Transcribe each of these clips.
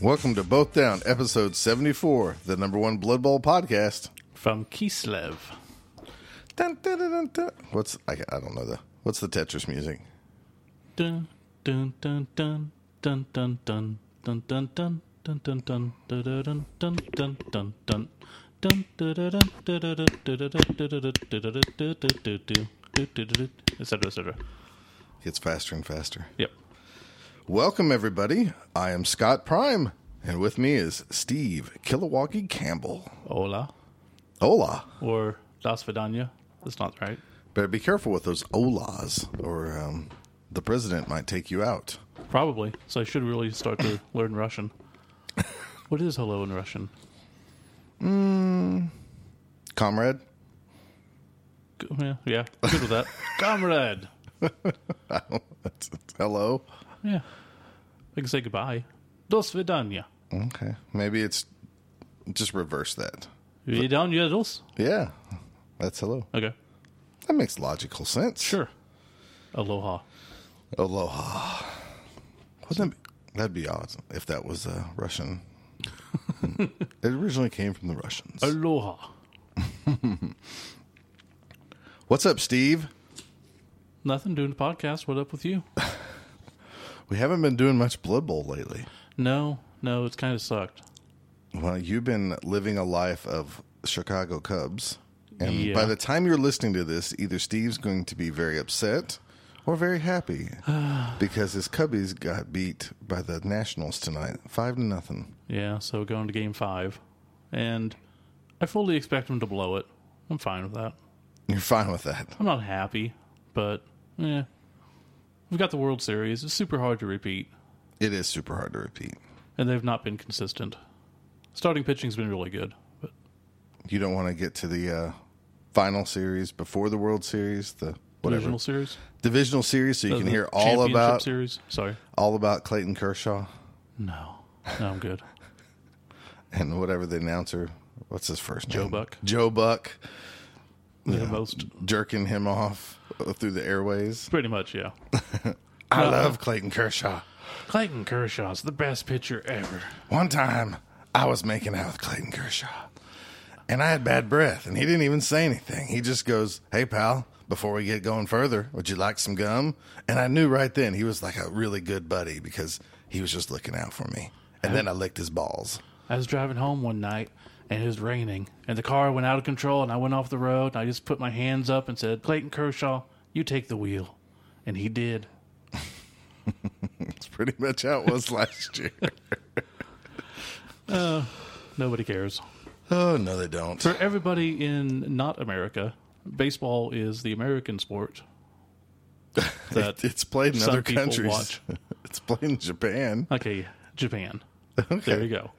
Welcome to Both Down, episode 74, the number one Blood Bowl podcast. from Kislev. Dun, dun, dun, dun, dun. What's, I, I don't know the, what's the Tetris music? Dun dun dun dun dun dun dun dun dun dun dun dun dun dun dun dun dun dun dun dun etc etc Gets faster and faster. yep Welcome, everybody. I am Scott Prime, and with me is Steve Kilowoggy Campbell. hola Hola. or las vidania that's not right Better be careful with those olas, or um, the president might take you out. probably so i should really start to learn russian what is hello in russian Comrade, Go- yeah yeah good with that comrade that's, hello. yeah i can say goodbye до свидания Okay. Maybe it's just reverse that. Vidania dos Yeah. That's hello. Okay. That makes logical sense. Sure. Aloha. Aloha. Wouldn't that be, that'd be awesome if that was uh, Russian. it originally came from the Russians. Aloha. What's up, Steve? Nothing doing the podcast. What up with you? We haven't been doing much Blood Bowl lately. No, no, it's kind of sucked. Well, you've been living a life of Chicago Cubs. And Yeah. by the time you're listening to this, either Steve's going to be very upset or very happy because his Cubbies got beat by the Nationals tonight, five to nothing. Yeah, so going to game five. And I fully expect him to blow it. I'm fine with that. You're fine with that. I'm not happy, but yeah. We've got the World Series. It's super hard to repeat, It is super hard to repeat. and they've not been consistent. Starting pitching's been really good, but You don't want to get to the uh, final series before the World Series, the whatever divisional series, divisional series, so you Uh, can the hear all championship about series. Sorry, all about Clayton Kershaw no, no, I'm good. and whatever the announcer. What's his first name? Buck. Joe Buck. The most, jerking him off uh, through the airways. pretty much, yeah. I love Clayton Kershaw. Clayton Kershaw's the best pitcher ever. One time I was making out with Clayton Kershaw and I had bad breath and he didn't even say anything. He just goes, Hey, pal, before we get going further, would you like some gum? And I knew right then he was like a really good buddy because he was just looking out for me. And then I licked his balls. I was driving home one night and it was raining and the car went out of control and I went off the road and I just put my hands up and said, Clayton Kershaw, you take the wheel. And he did. That's pretty much how it was last year. Nobody cares. Oh, no, they don't. For everybody in not America, baseball is the American sport. That It's played in Some other people countries. watch. It's played in Japan. okay, Japan. There you go.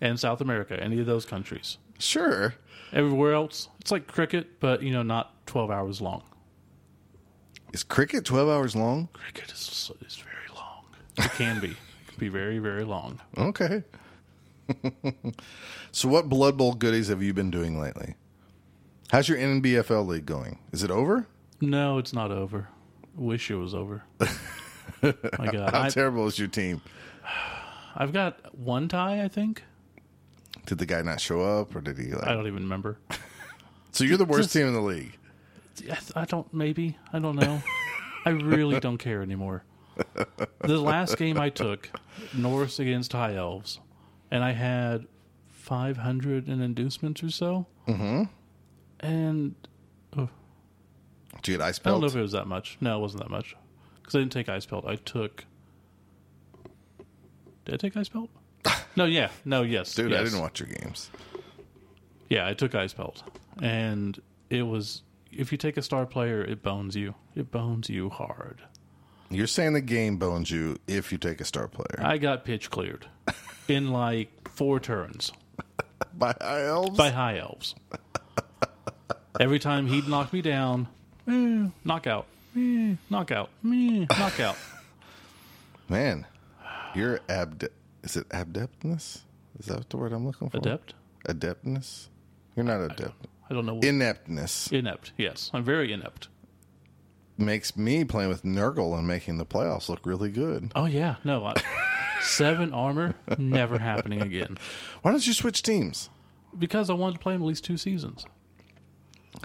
And South America, any of those countries. Sure. Everywhere else, it's like cricket, but you know, not twelve hours long. Is cricket 12 hours long? Cricket is, is very long. It can be. It can be very, very long. Okay. so, what Blood Bowl goodies have you been doing lately? How's your NBFL league going? Is it over? No, it's not over. Wish it was over. My God, How I, terrible is your team? I've got one tie. I think Did the guy not show up, or did he? I Like... don't even remember. So you're the worst team in the league. I th- I don't. Maybe I don't know. I really don't care anymore. The last game I took, Norse against High Elves, and I had five hundred in inducements or so. Mm-hmm. And Did you get ice I don't know belt? if it was that much. No, it wasn't that much because I didn't take ice pelt. I took. Did I take ice pelt? No, yeah, no, yes, Dude, I yes. didn't watch your games. Yeah, I took ice pelt, and it was if you take a star player, it bones you. It bones you hard. You're saying the game bones you if you take a star player I got pitch cleared in like four turns by high elves. by high elves. Every time he'd knock me down, eh, knockout, eh, knockout, eh, knockout. Man, you're abd. Is it adeptness? Is that the word I'm looking for? Adept? Adeptness. You're not adept. I don't know. What, Ineptness. inept. Yes, I'm very inept. makes me playing with Nurgle and making the playoffs look really good. Oh yeah, no. I, Seven armor, never happening again. Why don't you switch teams? Because I wanted to play him at least two seasons.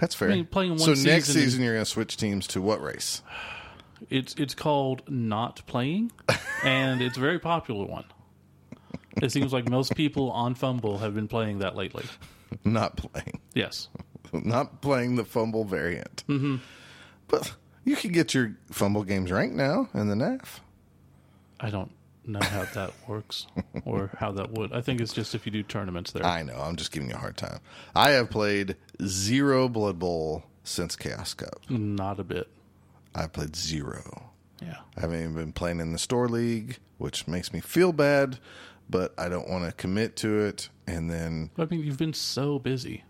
That's fair. mean, playing one so next season- season you're going to switch teams to what race? It's it's called not playing, and it's a very popular one. It seems like most people on Fumble have been playing that lately. Not playing. Yes, Not playing the fumble variant. Mm-hmm. But you can get your fumble games ranked now in the NAF. I don't know how that works or how that would. I think it's just if you do tournaments there. I know. I'm just giving you a hard time. I have played zero Blood Bowl since Chaos Cup. Not a bit. I've played zero. Yeah. I haven't even been playing in the store league, which makes me feel bad, but I don't want to commit to it. And then But I mean, you've been so busy.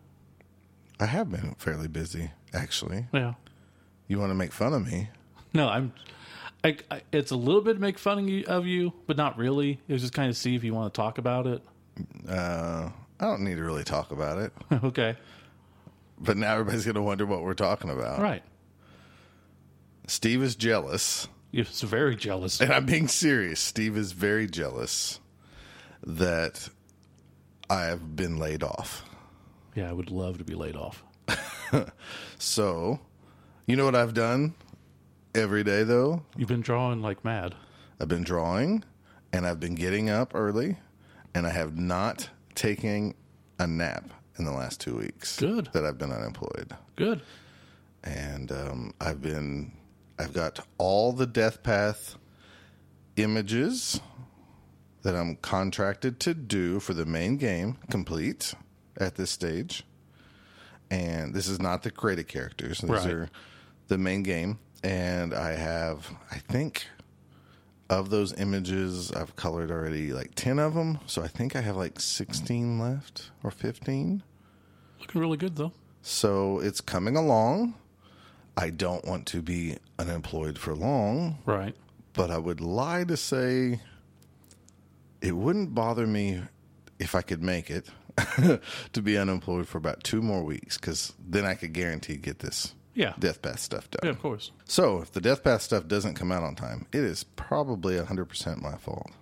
I have been fairly busy, actually. Yeah. You want to make fun of me? No, I'm. I, I, it's a little bit to make fun of you, of you, but not really. It was just kind of see if you want to talk about it. Uh, I don't need to really talk about it, okay. but now everybody's going to wonder what we're talking about. All right. Steve is jealous, You're so very jealous. and I'm being serious. Steve is very jealous that I have been laid off. Yeah, I would love to be laid off. So, you know what I've done every day, though? You've been drawing like mad. I've been drawing and I've been getting up early and I have not taken a nap in the last two weeks. Good. That I've been unemployed. Good. And um, I've been, I've got all the Death Path images that I'm contracted to do for the main game complete at this stage. And this is not the created characters, these Right. are the main game. And I have, I think, of those images, I've colored already like 10 of them. So I think I have like 16 left or 15. Looking really good though. So it's coming along. I don't want to be unemployed for long, Right. but I would lie to say it wouldn't bother me if I could make it to be unemployed for about two more weeks because then I could guarantee get this Yeah. Death Path stuff done. Yeah, of course. So if the Death Path stuff doesn't come out on time, it is probably 100% my fault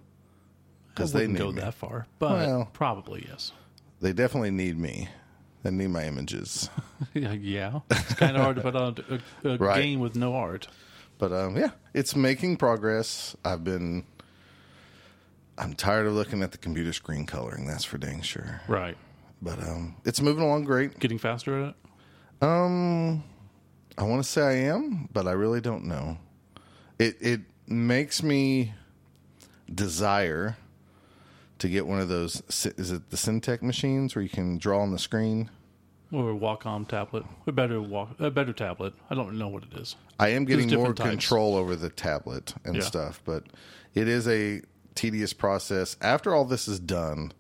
because I they wouldn't need go me. that far, but Well. probably yes. They definitely need me. They need my images. yeah, yeah. It's kind of hard to put on a, a Right. game with no art. But um, yeah, it's making progress. I've been. I'm tired of looking at the computer screen coloring. That's for dang sure. Right. But um, it's moving along great. Getting faster at it. Um, I want to say I am, but I really don't know. It it makes me desire to get one of those. Sy- Is it the Syntec machines where you can draw on the screen? Or a Wacom tablet. A better walk, a better tablet. I don't know what it is. I am getting different more types. control over the tablet and Yeah. stuff, but it is a tedious process. After all this is done,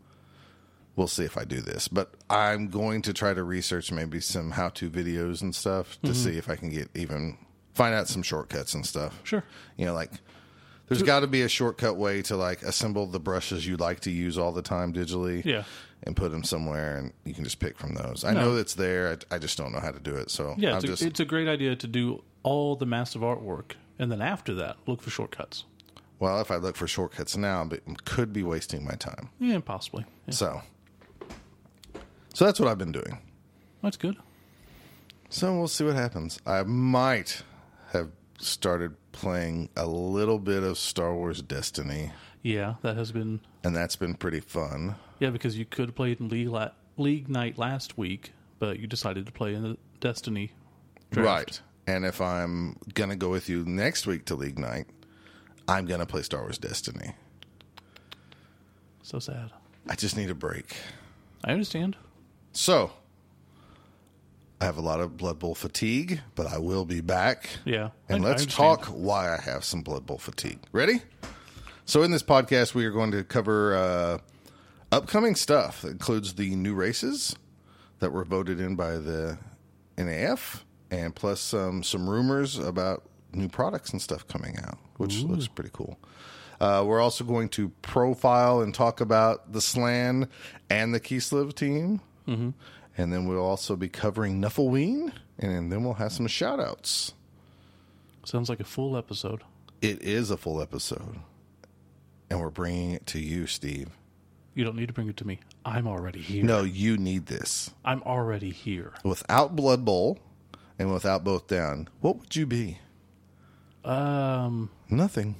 we'll see if I do this, but I'm going to try to research maybe some how to videos and stuff Mm-hmm. to see if I can get even find out some shortcuts and stuff. Sure. You know, like there's got to be a shortcut way to like assemble the brushes you like to use all the time digitally Yeah. and put them somewhere and you can just pick from those. I know that's there. I, I just don't know how to do it. So Yeah, I'm it's a, just, it's a great idea to do all the massive artwork, and then after that, look for shortcuts. Well, if I look for shortcuts now, but could be wasting my time. Yeah, possibly. Yeah, So, so that's what I've been doing. that's good. So we'll see what happens. I might have started playing a little bit of Star Wars Destiny, Yeah, that has been. and that's been pretty fun. Yeah, because you could have played in league, la- league night last week, but you decided to play in the Destiny. Draft. Right. And if I'm gonna go with you next week to League Night, I'm gonna play Star Wars Destiny. So sad. I just need a break. I understand. So I have a lot of Blood Bowl fatigue, but I will be back. Yeah. And I- I let's understand. talk why I have some Blood Bowl fatigue. Ready? So, in this podcast, we are going to cover uh, upcoming stuff that includes the new races that were voted in by the NAF, and plus some some rumors about new products and stuff coming out, which looks pretty cool. Uh, we're also going to profile and talk about the Slan and the Keysliv team. Mm-hmm. And then we'll also be covering Nuffleween, and then we'll have some shout outs. Sounds like a full episode. It is a full episode. and we're bringing it to you, Steve. You don't need to bring it to me. I'm already here. No, you need this. I'm already here. Without Blood Bowl and without both down, what would you be? Um, Nothing.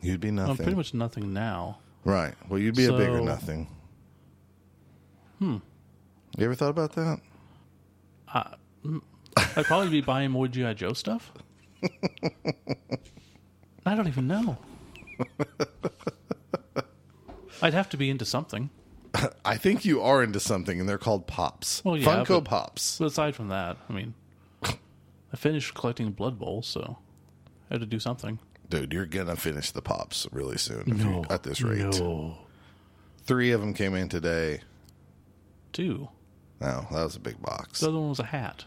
You'd be I'm nothing. pretty much nothing now. right. Well, you'd be a bigger So- Hmm. nothing. Hmm. You ever thought about that? I'd probably be buying more GI Joe stuff. I don't even know. I'd have to be into something. I think you are into something, and they're called pops. Well, yeah, Funko but- Pops. But aside from that, I mean, I finished collecting Blood Bowl, so I had to do something. Dude, you're going to finish the pops really soon if you- at this rate. no, Three of them came in today. two. Oh, that was a big box. The other one was a hat.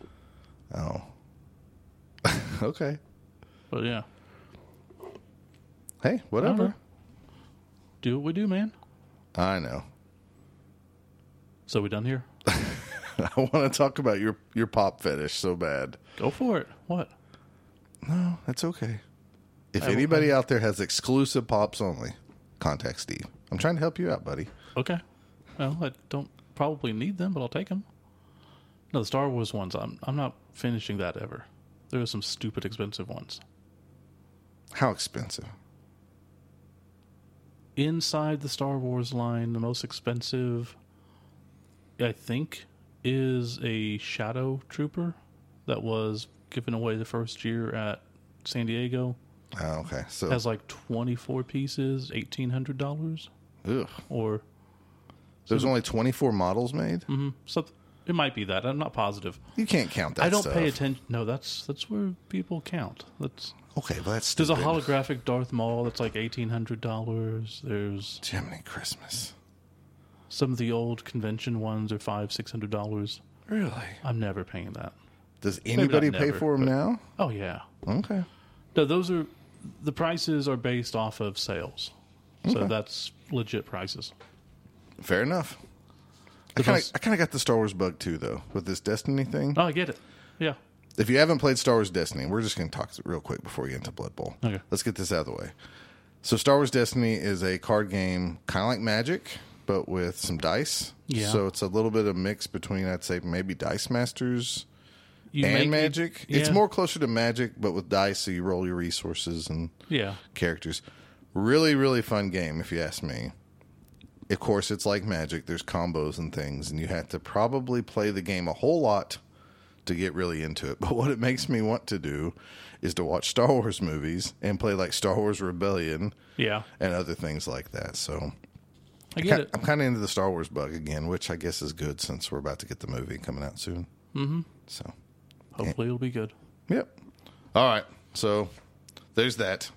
oh. okay. But yeah, Hey, I don't know. whatever. Do what we do, man. I know. So we done here. I want to talk about your, your pop fetish so bad. Go for it. What? No, that's okay. If anybody out there has exclusive pops only, contact Steve. I'm trying to help you out, buddy. Okay. Well, I don't probably need them, but I'll take them. No, the Star Wars ones. I'm I'm not finishing that ever. There are some stupid expensive ones. How expensive? Inside the Star Wars line, the most expensive, I think, is a Shadow Trooper that was given away the first year at San Diego. Oh, okay. So, Has like twenty four pieces, eighteen hundred dollars, ugh. or there's only 24 models made? mm, something. It might be that. I'm not positive. You can't count that I don't stuff. pay attention. No, that's that's where people count. That's Okay, well, that's there's stupid. a holographic Darth Maul that's like eighteen hundred dollars. There's Jiminy Christmas. some of the old convention ones are five six hundred dollars. Really? I'm never paying that. Does anybody not pay never, for them but- now? Oh yeah, Okay. no, those are the prices are based off of sales, so that's legit prices. Fair enough. I The kind of most- I kind of got the Star Wars bug too, though, with this Destiny thing. Oh, I get it. Yeah, If you haven't played Star Wars Destiny, we're just going to talk real quick before we get into Blood Bowl. Okay. Let's get this out of the way. So, Star Wars Destiny is a card game, kind of like Magic, but with some dice. Yeah. So it's a little bit of mix between, I'd say, maybe Dice Masters you and make- Magic. It's yeah. more closer to Magic, but with dice, so you roll your resources and Yeah, characters. Really, really fun game, if you ask me. Of course, it's like magic. There's combos and things, and you have to probably play the game a whole lot to get really into it. But what it makes me want to do is to watch Star Wars movies and play like Star Wars Rebellion yeah, and other things like that. So I get it. I'm kind of into the Star Wars bug again, which I guess is good since we're about to get the movie coming out soon. Mm-hmm. So, Hopefully, it'll be good. yep. All right. So there's that.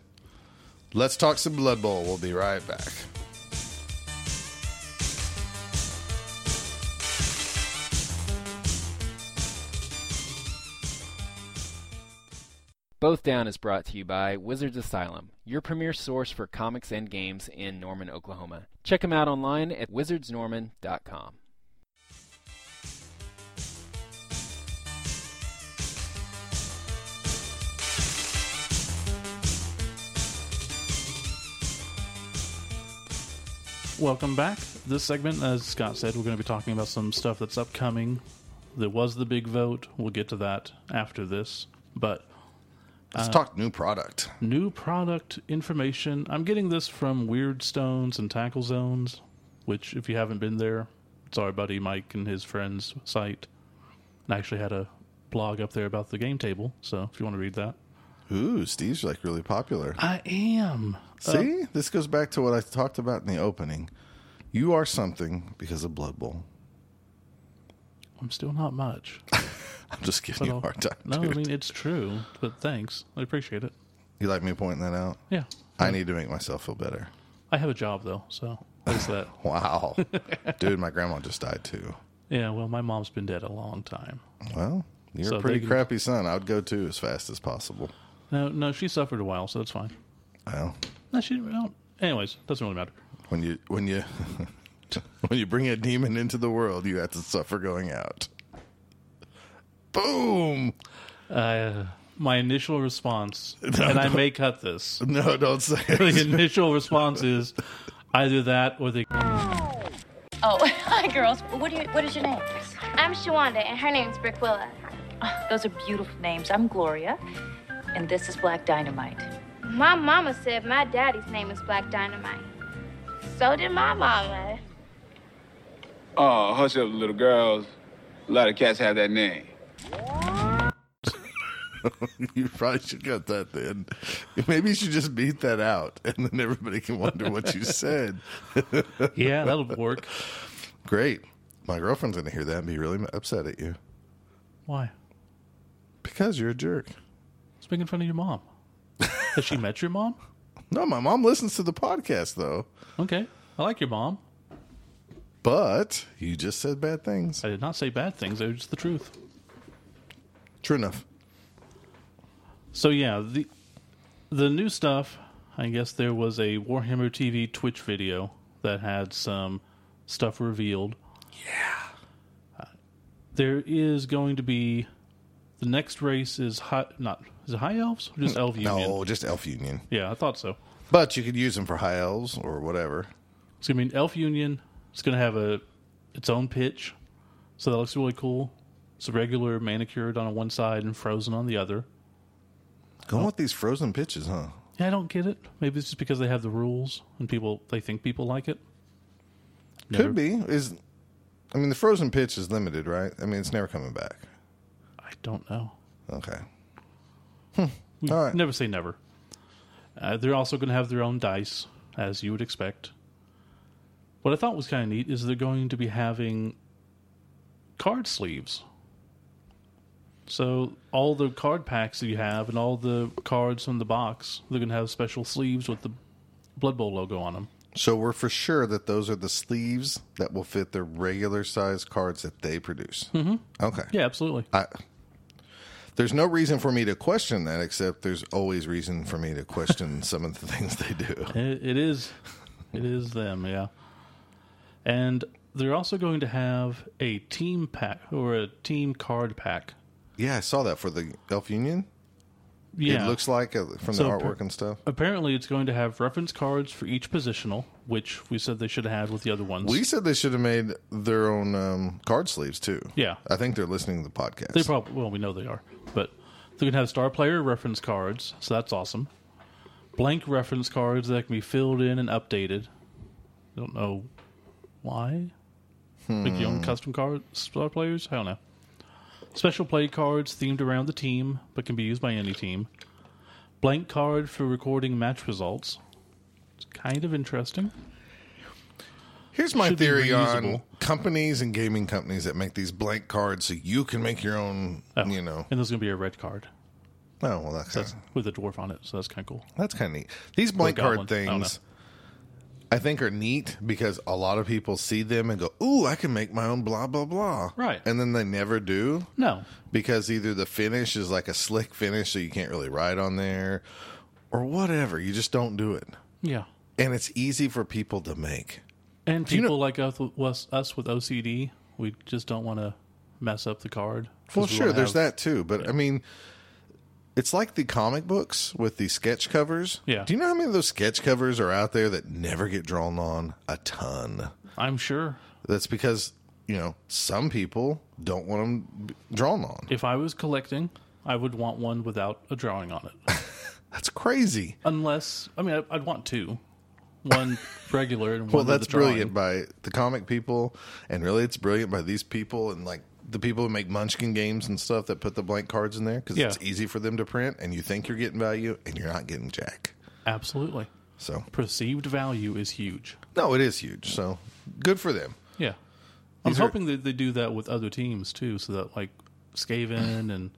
Let's talk some Blood Bowl. We'll be right back. Both Down is brought to you by Wizards Asylum, your premier source for comics and games in Norman, Oklahoma. Check them out online at wizardsnorman.com. Welcome back. This segment, as Scott said, we're going to be talking about some stuff that's upcoming. There was the big vote. We'll get to that after this. But Let's talk new product. new product information. I'm getting this from Weird Stones and Tackle Zones, which, if you haven't been there, it's our buddy Mike and his friend's site. And I actually had a blog up there about the game table. So if you want to read that, Ooh, Steve's like really popular. I am. Uh, See, this goes back to what I talked about in the opening. You are something because of Blood Bowl. I'm still not much. I'm just giving you a Well, hard time. no, I dude. mean, it's true, but thanks. I appreciate it. you like me pointing that out? Yeah. I need to make myself feel better. I have a job though, so there's that. Wow, dude, my grandma just died too. Yeah, well, my mom's been dead a long time. Well, you're So a they pretty can- crappy son. I would go too as fast as possible. No, no, she suffered a while, so that's fine. Well, No, she didn't. No. Anyways, doesn't really matter. when you when you when you bring a demon into the world, you have to suffer going out. Boom. Uh, my initial response, and I may cut this. No, don't say The it. initial response is either that or the Oh, hi, girls. What do you? What is your name? I'm Shawanda, and her name's Brickwilla. Those are beautiful names. I'm Gloria, and this is Black Dynamite. My mama said my daddy's name is Black Dynamite. So did my mama. Oh, hush up, little girls. A lot of cats have that name. You probably should cut that then. Maybe you should just beat that out, and then everybody can wonder what you said. yeah, that'll work. Great. My girlfriend's going to hear that and be really upset at you Why? because you're a jerk. It's making fun of your mom. Has she met your mom? No, my mom listens to the podcast though, Okay, I like your mom. but you just said bad things. I did not say bad things. It was just the truth. True enough. So yeah, the the new stuff. I guess there was a Warhammer TV Twitch video that had some stuff revealed. Yeah. there is going to be the next race is high, not is it high elves or just elf union? No, just Elf Union. Yeah, I thought so. But you could use them for high elves or whatever. It's gonna be an elf union. It's gonna have a its own pitch, so that looks really cool. It's regular manicured on one side and frozen on the other. Going with these frozen pitches, huh? Yeah, I don't get it. Maybe it's just because they have the rules and people they think people like it. Never- Could be. Is I mean the frozen pitch is limited, right? I mean it's never coming back. I don't know. Okay. We All right. Never say never. Uh, they're also going to have their own dice, as you would expect. What I thought was kind of neat is they're going to be having card sleeves. So all the card packs that you have and all the cards from the box, they're going to have special sleeves with the Blood Bowl logo on them. So we're for sure that those are the sleeves that will fit the regular size cards that they produce. Mm-hmm. Okay. Yeah, absolutely. I, there's no reason for me to question that, except there's always reason for me to question some of the things they do. It, it is, it is them, yeah. And they're also going to have a team pack or a team card pack. Yeah, I saw that for the Elf Union. Yeah, It looks like uh, from So the per- artwork and stuff. apparently it's going to have reference cards for each positional, which we said they should have had with the other ones. We said they should have made their own um, card sleeves too. Yeah. I think they're listening to the podcast. they probably well, we know they are, but they're going to have star player reference cards, so that's awesome. Blank reference cards that can be filled in and updated. I don't know why. Like your own custom card star players. I don't know. Special play cards themed around the team, but can be used by any team. Blank card for recording match results. It's kind of interesting. Here's my should be theory on reusable. companies and gaming companies that make these blank cards so you can make your own. Oh, You know. And there's going to be a red card Oh well, that's that's with a dwarf on it, so that's kind of cool. That's kind of neat. These blank goblin. card I don't things, I think, are neat because a lot of people see them and go, "Ooh, I can make my own blah blah blah." Right. and then they never do No, because either the finish is like a slick finish, so you can't really write on there, or whatever. You just don't do it, yeah, and it's easy for people to make. and you people like us, us, us with OCD, we just don't want to mess up the card. 'cause Well, we sure, wanna there's have- that too, but I mean. It's like the comic books with the sketch covers. Yeah. Do you know how many of those sketch covers are out there that never get drawn on? A ton. I'm sure That's because you know some people don't want them drawn on. if I was collecting, I would want one without a drawing on it. That's crazy. Unless, I mean, I- I'd want two, one regular and one. Well, with that's a drawing. brilliant by the comic people, and really, it's brilliant by these people and like the people who make Munchkin games and stuff that put the blank cards in there because Yeah. it's easy for them to print, and you think you're getting value, and you're not getting jack. Absolutely, So perceived value is huge. no, it is huge. So good for them. Yeah, I'm These are- hoping that they do that with other teams too, so that like Skaven and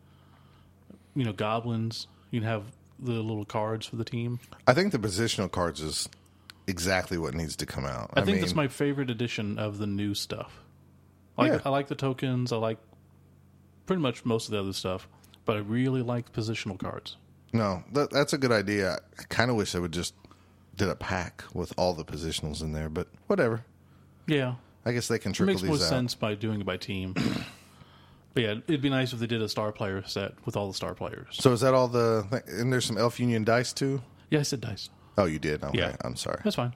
you know goblins, you can have the little cards for the team. I think the positional cards is exactly what needs to come out. I, think that's mean, my favorite edition of the new stuff. I like Yeah. I like the tokens. I like pretty much most of the other stuff, but I really like positional cards. no. That, that's a good idea. I kind of wish they would just did a pack with all the positionals in there, but whatever. Yeah, I guess they can it trickle makes these more out. sense by doing it by team. But yeah, it'd be nice if they did a star player set with all the star players. So is that all the? thi- And there's some Elf Union dice too. Yeah, I said dice. Oh, you did. Okay, Yeah. I'm sorry. That's fine.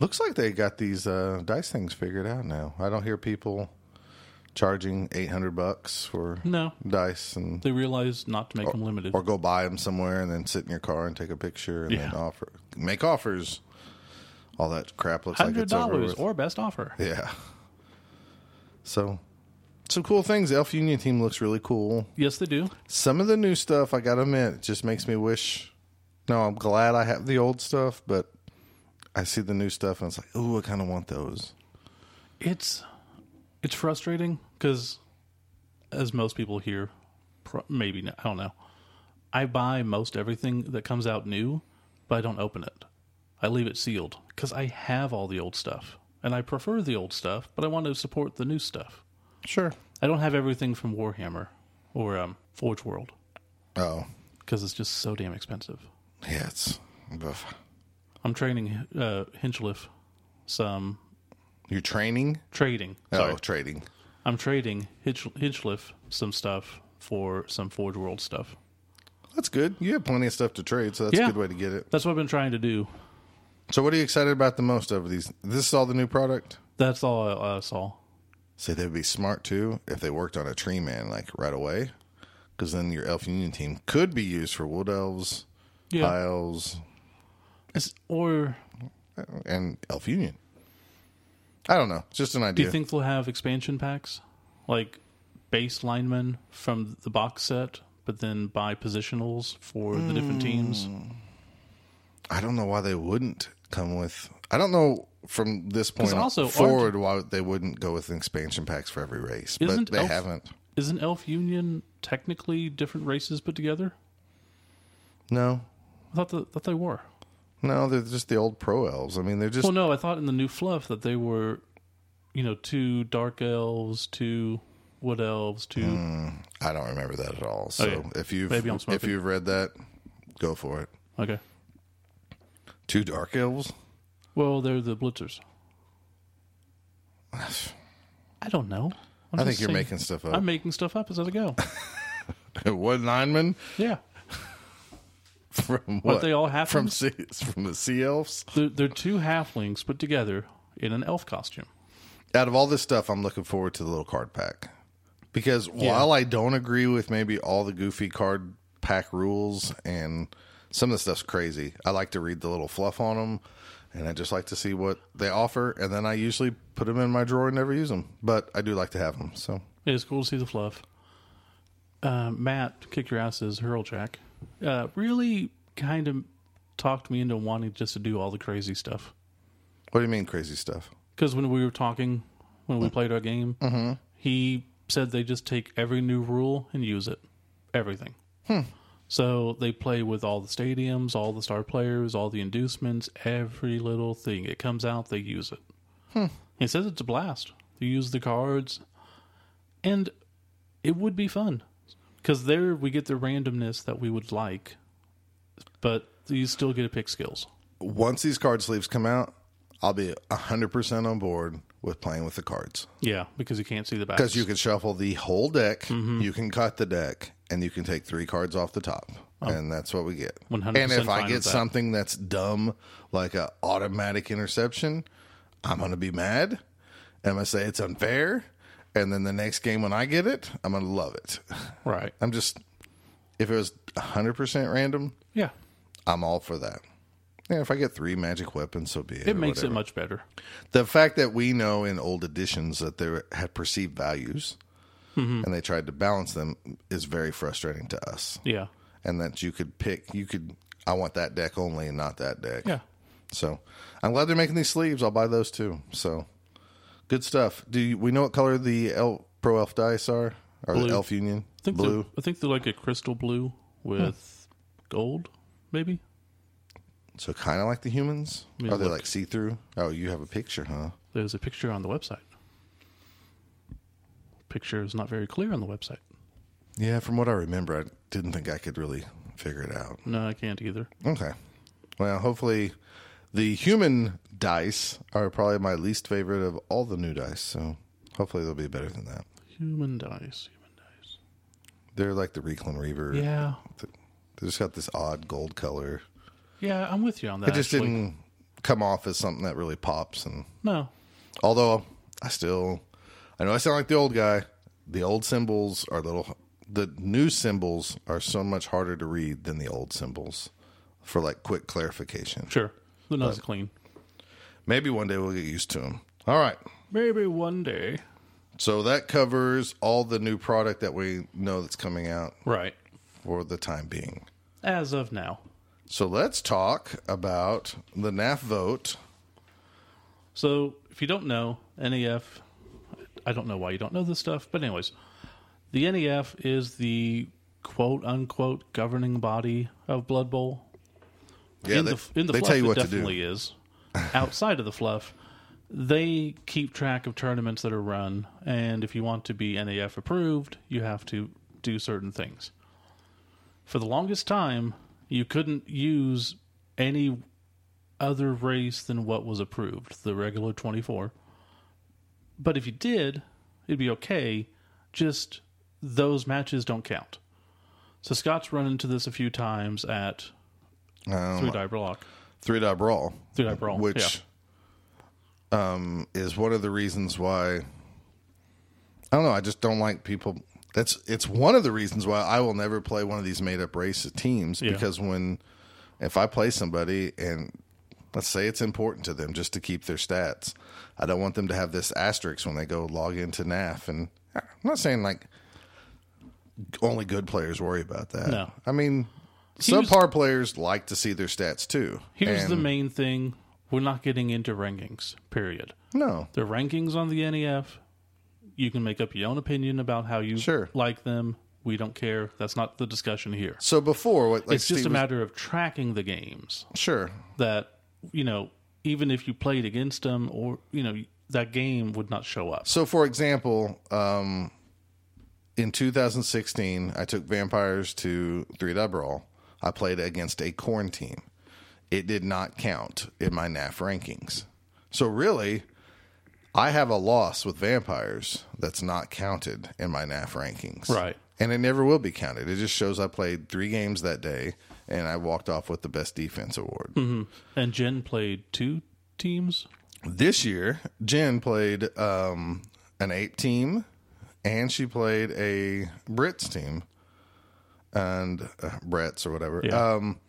Looks like they got these uh, dice things figured out now. I don't hear people charging 800 bucks for No. dice and They realized not to make them limited. or go buy them somewhere and then sit in your car and take a picture and then Yeah. offer make offers. All that crap looks like Hundred it's over dollars with. or best offer. yeah. So some cool things. Elf Union team looks really cool. Yes, they do. Some of the new stuff, I gotta admit, it just makes me wish. No, I'm glad I have the old stuff, but I see the new stuff and it's like, ooh, I kind of want those. It's it's frustrating because, as most people here, pro- maybe not, I don't know. I buy most everything that comes out new, but I don't open it. I leave it sealed because I have all the old stuff, and I prefer the old stuff, but I want to support the new stuff. Sure. I don't have everything from Warhammer or um, Forge World Oh, because it's just so damn expensive. yeah, it's. Oof. I'm training uh, Hinchliff some You're training? trading. Sorry. Oh, trading. I'm trading Hitch, Hitchliff some stuff for some Forge World stuff. That's good. You have plenty of stuff to trade, so that's Yeah. a good way to get it. That's what I've been trying to do. So, what are you excited about the most of these? This is all the new product? That's all I, I saw. See, they'd be smart too if they worked on a tree man like right away, because then your elf union team could be used for wood elves, Yeah. piles, It's- or and elf union. I don't know. It's just an do idea. you think they'll have expansion packs like base linemen from the box set, but then buy positionals for the different teams? I don't know why they wouldn't come with. I don't know from this point 'Cause also, also, aren't- forward why they wouldn't go with expansion packs for every race, but Isn't they elf- haven't. Isn't Elf Union technically different races put together? No, I thought that, that they were. No, they're just the old pro elves. I mean, they're just Well, no, I thought in the new fluff that they were, you know, two dark elves, two wood elves, two. I don't remember that at all. So Okay. if you've Maybe I'm if smoking. you've read that, go for it. Okay. Two dark elves? Well, they're the blitzers. I don't know. I'm I just think you're saying- making stuff up. I'm making stuff up as I go. One lineman Yeah, from what? Aren't they all half from elves? sea, from the sea elves. they're, they're two halflings put together in an elf costume. Out of all this stuff, I'm looking forward to the little card pack because while I don't agree with maybe all the goofy card pack rules and some of the stuff's crazy, I like to read the little fluff on them. And I just like to see what they offer, and then I usually put them in my drawer and never use them. But I do like to have them, so It is cool to see the fluff. Uh, Matt, kick your asses, Hurljack, uh, really kind of talked me into wanting just to do all the crazy stuff. What do you mean crazy stuff? Because when we were talking, when Mm. we played our game, Mm-hmm. he said they just take every new rule and use it. Everything. Hmm. So they play with all the stadiums, all the star players, all the inducements, every little thing. It comes out, they use it. Hmm. He says it's a blast. They use the cards, and it would be fun. Because there we get the randomness that we would like, but you still get to pick skills. Once these card sleeves come out, I'll be 100% on board with playing with the cards. Yeah, because you can't see the back. Because you can shuffle the whole deck, Mm-hmm. you can cut the deck, and you can take three cards off the top. Oh. And that's what we get. 100% And if I fine get with that. something that's dumb, like a automatic interception, I'm going to be mad. and I'm going to say it's unfair. And then the next game when I get it, I'm going to love it. Right. I'm just, if it was 100% random, Yeah. I'm all for that. Yeah, if I get three magic weapons, so be it. It makes it it much better. the fact that we know in old editions that they had perceived values Mm-hmm. and they tried to balance them is very frustrating to us. Yeah. And that you could pick, you could, I want that deck only and not that deck. Yeah. So I'm glad they're making these sleeves. I'll buy those too. So good stuff. Do you, we know what color the elf, pro elf dice are? Or Blue. the elf union? I think Blue. They're, I think they're like a crystal blue with gold, maybe. So kind of like the humans? me Are they look. like see through? Oh, you have a picture, huh? There's a picture on the website. Picture is not very clear on the website. Yeah, from what I remember, I didn't think I could really figure it out. No, I can't either. Okay. Well, hopefully, the human dice are probably my least favorite of all the new dice. So hopefully, they'll be better than that. Human dice. Human They're like the Reclin Reaver. Yeah. They just got this odd gold color. Yeah, I'm with you on that. It just actually. didn't come off as something that really pops. And No. although I still, I know I sound like the old guy. The old symbols are little. The new symbols are so much harder to read than the old symbols. For like quick clarification, Sure. The nose is clean. maybe one day we'll get used to them. All right. Maybe one day. So that covers all the new product that we know that's coming out Right. for the time being. As of now. So let's talk about the NAF vote. So, if you don't know, NEF, I don't know why you don't know this stuff, but, anyways, the NEF is the quote unquote governing body of Blood Bowl. Yeah, in they, the, in the they fluff, tell you it what to do. definitely is. Outside of the fluff, they keep track of tournaments that are run, and if you want to be NAF approved, you have to do certain things. For the longest time, you couldn't use any other race than what was approved, the regular 24. But if you did, it'd be okay. Just those matches don't count. So Scott's run into this a few times at Oh Three Die Block. Three Dot Brawl. Three Dot Brawl, Which um, is one of the reasons why I don't know, I just don't like people that's it's one of the reasons why I will never play one of these made up race teams Yeah. because when if I play somebody and let's say it's important to them just to keep their stats, I don't want them to have this asterisk when they go log into NAF and I'm not saying like only good players worry about that. No. I mean Here's- subpar players like to see their stats too. Here's the And- main thing we're not getting into rankings, period. No. The rankings on the NEF, you can make up your own opinion about how you Sure. like them. We don't care. That's not the discussion here. So before, what, like it's just Steve a was- matter of tracking the games Sure, that, you know, even if you played against them or, you know, that game would not show up. So, for example, um, in 2016, I took Vampires to Three Dot Brawl. I played against a corn team. It did not count in my NAF rankings. So, really, I have a loss with Vampires that's not counted in my NAF rankings. Right. And it never will be counted. It just shows I played three games that day and I walked off with the best defense award. Mm-hmm. And Jen played two teams. this year jen played um, an ape team and she played a brits team and uh, brett's or whatever Yeah. um,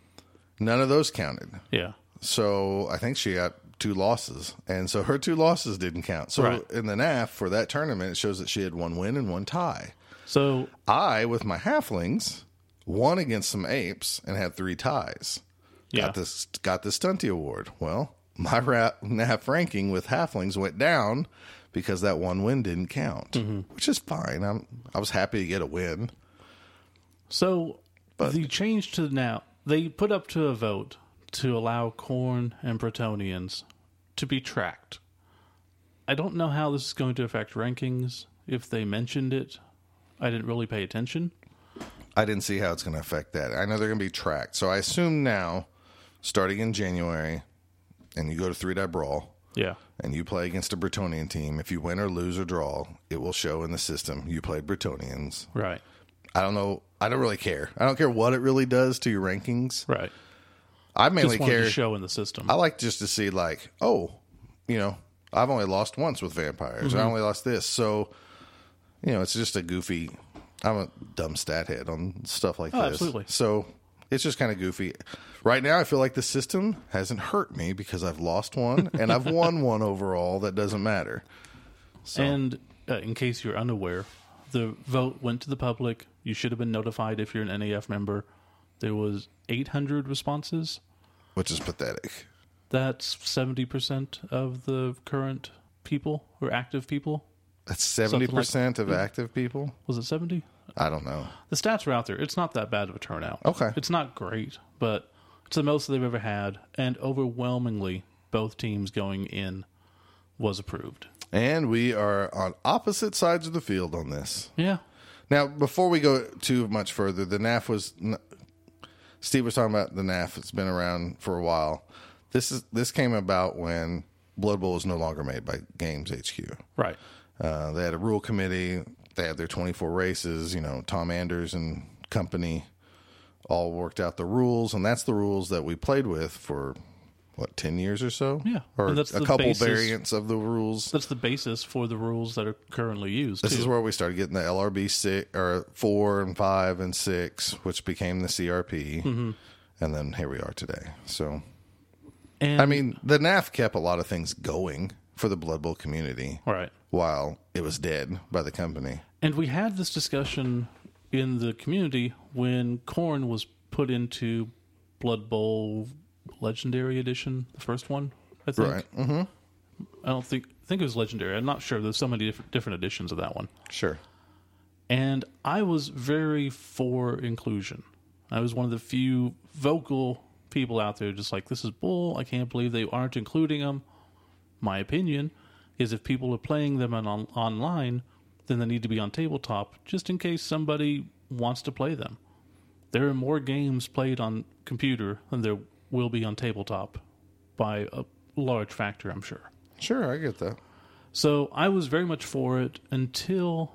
none of those counted Yeah. so i think she got two losses and so her two losses didn't count so Right. in the naf for that tournament it shows that she had one win and one tie So, i with my halflings won against some apes and had three ties yeah. got this got the stunty award. Well, my rap, NAF ranking with halflings went down because that one win didn't count, which is fine. I'm I was happy to get a win. So the change to now they put up to a vote to allow corn and Bretonians to be tracked. I don't know how this is going to affect rankings. If they mentioned it, I didn't really pay attention. I didn't see how it's going to affect that. I know they're going to be tracked, so I assume now, starting in January, and you go to three dot brawl. Yeah. And you play against a Bretonian team. If you win or lose or draw, it will show in the system you played Bretonians. Right. I don't know. I don't really care. I don't care what it really does to your rankings. Right. I Just mainly wanted care Oh. to show in the system. I like just to see like, oh, you know, I've only lost once with vampires. Mm-hmm. I only lost this. So, you know, it's just a goofy. I'm a dumb stat head on stuff like Oh, this. absolutely. So it's just kind of goofy. Right now, I feel like the system hasn't hurt me because I've lost one and I've won one overall. That doesn't matter. And uh, in case you're unaware, the vote went to the public. You should have been notified if you're an NAF member. There was 800 responses. Which is pathetic. That's 70% of the current people or active people. That's like- seventy percent of active people. Was it 70? I don't know. The stats are out there. It's not that bad of a turnout. Okay. It's not great, but it's the most they've ever had. And overwhelmingly, both teams going in was approved. And we are on opposite sides of the field on this. Yeah. Now, before we go too much further, the NAF was n- Steve was talking about the NAF. It's been around for a while. This is this came about when Blood Bowl was no longer made by Games HQ. Right. Uh, they had a rule committee. They had their 24 races. You know, Tom Anders and company all worked out the rules, and that's the rules that we played with for what 10 years or so. Yeah. or And that's a the couple basis- variants of the rules. That's the basis for the rules that are currently used. This too. is where we started getting the LRB six or four and five and six, which became the CRP, Mm-hmm. and then here we are today. So and, I mean, the NAF kept a lot of things going for the Blood Bowl community right. while it was dead by the company. And we had this discussion in the community when corn was put into Blood Bowl Legendary Edition, the first one, I think. Right. I don't think I think it was Legendary. I'm not sure. There's so many different, different editions of that one. Sure. And I was very for inclusion. I was one of the few vocal people out there just like this is bull. I can't believe they aren't including them. My opinion is if people are playing them on, on online, then they need to be on tabletop just in case somebody wants to play them. There are more games played on computer than there will be on tabletop by a large factor, I'm sure. Sure, I get that. So I was very much for it until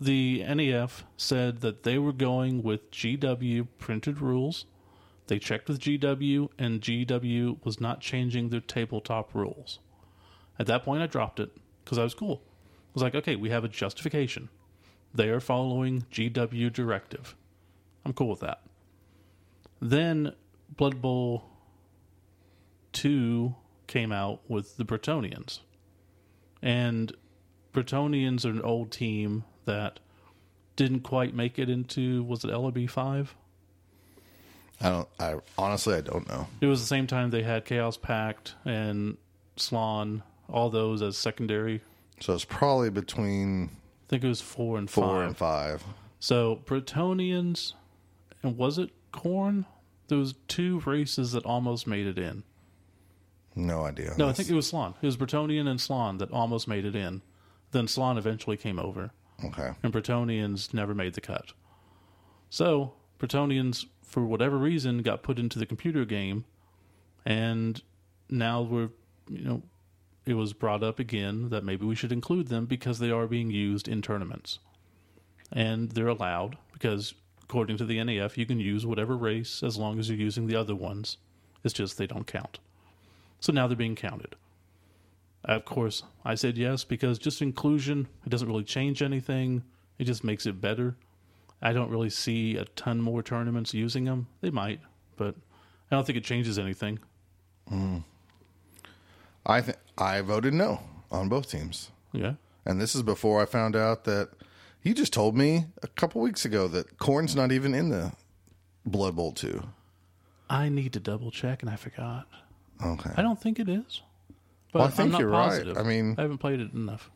the NEF said that they were going with GW printed rules. They checked with GW, and GW was not changing their tabletop rules. At that point, I dropped it because I was cool. I was like, okay, we have a justification. They are following GW directive. I'm cool with that. Then Blood Bowl 2 came out with the Bretonians. And Bretonians are an old team that didn't quite make it into was it LRB five? I don't. I honestly, I don't know. It was the same time they had Chaos Pact and Slon, all those as secondary. I So it's probably between think it was four and four five. and five. So Bretonians and was it Corn? There was two races that almost made it in. No idea. No, I think it was Slon. It was Bretonian and Slon that almost made it in. Then Slon eventually came over. Okay. and Bretonians never made the cut. So, Bretonians, for whatever reason, got put into the computer game, and now we're, you know, it was brought up again that maybe we should include them because they are being used in tournaments. And they're allowed because, according to the NAF, you can use whatever race as long as you're using the other ones. It's just they don't count. So now they're being counted. Of course, I said yes because just inclusion, it doesn't really change anything. It just makes it better. I don't really see a ton more tournaments using them. They might, but I don't think it changes anything. I think I voted no on both teams. Yeah. And this is before I found out that you just told me a couple weeks ago that corn's not even in the Blood Bowl 2. I need to double check and I forgot. Okay. I don't think it is. But Well, I think am not you're right. positive. I mean- I haven't played it enough.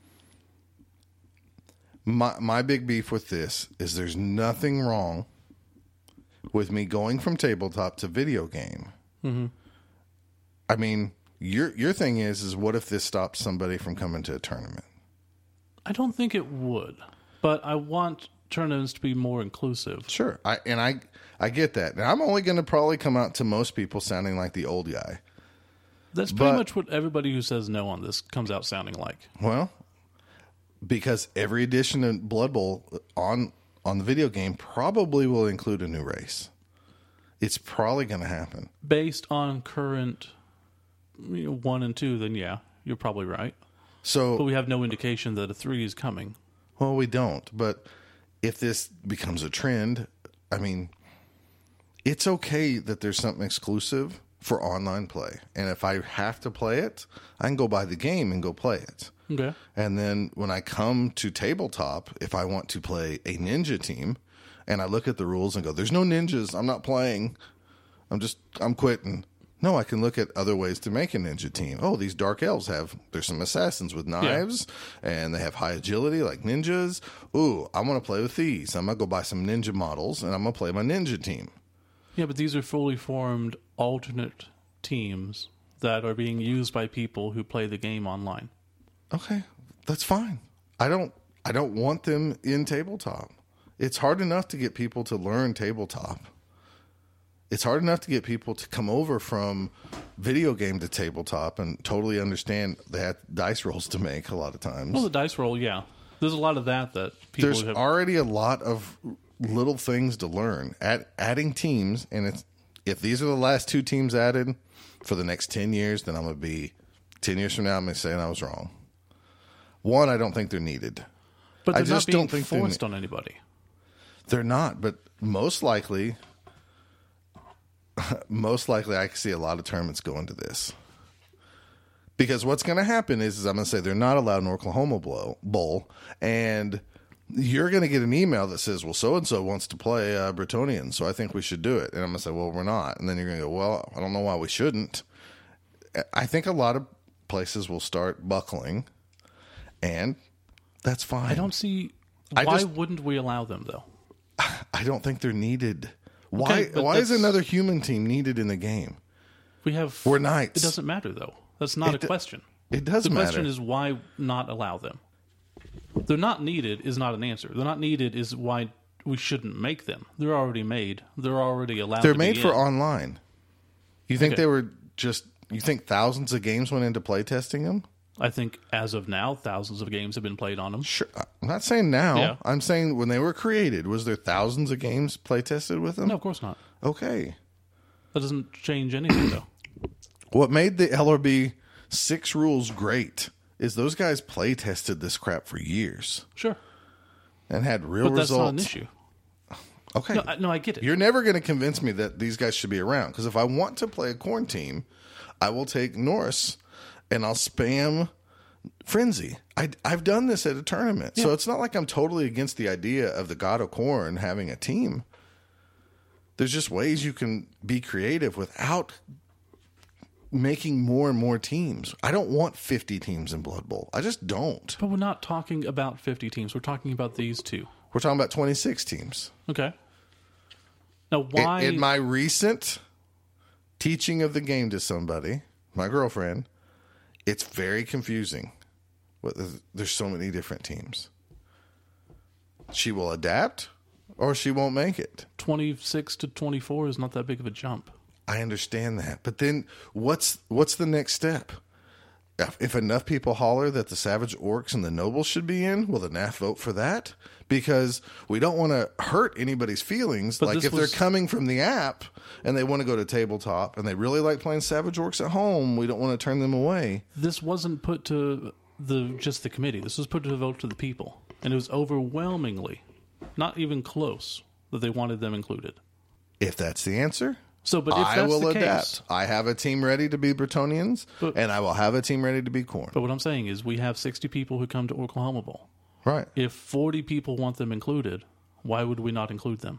My my big beef with this is there's nothing wrong with me going from tabletop to video game. I mean, your your thing is is what if this stops somebody from coming to a tournament? I don't think it would, but I want tournaments to be more inclusive. Sure. I and I I get that. And I'm only going to probably come out to most people sounding like the old guy. That's pretty But- much what everybody who says no on this comes out sounding like. Well, because every edition of Blood Bowl on on the video game probably will include a new race. It's probably going to happen. based on current you know, one and two, then yeah, you're probably right. So But we have no indication that a three is coming. Well, we don't. But if this becomes a trend, I mean, it's okay that there's something exclusive for online play. And if I have to play it, I can go buy the game and go play it. Okay. And then when I come to tabletop, if I want to play a ninja team and I look at the rules and go, there's no ninjas, I'm not playing. I'm just, I'm quitting. No, I can look at other ways to make a ninja team. Oh, these dark elves have, there's some assassins with knives and they have high agility like ninjas. Ooh, I want to play with these. I'm going to go buy some ninja models and I'm going to play my ninja team. Yeah, but these are fully formed alternate teams that are being used by people who play the game online. Okay, that's fine. I don't I don't want them in tabletop. It's hard enough to get people to learn tabletop. It's hard enough to get people to come over from video game to tabletop and totally understand they have dice rolls to make a lot of times. Well, the dice roll, yeah. There's a lot of that that people There's have. already a lot of little things to learn. At adding teams, and it's if these are the last two teams added for the next ten years, then I'm gonna be ten years from now. I'm gonna say I was wrong. One, I don't think they're needed. but I they're just not being don't think they forced on anybody. They're not, but most likely, most likely, I can see a lot of tournaments going to this. Because what's going to happen is, is I'm going to say they're not allowed an Oklahoma blow, Bowl, and you're going to get an email that says, "Well, so and so wants to play uh, Bretonian, so I think we should do it." And I'm going to say, "Well, we're not," and then you're going to go, "Well, I don't know why we shouldn't." I think a lot of places will start buckling, and that's fine. I don't see I why just- wouldn't we allow them though. I don't think they're needed. Why? Okay, but why is that's- another human team needed in the game? We have We're knights. It doesn't matter though. That's not It a do- question. It does the matter. question is why not allow them? They're not needed is not an answer. They're not needed is why we shouldn't make them. They're already made. They're already allowed. they're to made be for in. online. You think Okay. they were just? You think thousands of games went into play testing them? I think as of now, thousands of games have been played on them. Sure. I'm not saying now. Yeah. I'm saying when they were created, was there thousands of games play tested with them? No, of course not. Okay. That doesn't change anything though. What made the LRB six rules great is those guys play tested this crap for years Sure, and had real but that's results. not an issue. Okay. No, I, no, I get it. You're never going to convince me that these guys should be around because if I want to play a corn team, I will take Norse and I'll spam Frenzy. I, I've done this at a tournament, so it's not like I'm totally against the idea of the God of Corn having a team. There's just ways you can be creative without making more and more teams. I don't want 50 teams in Blood Bowl. I just don't. but we're not talking about 50 teams. We're talking about these two. We're talking about 26 teams. Okay. Now, In- why? in my recent teaching of the game to somebody, my girlfriend, it's very confusing. What- There's so many different teams. She will adapt or she won't make it. 26 to 24 is not that big of a jump. I understand that. But then what's what's the next step? If- If enough people holler that the savage orcs and the nobles should be in, will the NAF vote for that? Because we don't want to hurt anybody's feelings. But like this if was- they're coming from the app and they want to go to tabletop and they really like playing savage orcs at home, we don't want to turn them away. This wasn't put to the just the committee. This was put to the vote to the people, and it was overwhelmingly, not even close, that they wanted them included. If that's the answer, So, but if I that's will the adapt. case, I have a team ready to be Bretonians, But- and I will have a team ready to be Corn. but what I'm saying is, we have 60 people who come to Oklahoma Bowl. right. If 40 people want them included, why would we not include them?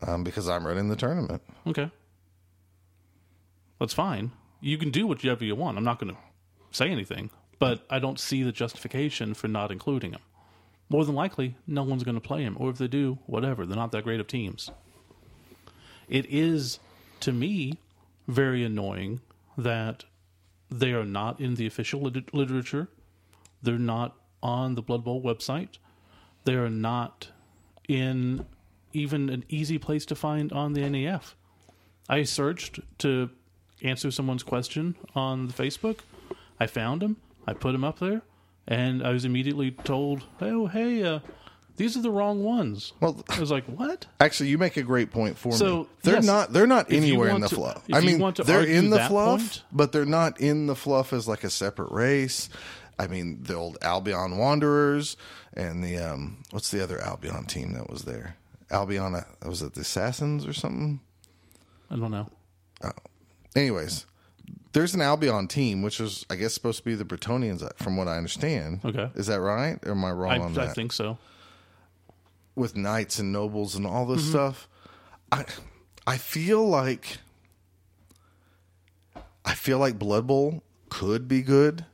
Um, because I'm running the tournament. Okay. That's fine. You can do whatever you want. I'm not going to say anything, but I don't see the justification for not including him. More than likely, no one's going to play him, or if they do, whatever. They're not that great of teams. It is, to me, very annoying that they are not in the official lit- literature. They're not on the Blood Bowl website. They are not in even an easy place to find on the NEF. I searched to answer someone's question on the Facebook. I found him. I put him up there, and I was immediately told, "Oh, hey, uh, these are the wrong ones." Well- I was like, "What?" Actually, you make a great point for me. So, They're yes, not they're not if you anywhere in want the to- fluff. if I you mean, want to they're argue in the that fluff, point- but they're not in the fluff as like a separate race. I mean, the old Albion Wanderers and the um what's the other Albion team that was there? Albion uh, was it the Assassins or something? I don't know. Anyways, there's an Albion team which is I guess supposed to be the Bretonians uh, from what I understand. Okay. Is that right? Or am I wrong I, on I that? think so. with knights and nobles and all this stuff. I I feel like I feel like Blood Bowl could be good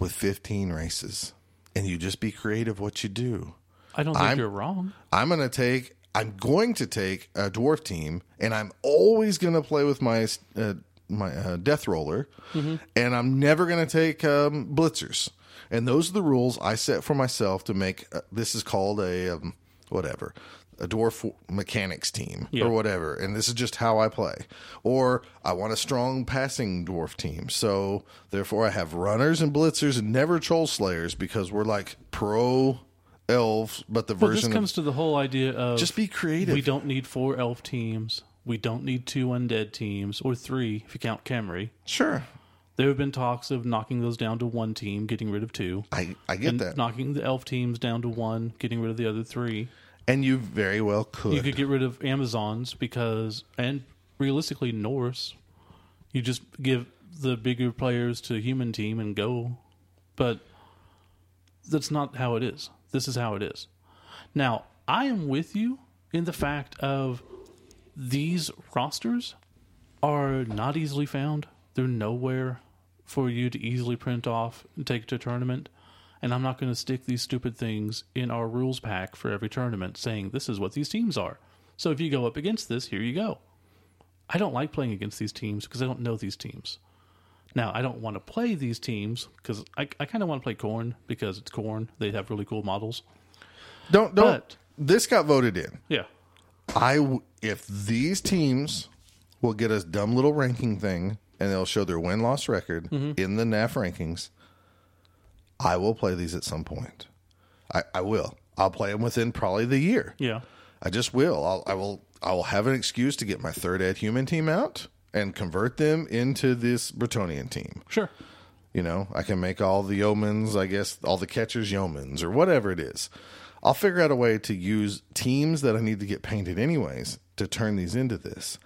with 15 races and you just be creative what you do. I don't think I'm- you're wrong. I'm going to take I'm going to take a dwarf team and I'm always going to play with my uh, my uh, death roller Mm-hmm. and I'm never going to take um, blitzers. And those are the rules I set for myself to make uh, this is called a um, whatever a dwarf mechanics team Yeah. or whatever and this is just how I play or I want a strong passing dwarf team so therefore I have runners and blitzers and never troll slayers because we're like pro elves, but the Well, this version comes to the whole idea of Just be creative. We don't need four elf teams. We don't need two undead teams or three if you count Camry. of, sure. There have been talks of knocking those down to one team, getting rid of two, I I get and that, knocking the elf teams down to one, getting rid of the other three. and you very well could. You could get rid of Amazons because, and realistically, Norse. You just give the bigger players to human team and go. But that's not how it is. This is how it is. Now, I am with you in the fact of these rosters are not easily found. They're nowhere for you to easily print off and take to a tournament. And I'm not going to stick these stupid things in our rules pack for every tournament saying this is what these teams are. So if you go up against this, here you go. I don't like playing against these teams because I don't know these teams. Now, I don't want to play these teams because I, I kind of want to play Corn because it's Corn. They have really cool models. don't don't. but- this got voted in. Yeah. I w- if these teams will get us dumb little ranking thing and they'll show their win loss record Mm-hmm. in the NAF rankings, I will play these at some point. I, I will. I'll play them within probably the year. Yeah. I just will. I'll, I will. I will have an excuse to get my third ed human team out and convert them into this Bretonian team. Sure. You know, I can make all the yeomans, I guess, all the catchers yeomans or whatever it is. I'll figure out a way to use teams that I need to get painted anyways to turn these into this.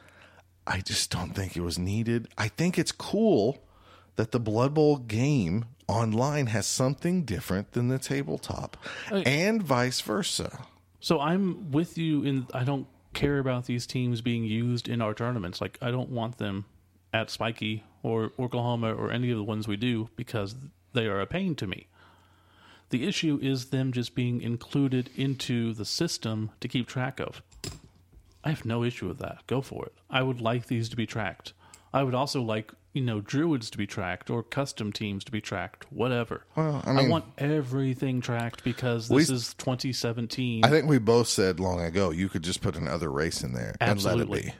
I just don't think it was needed. I think it's cool that the Blood Bowl game online has something different than the tabletop and vice versa. So I'm with you in I don't care about these teams being used in our tournaments. Like I don't want them at Spiky or Oklahoma or any of the ones we do because they are a pain to me. The issue is them just being included into the system to keep track of. I have no issue with that. Go for it. I would like these to be tracked. I would also like, you know, druids to be tracked or custom teams to be tracked, whatever. Well, I mean- want everything tracked because We- this is 2017. I think we both said long ago you could just put another race in there and let Absolutely. it be.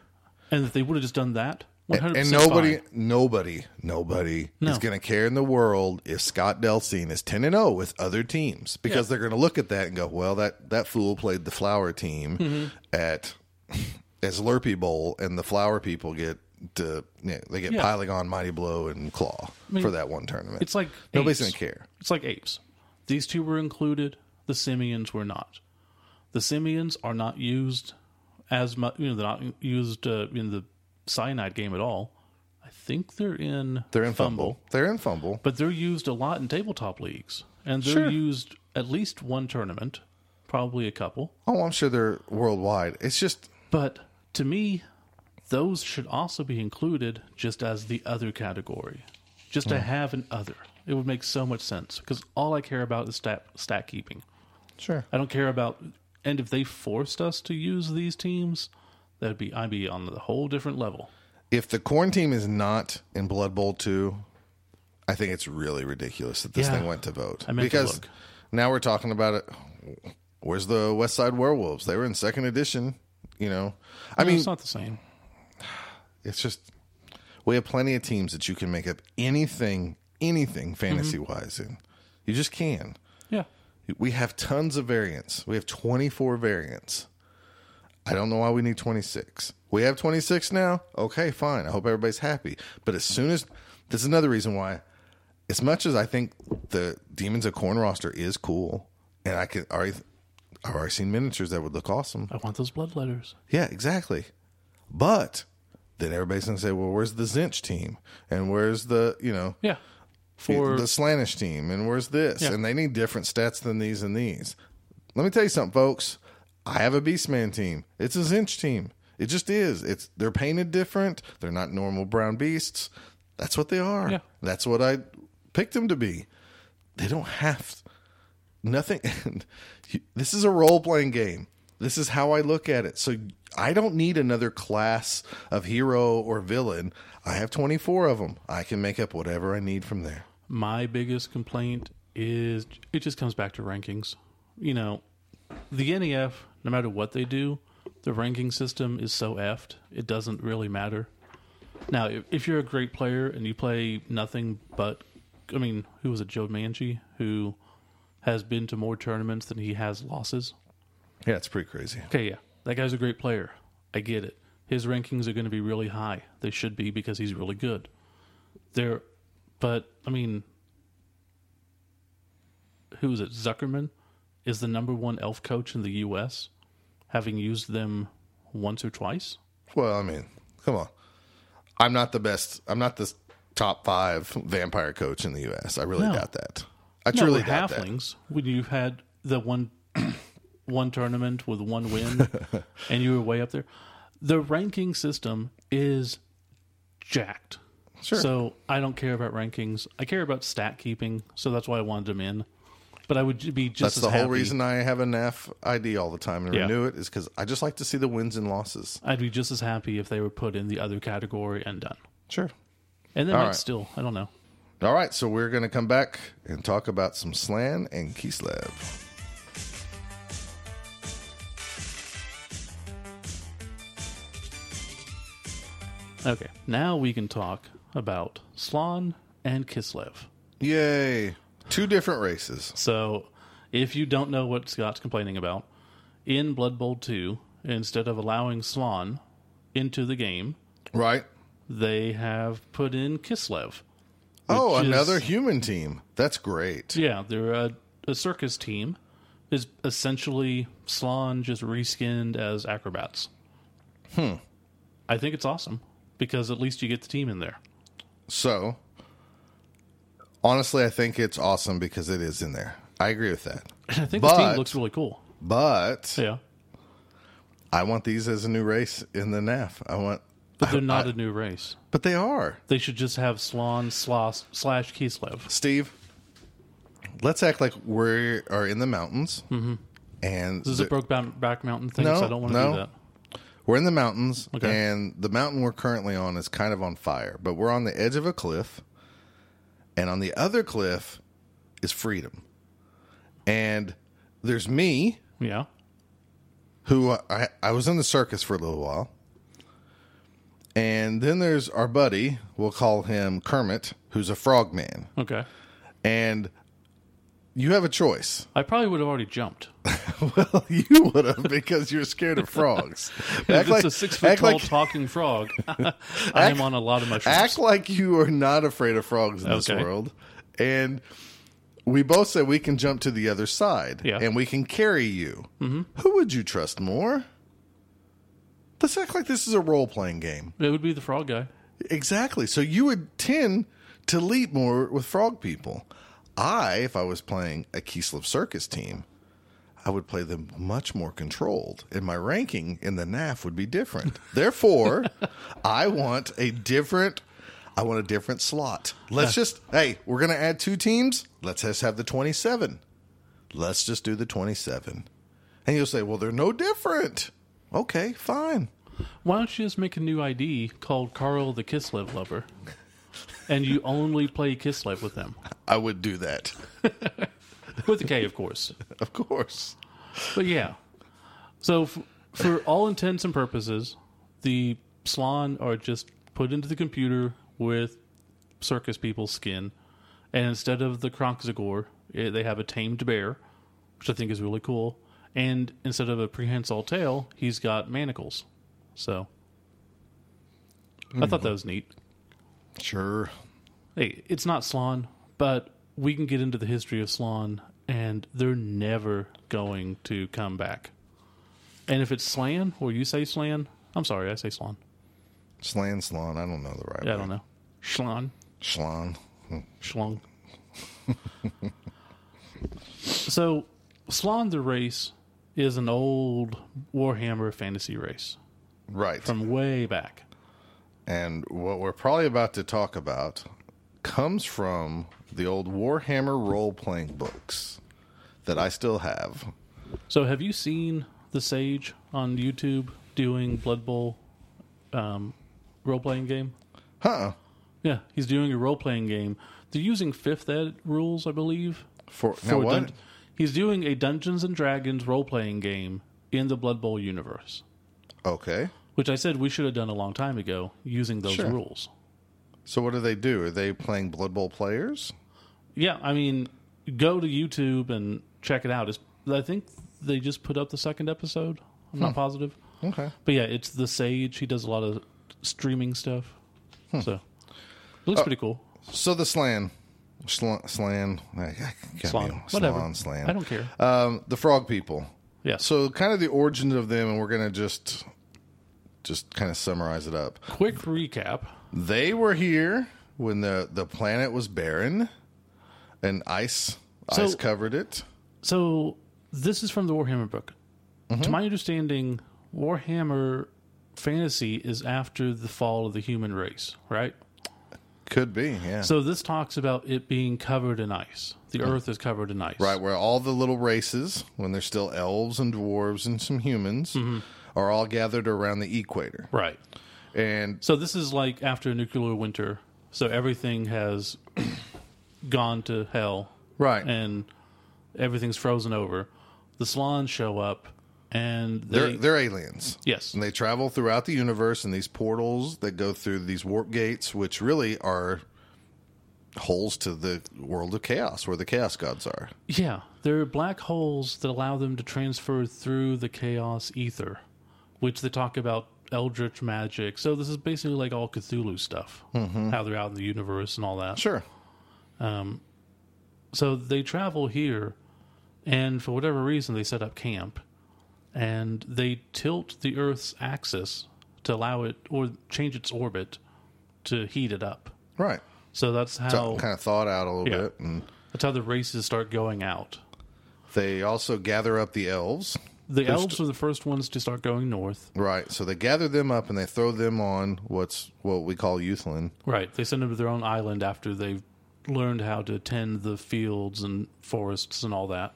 And if they would have just done that, one And, hundred and percent. nobody, nobody, nobody No. is going to care in the world if Scott Delcine is ten and zero with other teams because they're going to look at that and go, "Well, that that fool played the flower team Mm-hmm. at as Lurpy Bowl, and the flower people get to you know, they get Yeah. piling on Mighty Blow and Claw for that one tournament." It's like nobody's going apes. to care. It's like apes. These two were included. The simians were not. The simians are not used as much. You know, they're not used uh, in the cyanide game at all. I think they're in. They're in fumble. They're in fumble. but they're used a lot in tabletop leagues, and they're Sure. used at least one tournament, probably a couple. Oh, I'm sure they're worldwide. It's just But to me, those should also be included just as the other category, just to have an other. It would make so much sense because all I care about is stat stat keeping. sure. I don't care about, and if they forced us to use these teams, that'd be I'd be on a whole different level. if the corn team is not in Blood Bowl 2, I think it's really ridiculous that this Yeah. thing went to vote. I meant to because look. now we're talking about it. Where's the West Side Werewolves? They were in second edition, you know. I No, mean, it's not the same. it's just we have plenty of teams that you can make up anything, Mm-hmm. anything fantasy wise in. You just can. Yeah, We have tons of variants. We have 24 variants. I don't know why we need 26. We have 26 now. Okay, fine. I hope everybody's happy. But as soon as this is another reason why, as much as I think the Demons of Corn roster is cool, and I could already, I've already seen miniatures that would look awesome. I want those blood letters. Yeah, exactly. But then everybody's gonna say, well, where's the Zinch team? And where's the, you know, Yeah, for the Slanish team, and where's this? Yeah. And they need different stats than these and these. Let me tell you something, folks. I have a Beastman team. It's a Zinch team. It just is. It's they're painted different. They're not normal brown beasts. That's what they are. Yeah. That's what I picked them to be. They don't have nothing. And you- this is a role playing game. This is how I look at it. So I don't need another class of hero or villain. I have 24 of them. I can make up whatever I need from there. my biggest complaint is it just comes back to rankings. You know, the NEF, no matter what they do, the ranking system is so effed. It doesn't really matter. Now, if, if you're a great player and you play nothing but, I mean, who was it, Joe Manchi, who has been to more tournaments than he has losses. Yeah, it's pretty crazy. Okay, yeah. That guy's a great player. I get it. His rankings are going to be really high. They should be because he's really good. There, but I mean, who is it? Zuckerman is the number one elf coach in the U.S., having used them once or twice. Well, I mean, come on. I'm not the best. I'm not the top five vampire coach in the U.S. I really No. doubt that. I no, truly we're doubt that. halflings when you've had the one one tournament with one win and you were way up there. The ranking system is jacked. Sure. So I don't care about rankings. I care about stat keeping, so that's why I wanted him in. But I would j- be just That's as the whole happy- reason I have an F ID all the time and Yeah. renew it is because I just like to see the wins and losses. I'd be just as happy if they were put in the other category and done. Sure. And they All might right. still. I don't know. All right, so we're going to come back and talk about some Slan and Kislev. Okay, now we can talk about Slan and Kislev. Yay! Two different races. So, if you don't know what Scott's complaining about, in Blood Bowl 2, instead of allowing Slan into the game, Right? they have put in Kislev. Oh, Which is- another human team. That's great. Yeah, they're a, a circus team. Is essentially Slan just reskinned as acrobats. Hmm. I think it's awesome because at least you get the team in there. So, honestly, I think it's awesome because it is in there. I agree with that. I think this But- team looks really cool. But Yeah, I want these as a new race in the NAF. I want, but they're not a new race. but they are. They should just have Slan slash, slash Kislev. Steve, let's act like we are in the mountains, and Mm-hmm. This is the- a broke back mountain thing, No, so I don't want to no. do that. we're in the mountains, Okay. and the mountain we're currently on is kind of on fire, but we're on the edge of a cliff, and on the other cliff is freedom, and there's me, Yeah. who I, I was in the circus for a little while. And then there's our buddy, we'll call him Kermit, who's a frogman. Okay. And you have a choice. I probably would have already jumped. Well, you would have because you're scared of frogs. If it's like- a six foot act tall like- talking frog, I am on a lot of mushrooms. act like you are not afraid of frogs in this Okay. world. And we both said we can jump to the other side Yeah. Mm-hmm. and we can carry you. Who would you trust more? Let's act like this is a role playing game. it would be the frog guy. Exactly. So you would tend to leap more with frog people. I, if I was playing a Kislev Circus team, I would play them much more controlled, and my ranking in the NAF would be different. Therefore, I want a different. I want a different slot. Let's just hey, we're going to add two teams. Let's just have the twenty-seven. Let's just do the twenty-seven, and you'll say, "Well, they're no different." Okay, fine. Why don't you just make a new ID called Carl the Kislev Lover? And you only play Kislev with them. I would do that, With a K, of course. of course. But yeah. So, f- for all intents and purposes, the Slan are just put into the computer with circus people's skin. And instead of the Kronzagor, eh, they have a tamed bear, which I think is really cool. And instead of a prehensile tail, he's got manacles. So, I thought that was neat. Sure. Hey, it's not Slan, but we can get into the history of Slan, and they're never going to come back. And if it's Slan, or you say Slan, I'm sorry, I say Slan. Slan Slon. I don't know the right Yeah, I word. don't know. Slan. Schlon. Schlong. so, Slan the race is an old Warhammer fantasy race Right. from way back. and what we're probably about to talk about comes from the old Warhammer role playing books that I still have. So, have you seen the Sage on YouTube doing Blood Bowl um, role playing game? Huh. Yeah, he's doing a role playing game. They're using fifth ed rules, I believe. For, now for what? dun- he's doing a Dungeons and Dragons role playing game in the Blood Bowl universe, okay. which I said we should have done a long time ago using those Sure. rules. So what do they do? Are they playing Blood Bowl players? Yeah, I mean, go to YouTube and check it out. It's, I think they just put up the second episode. I'm Hmm. not positive. Okay. But yeah, it's The Sage. He does a lot of streaming stuff. Hmm. So, it Oh. looks pretty cool. So the slan, slan, slan, I- I can't Slan. be- Whatever. slan, slan. I don't care. Um, the frog people. Yeah. So kind of the origins of them, and we're gonna just, just kind of summarize it up. Quick recap. They were here when the the planet was barren, and ice So- ice covered it. So this is from the Warhammer book. To Mm-hmm. my understanding, Warhammer fantasy is after the fall of the human race, right? Could be, yeah. So this talks about it being covered in ice. The earth is covered in ice. Right, where all the little races, when they're still elves and dwarves and some humans, Mm-hmm. are all gathered around the equator. Right. And So this is like after a nuclear winter. So everything has gone to hell. Right. And everything's frozen over. The Slans show up and they they're they're aliens. Yes. And they travel throughout the universe in these portals that go through these warp gates, which really are holes to the world of chaos where the chaos gods are. Yeah, there are black holes that allow them to transfer through the chaos ether, which they talk about eldritch magic. So this is basically like all Cthulhu stuff, how they're out in the universe and all that. Sure. So they travel here, and for whatever reason, they set up camp, and they tilt the Earth's axis to allow it or change its orbit to heat it up. Right. So that's So how kind of thawed out a little Oh. Yeah. bit and that's how the races start going out. they also gather up the elves. The elves are the first ones to start going north. Right. So they gather them up and they throw them on what's what we call Youthland. Right. They send them to their own island after they've learned how to tend the fields and forests and all that.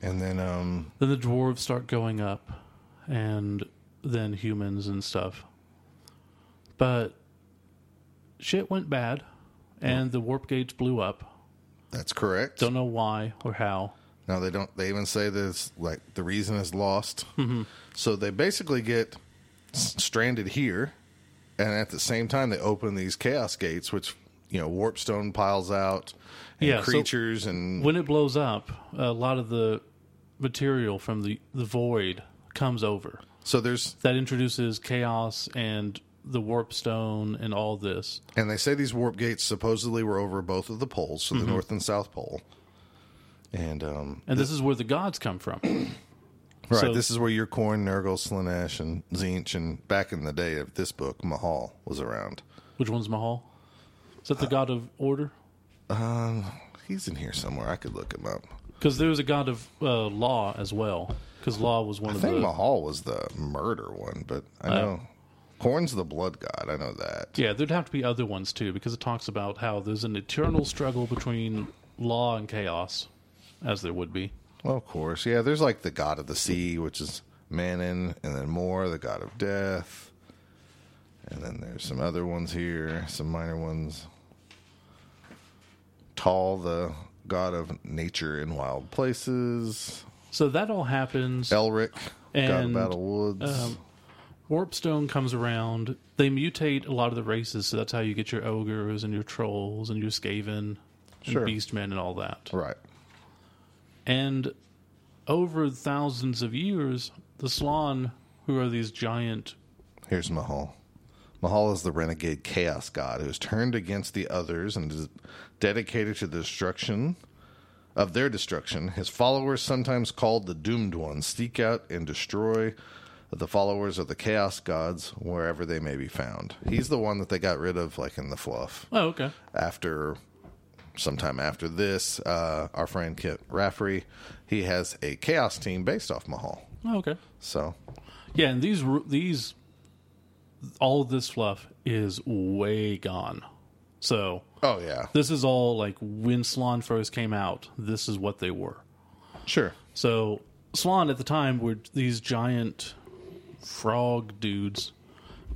And then um Then the dwarves start going up, and then humans and stuff. But shit went bad, and the warp gates blew up. that's correct. Don't know why or how. No, they don't. They even say this like the reason is lost. Mm-hmm. So they basically get s- stranded here, and at the same time they open these chaos gates, which you know warp stone piles out, and Yeah, so- creatures and When it blows up, a lot of the material from the, the void comes over. so there's That introduces chaos and the warp stone and all this. and they say these warp gates supposedly were over both of the poles, so Mm-hmm. the north and south pole. And um, And this is where the gods come from. right, so- this is where your corn, Nurgle, Slanesh, and Zinch, and back in the day of this book, Mahal was around. Which one's Mahal? Is that the god of order? He's in here somewhere. I could look him up. Because there was a god of uh, law as well. Because law was one I of think the Oh. Mahal was the murder one, but I know Korn's the blood god. I know that. yeah. There'd have to be other ones too, because it talks about how there's an eternal struggle between law and chaos, as there would be. Well, of course, yeah. There's like the god of the sea, which is Manon, and then more the god of death, and then there's some other ones here, some minor ones. Tall, the god of nature in wild places. So that all happens. Elric, god of And, battle woods. um, Warpstone comes around. They mutate a lot of the races, so that's how you get your ogres and your trolls and your Skaven, Sure. and beastmen and all that. right. And over thousands of years, the Slan, who are these giant, Here's Mahal. Mahal is the renegade chaos god who is turned against the others and is dedicated to the destruction of their destruction. His followers, sometimes called the doomed ones, seek out and destroy the followers of the chaos gods wherever they may be found. He's the one that they got rid of, like in the fluff. oh, okay, After sometime after this, uh, our friend Kit Raffery, he has a chaos team based off Mahal. oh, okay, So yeah. And these ru- these all of this fluff is way gone. So Oh yeah. this is all like when Slan first came out. This is what they were. Sure. So Slan at the time were these giant frog dudes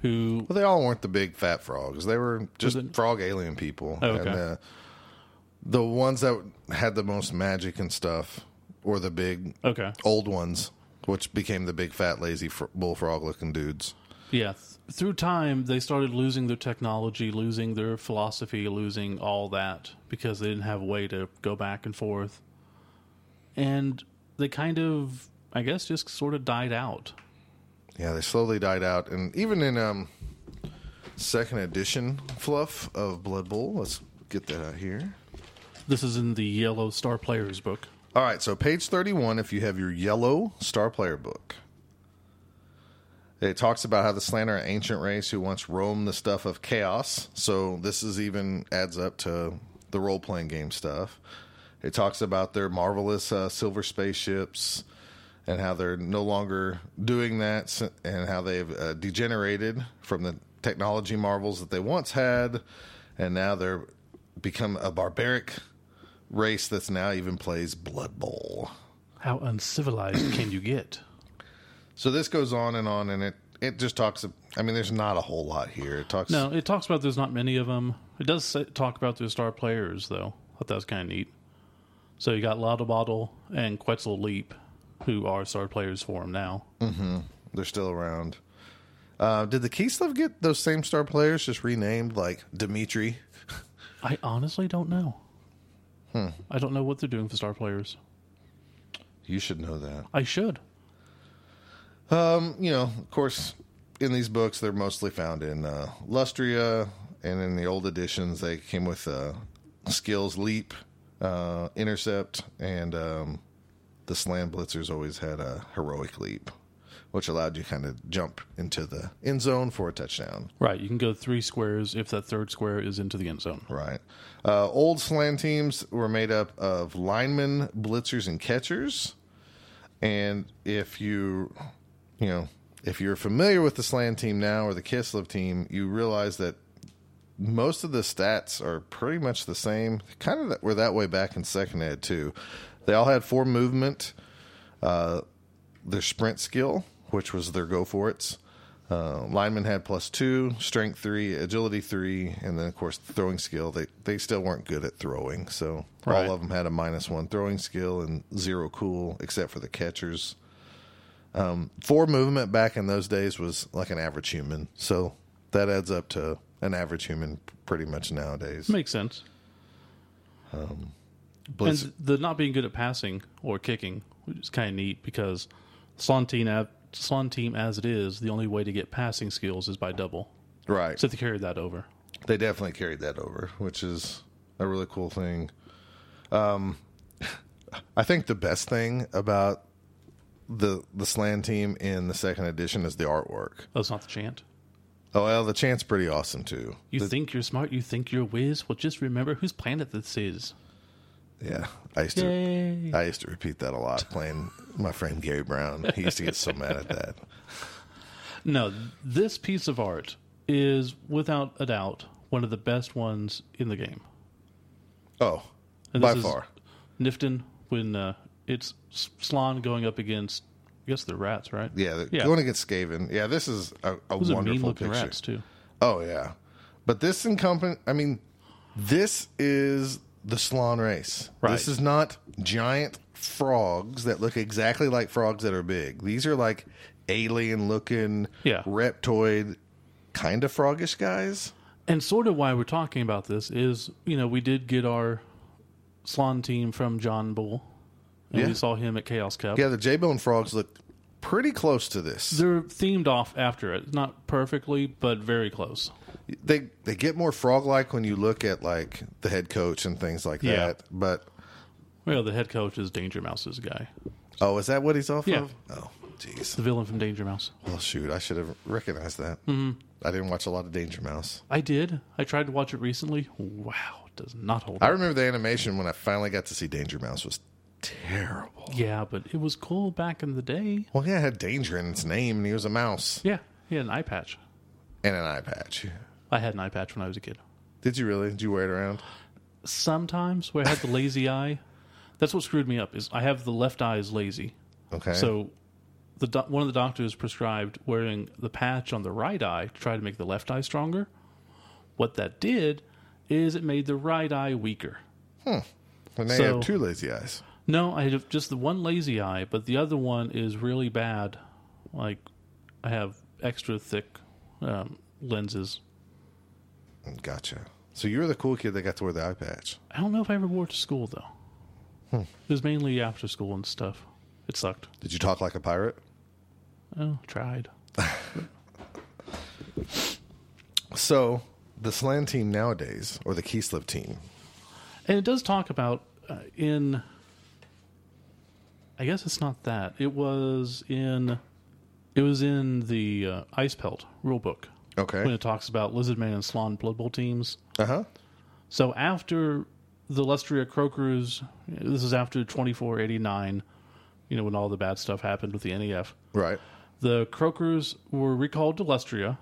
who Well, they all weren't the big fat frogs. They were just frog alien people. Okay. And uh, the ones that had the most magic and stuff were the big okay old ones, which became the big fat lazy fr- bullfrog looking dudes. Yeah. Through time, they started losing their technology, losing their philosophy, losing all that because they didn't have a way to go back and forth. And they kind of, I guess, just sort of died out. Yeah, they slowly died out, and even in um, second edition fluff of Blood Bowl, let's get that out here. This is in the Yellow Star Players book. All right, so page 31, if you have your yellow star player book, it talks about how the slander an ancient race who once roamed the stuff of chaos. So this is even adds up to the role playing game stuff. It talks about their marvelous uh, silver spaceships and how they're no longer doing that s- and how they've uh, degenerated from the technology marvels that they once had. And now they're become a barbaric race that's now even plays Blood Bowl. How uncivilized can you get? So this goes on and on, and it it just talks. I mean, there's not a whole lot here. It talks. No, it talks about there's not many of them. It does say, talk about their star players, though. I thought that was kind of neat. So you got Laudabottle and Quetzal Leap, who are star players for him now. They're still around. Uh, did the Keyslev get those same star players just renamed like Dimitri? I honestly don't know. I don't know what they're doing for star players. You should know that. I should. Um, you know, of course, in these books they're mostly found in uh, Lustria, and in the old editions they came with uh, skills leap, uh, intercept, and um, the slam blitzers always had a heroic leap, which allowed you kind of jump into the end zone for a touchdown. Right, you can go three squares if that third square is into the end zone. Right. Uh, old slam teams were made up of linemen, blitzers, and catchers. And if you, you know, if you're familiar with the slam team now or the Kislev team, you realize that most of the stats are pretty much the same. Kind of that, were that way back in second ed too. They all had four movement, uh, their sprint skill, which was their go for it's. Uh, linemen had plus two, strength three, agility three, and then of course throwing skill. They they still weren't good at throwing, so Right. all of them had a minus one throwing skill and zero cool, except for the catchers. Um, four movement back in those days was like an average human, so that adds up to an average human pretty much nowadays. Makes sense. Blitz- and the not being good at passing or kicking is kind of neat because Slon team, av- Slon team as it is, the only way to get passing skills is by double. right, So they carried that over. they definitely carried that over, which is a really cool thing. Um, I think the best thing about the the slan team in the second edition is the artwork. That's not the chant. Oh well, the chant's pretty awesome too. You think you're smart, you think you're a whiz. Well, just remember whose planet this is. Yeah, I used to I used to repeat that a lot playing my friend Gary Brown. He used to get so mad at that. No, this piece of art is without a doubt one of the best ones in the game. Oh, And by this is far. Nifton when uh, it's Slon going up against, I guess the rats, right? Yeah, the, yeah. going against Skaven. Yeah, this is a, a Those are mean wonderful looking picture. rats too. Oh yeah, but this encompass. I mean, this is the Slon race. Right. This is not giant frogs that look exactly like frogs that are big. These are like alien looking, Yeah. reptoid, kind of froggish guys. And sort of why we're talking about this is, you know, we did get our Slon team from John Bull, and Yeah. we saw him at Chaos Cup. Yeah, the J Bone frogs look pretty close to this. They're themed off after it, not perfectly, but very close. they they get more frog like when you look at like the head coach and things like Yeah. that. But Well, the head coach is Danger Mouse's guy, oh, is that what he's off Yeah. of? Oh, jeez. the villain from Danger Mouse. Well, shoot, I should have recognized that. Mm-hmm. I didn't watch a lot of Danger Mouse. I did. I tried to watch it recently. Wow, it does not hold I up. remember the animation when I finally got to see Danger Mouse was terrible. Yeah, but it was cool back in the day. Well, yeah, it had danger in its name, and he was a mouse Yeah, he had an eye patch. and an eye patch. I had an eye patch when I was a kid. Did you really? Did you wear it around? Sometimes where I had the lazy eye, that's what screwed me up. Is I have the left eye is lazy. Okay. So, the do- one of the doctors prescribed wearing the patch on the right eye to try to make the left eye stronger. What that did is it made the right eye weaker. and now you so- have two lazy eyes. No, I have just the one lazy eye, but the other one is really bad. Like I have extra thick um, lenses. Gotcha. So you were the cool kid that got to wear the eye patch. I don't know if I ever wore it to school though. It was mainly after school and stuff. It sucked. Did you talk like a pirate? Oh, tried. So the slam team nowadays, or the key slip team, And it does talk about uh, in. I guess it's not that. It was in. It was in the uh, Ice Pelt rule book. Okay. When it talks about Lizard Man and Slan Blood Bowl teams. uh huh, So after the Lustria Croakers, this is after 2489, you know, when all the bad stuff happened with the NEF. right, The Croakers were recalled to Lustria.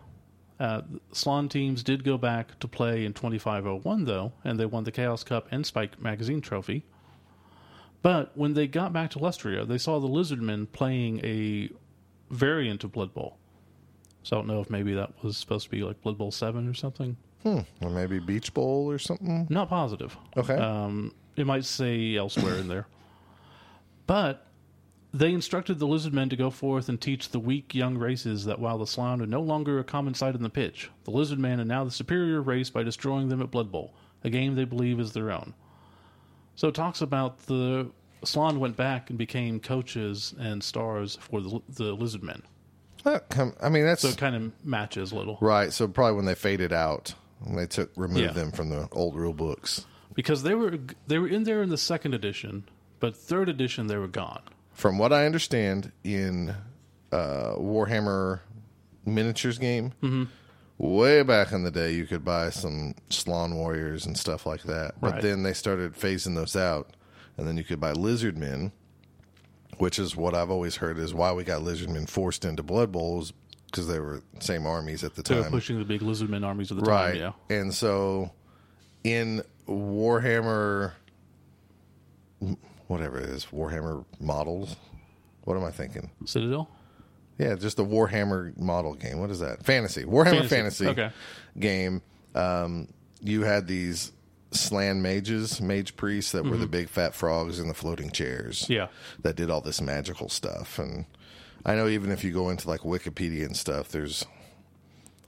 Uh, Slan teams did go back to play in 2501, though, and they won the Chaos Cup and Spike Magazine Trophy. But when they got back to Lustria, they saw the Lizardmen playing a variant of Blood Bowl. So I don't know if maybe that was supposed to be like Blood Bowl 7 or something. or maybe beach bowl or something. Not positive. Okay, Um, it might say elsewhere in there. But they instructed the lizard men to go forth and teach the weak young races that while the Slown are no longer a common sight in the pitch, the lizard men are now the superior race by destroying them at Blood Bowl, a game they believe is their own. So it talks about the Slown went back and became coaches and stars for the, the lizard men. That come- I mean that's So it kind of matches a little. right. So probably when they faded out, when they took removed Yeah. them from the old rule books Because they were they were in there in the second edition, but third edition they were gone. from what I understand, in uh, Warhammer miniatures game, Mm-hmm. way back in the day, you could buy some Slawn Warriors and stuff like that. But Right. then they started phasing those out, and then you could buy Lizard Men, which is what I've always heard is why we got Lizard Men forced into Blood Bowls because they were same armies at the They were time. pushing the big lizard men armies of the Right. time. Yeah. And so in Warhammer, whatever it is, Warhammer models. What am I thinking? Citadel? Yeah, just the Warhammer model game. What is that? Fantasy. Warhammer Fantasy, Fantasy. Okay. game. Um, you had these slan mages, mage priests that were the big fat frogs in the floating chairs. Mm-hmm. Yeah. That did all this magical stuff. And I know even if you go into like Wikipedia and stuff, there's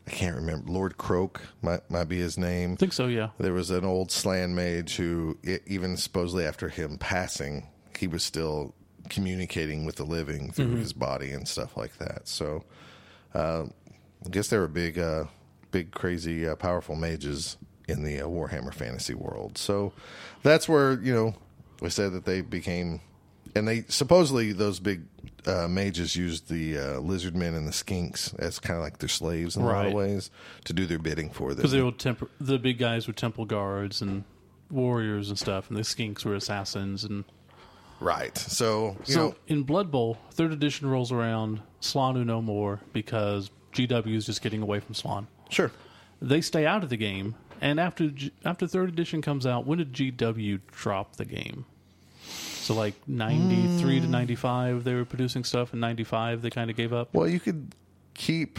I can't remember Lord Croak might might be his name. I think so, yeah. There was an old slan mage who, e- even supposedly after him passing, he was still communicating with the living Mm-hmm. through his body and stuff like that. So, uh, I guess there were big, uh, big, crazy, uh, powerful mages in the uh, Warhammer fantasy world. So, that's where you know we said that they became, and they supposedly those big uh, mages used the uh, lizard men and the skinks as kind of like their slaves in a lot of Right. ways to do their bidding for them. Because they were temp- the big guys were temple guards and warriors and stuff, and the skinks were assassins. And Right. So, you so know, in Blood Bowl, third edition rolls around, Slanu no more because GW is just getting away from Slan. sure. They stay out of the game, and after G- after third edition comes out, when did GW drop the game? So like ninety three Hmm. to ninety five, they were producing stuff. In ninety five, they kind of gave up. Well, you could keep.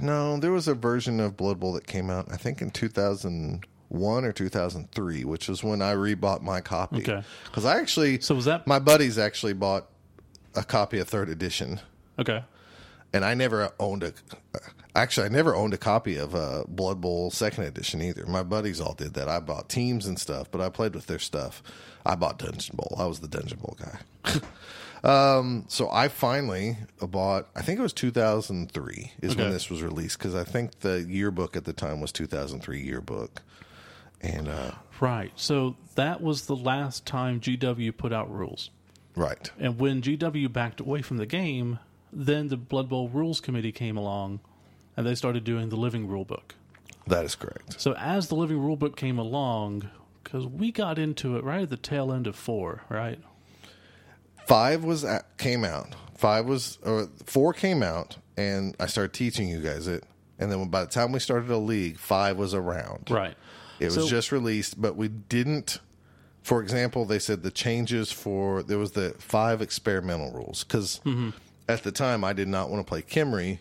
No, there was a version of Blood Bowl that came out, I think, in 2001 or 2003, which is when I rebought my copy. Okay. Because I actually. So was that- My buddies actually bought a copy of third edition, Okay, and I never owned a. Actually, I never owned a copy of uh, Blood Bowl second edition either. My buddies all did that. I bought teams and stuff, but I played with their stuff. I bought Dungeon Bowl. I was the Dungeon Bowl guy. Um, so I finally bought. I think it was 2003 is when Okay. this was released because I think the yearbook at the time was 2003 yearbook, and uh, Right. So that was the last time GW put out rules. right, And when GW backed away from the game, then the Blood Bowl Rules Committee came along and they started doing the Living Rulebook. that is correct. So as the Living Rulebook came along, because we got into it right at the tail end of four, right? Five was at, came out. Five was or four came out, and I started teaching you guys it. And then by the time we started a league, five was around. Right. It was So- just released, but we didn't. For example, they said the changes for there was the five experimental rules because Mm-hmm. at the time I did not want to play Kimry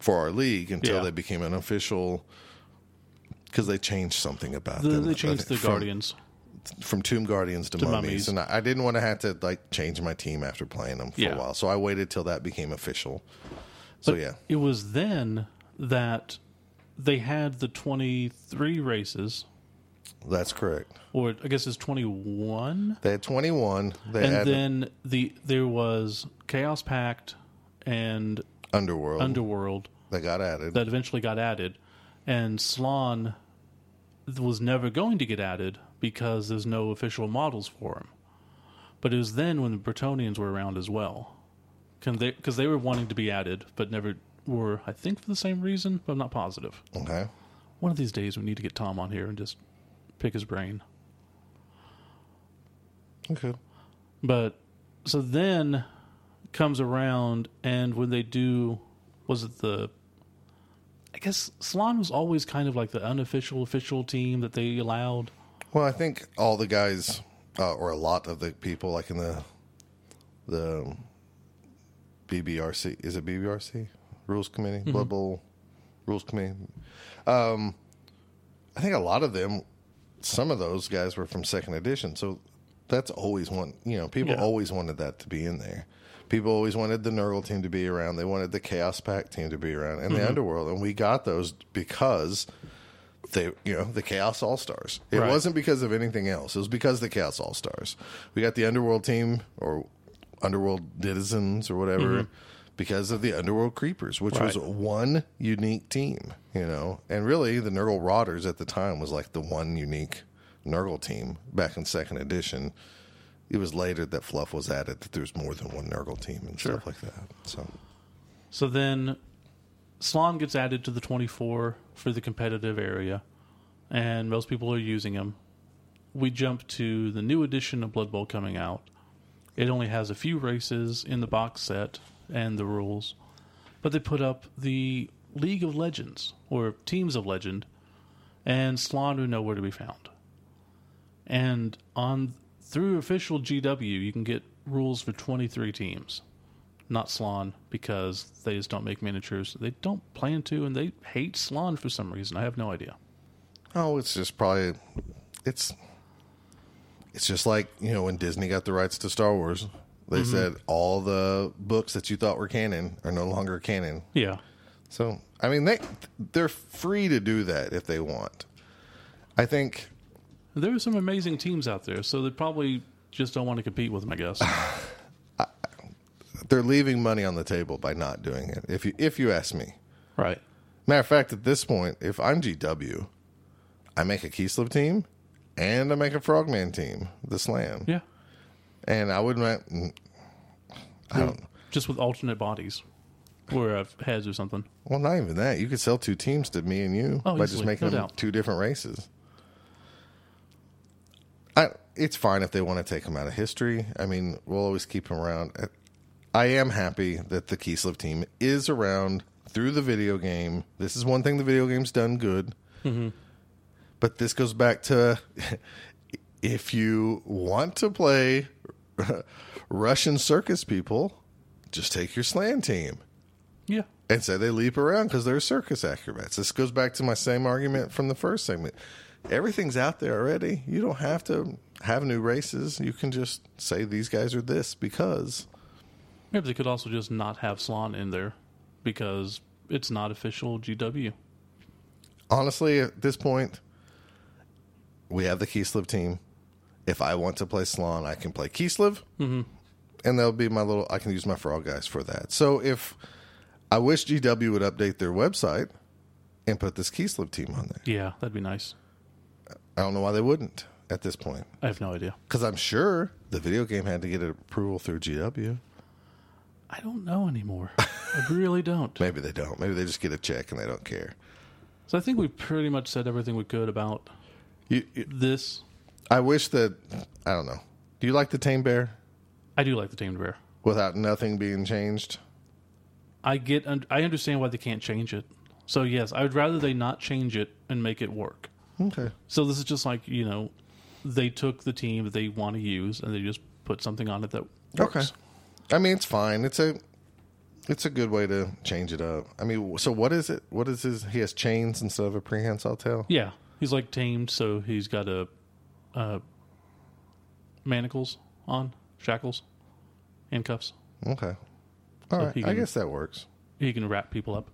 for our league until Yeah. they became an official because they changed something about The, them. they changed the from, Guardians. from Tomb Guardians to, To mummies. mummies. and I, I didn't want to have to like change my team after playing them for Yeah. a while, so I waited till that became official. So yeah, It was then that they had the 23 races, that's correct. or I guess it's 21. They had 21. They and had then the there was Chaos Pact and Underworld. Underworld they got added. that eventually got added, and Slan was never going to get added because there's no official models for him. But it was then when the Bretonians were around as well, because they, 'cause they were wanting to be added, but never were. I think for the same reason, but I'm not positive. okay. One of these days, we need to get Tom on here and just pick his brain. Okay. But so then comes around, and when they do, was it the? I guess Salon was always kind of like the unofficial official team that they allowed. Well, I think all the guys, uh, or a lot of the people, like in the the BBRC, is it BBRC Rules Committee, Blood Bowl Rules Committee? Um, I think a lot of them, some of those guys were from Second Edition, so that's always one. You know, people Yeah. always wanted that to be in there. People always wanted the Nurgle team to be around. They wanted the Chaos Pack team to be around, and the Underworld, and we got those because they you know the chaos all stars it Right. wasn't because of anything else it was because of the chaos all stars we got the underworld team or underworld citizens or whatever because of the underworld creepers which was Mm-hmm. Right. one unique team you know and really the nurgle rotters at the time was like the one unique nurgle team back in second edition it was later that fluff was added that there was more than one nurgle team and stuff like that so So then Salon gets added to the 24 for the competitive area, and most people are using him. We jump to the new edition of Blood Bowl coming out. It only has a few races in the box set and the rules, but they put up the League of Legends, or Teams of Legend, and Salon are nowhere to be found. And on through official GW, you can get rules for 23 teams not Slan because they just don't make miniatures. They don't plan to, and they hate Slan for some reason. I have no idea. Oh, it's just probably it's it's just like you know when Disney got the rights to Star Wars, they said all the books that you thought were canon are no longer canon. Yeah, So I mean they they're free to do that if they want. I think there are some amazing teams out there, so they probably just don't want to compete with them. I guess. they're leaving money on the table by not doing it. If you if you ask me, right. matter of fact, at this point, if I'm GW, I make a Keyslip team and I make a Frogman team, the Slam, Yeah. and I would not. I don't. Just with alternate bodies, or uh, heads or something. Well, not even that. You could sell two teams to me and you Oh, by just easily. making No them doubt. two different races. I, it's fine if they want to take them out of history. I mean, we'll always keep them around. Uh, I am happy that the Kislev team is around through the video game. This is one thing the video game's done good. Mm-hmm. But this goes back to if you want to play Russian circus people, just take your slam team Yeah. and say they leap around because they're circus acrobats. This goes back to my same argument from the first segment. Everything's out there already. You don't have to have new races. You can just say these guys are this because Maybe they could also just not have Slan in there because it's not official GW. honestly, at this point, we have the Keysliv team. If I want to play Salon, I can play Keysliv. Mm-hmm. And that'll be my little, I can use my frog guys for that. So if I wish GW would update their website and put this Keysliv team on there, Yeah, that'd be nice. I don't know why they wouldn't at this point. I have no idea. Because I'm sure the video game had to get approval through GW. I don't know anymore. I really don't. Maybe they don't. Maybe they just get a check and they don't care. So I think we pretty much said everything we could about You, you, this. I wish that I don't know. Do you like the tame bear I do like the tamed bear. without nothing being changed? I get un- I understand why they can't change it. So yes, I would rather they not change it and make it work. Okay. So this is just like you know, they took the team that they want to use and they just put something on it that works. Okay. I mean, it's fine. It's a it's a good way to change it up. I mean, so what is it? What is his? He has chains instead of a prehensile tail. Yeah, he's like tamed, so he's got a, uh, manacles on, shackles, handcuffs. Okay. All right. he I can- guess that works. He he can wrap people up.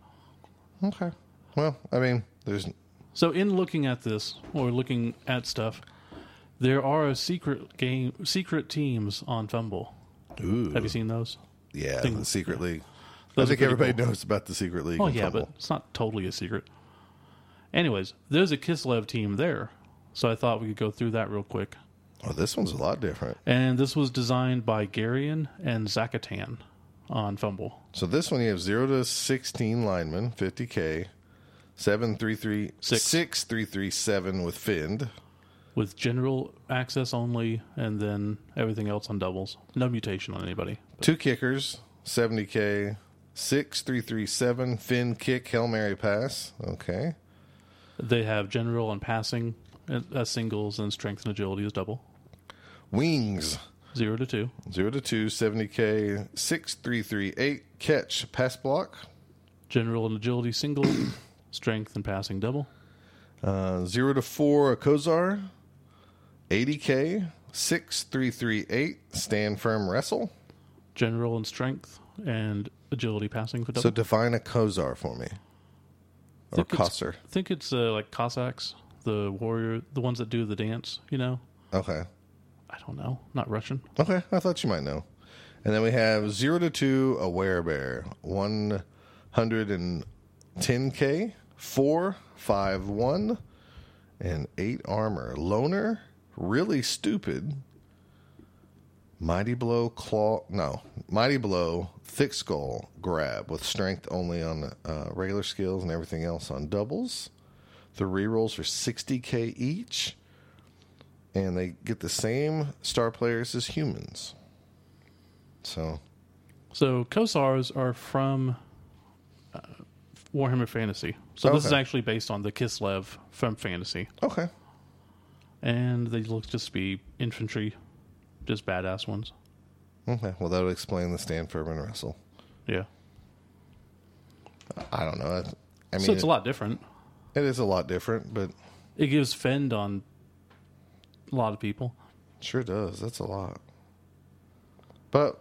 Okay. Well, I mean, there's So in looking at this or looking at stuff, there are secret game secret teams on Fumble. ooh, Have you seen those? yeah, thing- the secret league. I Those are think pretty everybody cool. knows about the secret league. Oh and yeah, Fumble. but it's not totally a secret. Anyways, there's a Kislev team there. So I thought we could go through that real quick. oh, this one's a lot different. And this was designed by Garion and Zakatan on Fumble. So this one you have zero to sixteen linemen, fifty k, seven three three Six. six three three seven with Find. with general access only, and then everything else on doubles. No mutation on anybody. Two kickers, 70K, 6337, Finn kick, Hail Mary pass. Okay. They have general and passing and- as singles, and strength and agility as double. Wings, Zero to two. 0 to 2, 70K, 6338, catch, pass block, General and agility single, strength and passing double. uh, 0 to 4, a Kozar, 80K, 6338, stand firm, wrestle. General and strength and agility passing for double. So define a Kozar for me. Or Think it's- Kosser. I think it's uh, like Cossacks, the warrior, the ones that do the dance. You know, Okay. I don't know, not Russian. Okay, I thought you might know. And then we have zero to two a werebear, one hundred and ten k, four five one, and eight armor. Loner, really stupid. Mighty blow, claw, no, mighty blow, thick skull, grab with strength only on uh, regular skills and everything else on doubles. The rerolls are sixty k each and they get the same star players as humans. So, So Kosars are from uh, Warhammer Fantasy. So this is Okay. actually based on the Kislev from Fantasy, okay. and they look just to be infantry, just badass ones. Okay. Well, that would explain the stand firm and wrestle. Yeah. I don't know. I- I mean, so it's a lot different. it is a lot different, but It gives fend on a lot of people. sure does. That's a lot. But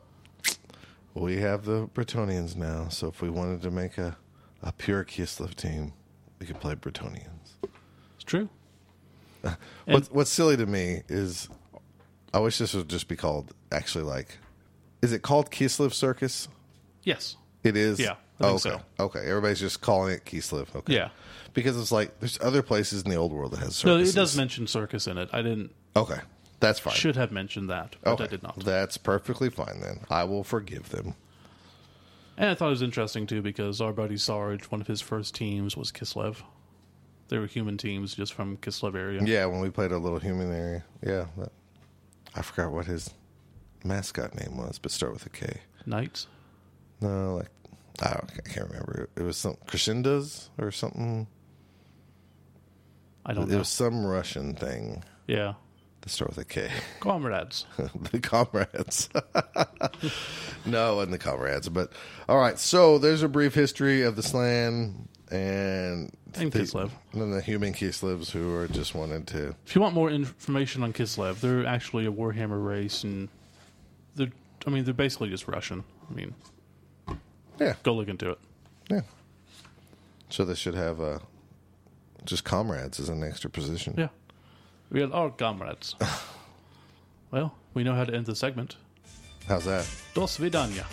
we have the Bretonians now. So if we wanted to make a, a pure Kislev team, we could play Bretonians. It's true. What's, what's silly to me is I wish this would just be called actually like, is it called Kislev Circus? Yes. It is. Yeah, I Oh, think okay. Okay. Everybody's just calling it Keysliv. Okay. Yeah. Because it's like there's other places in the old world that has No, circuses. it does mention circus in it. I didn't Okay. That's fine. should have mentioned that, but okay. I did not. That's perfectly fine then. I will forgive them. And I thought it was interesting too because our buddy Sarge, one of his first teams was Kislev. They were human teams just from Kislev area. Yeah. When we played a little human area. Yeah. That, I forgot what his mascot name was, but start with a K. Knights. No, like I, don't, I can't remember. It was some crescendos or something. I It don't know. was some Russian thing. Yeah. To start with a K. Comrades. the comrades. no, and the comrades. But all right, so there's a brief history of the Slan and And the- Kislev. and then the human Kislevs who are just wanted to. If you want more information on Kislev, they're actually a Warhammer race and they're I mean, they're basically just Russian. I mean Yeah. go look into it. Yeah. So they should have uh, just comrades as an extra position. Yeah. We are comrades. well, we know how to end the segment. How's that? Dos vidania.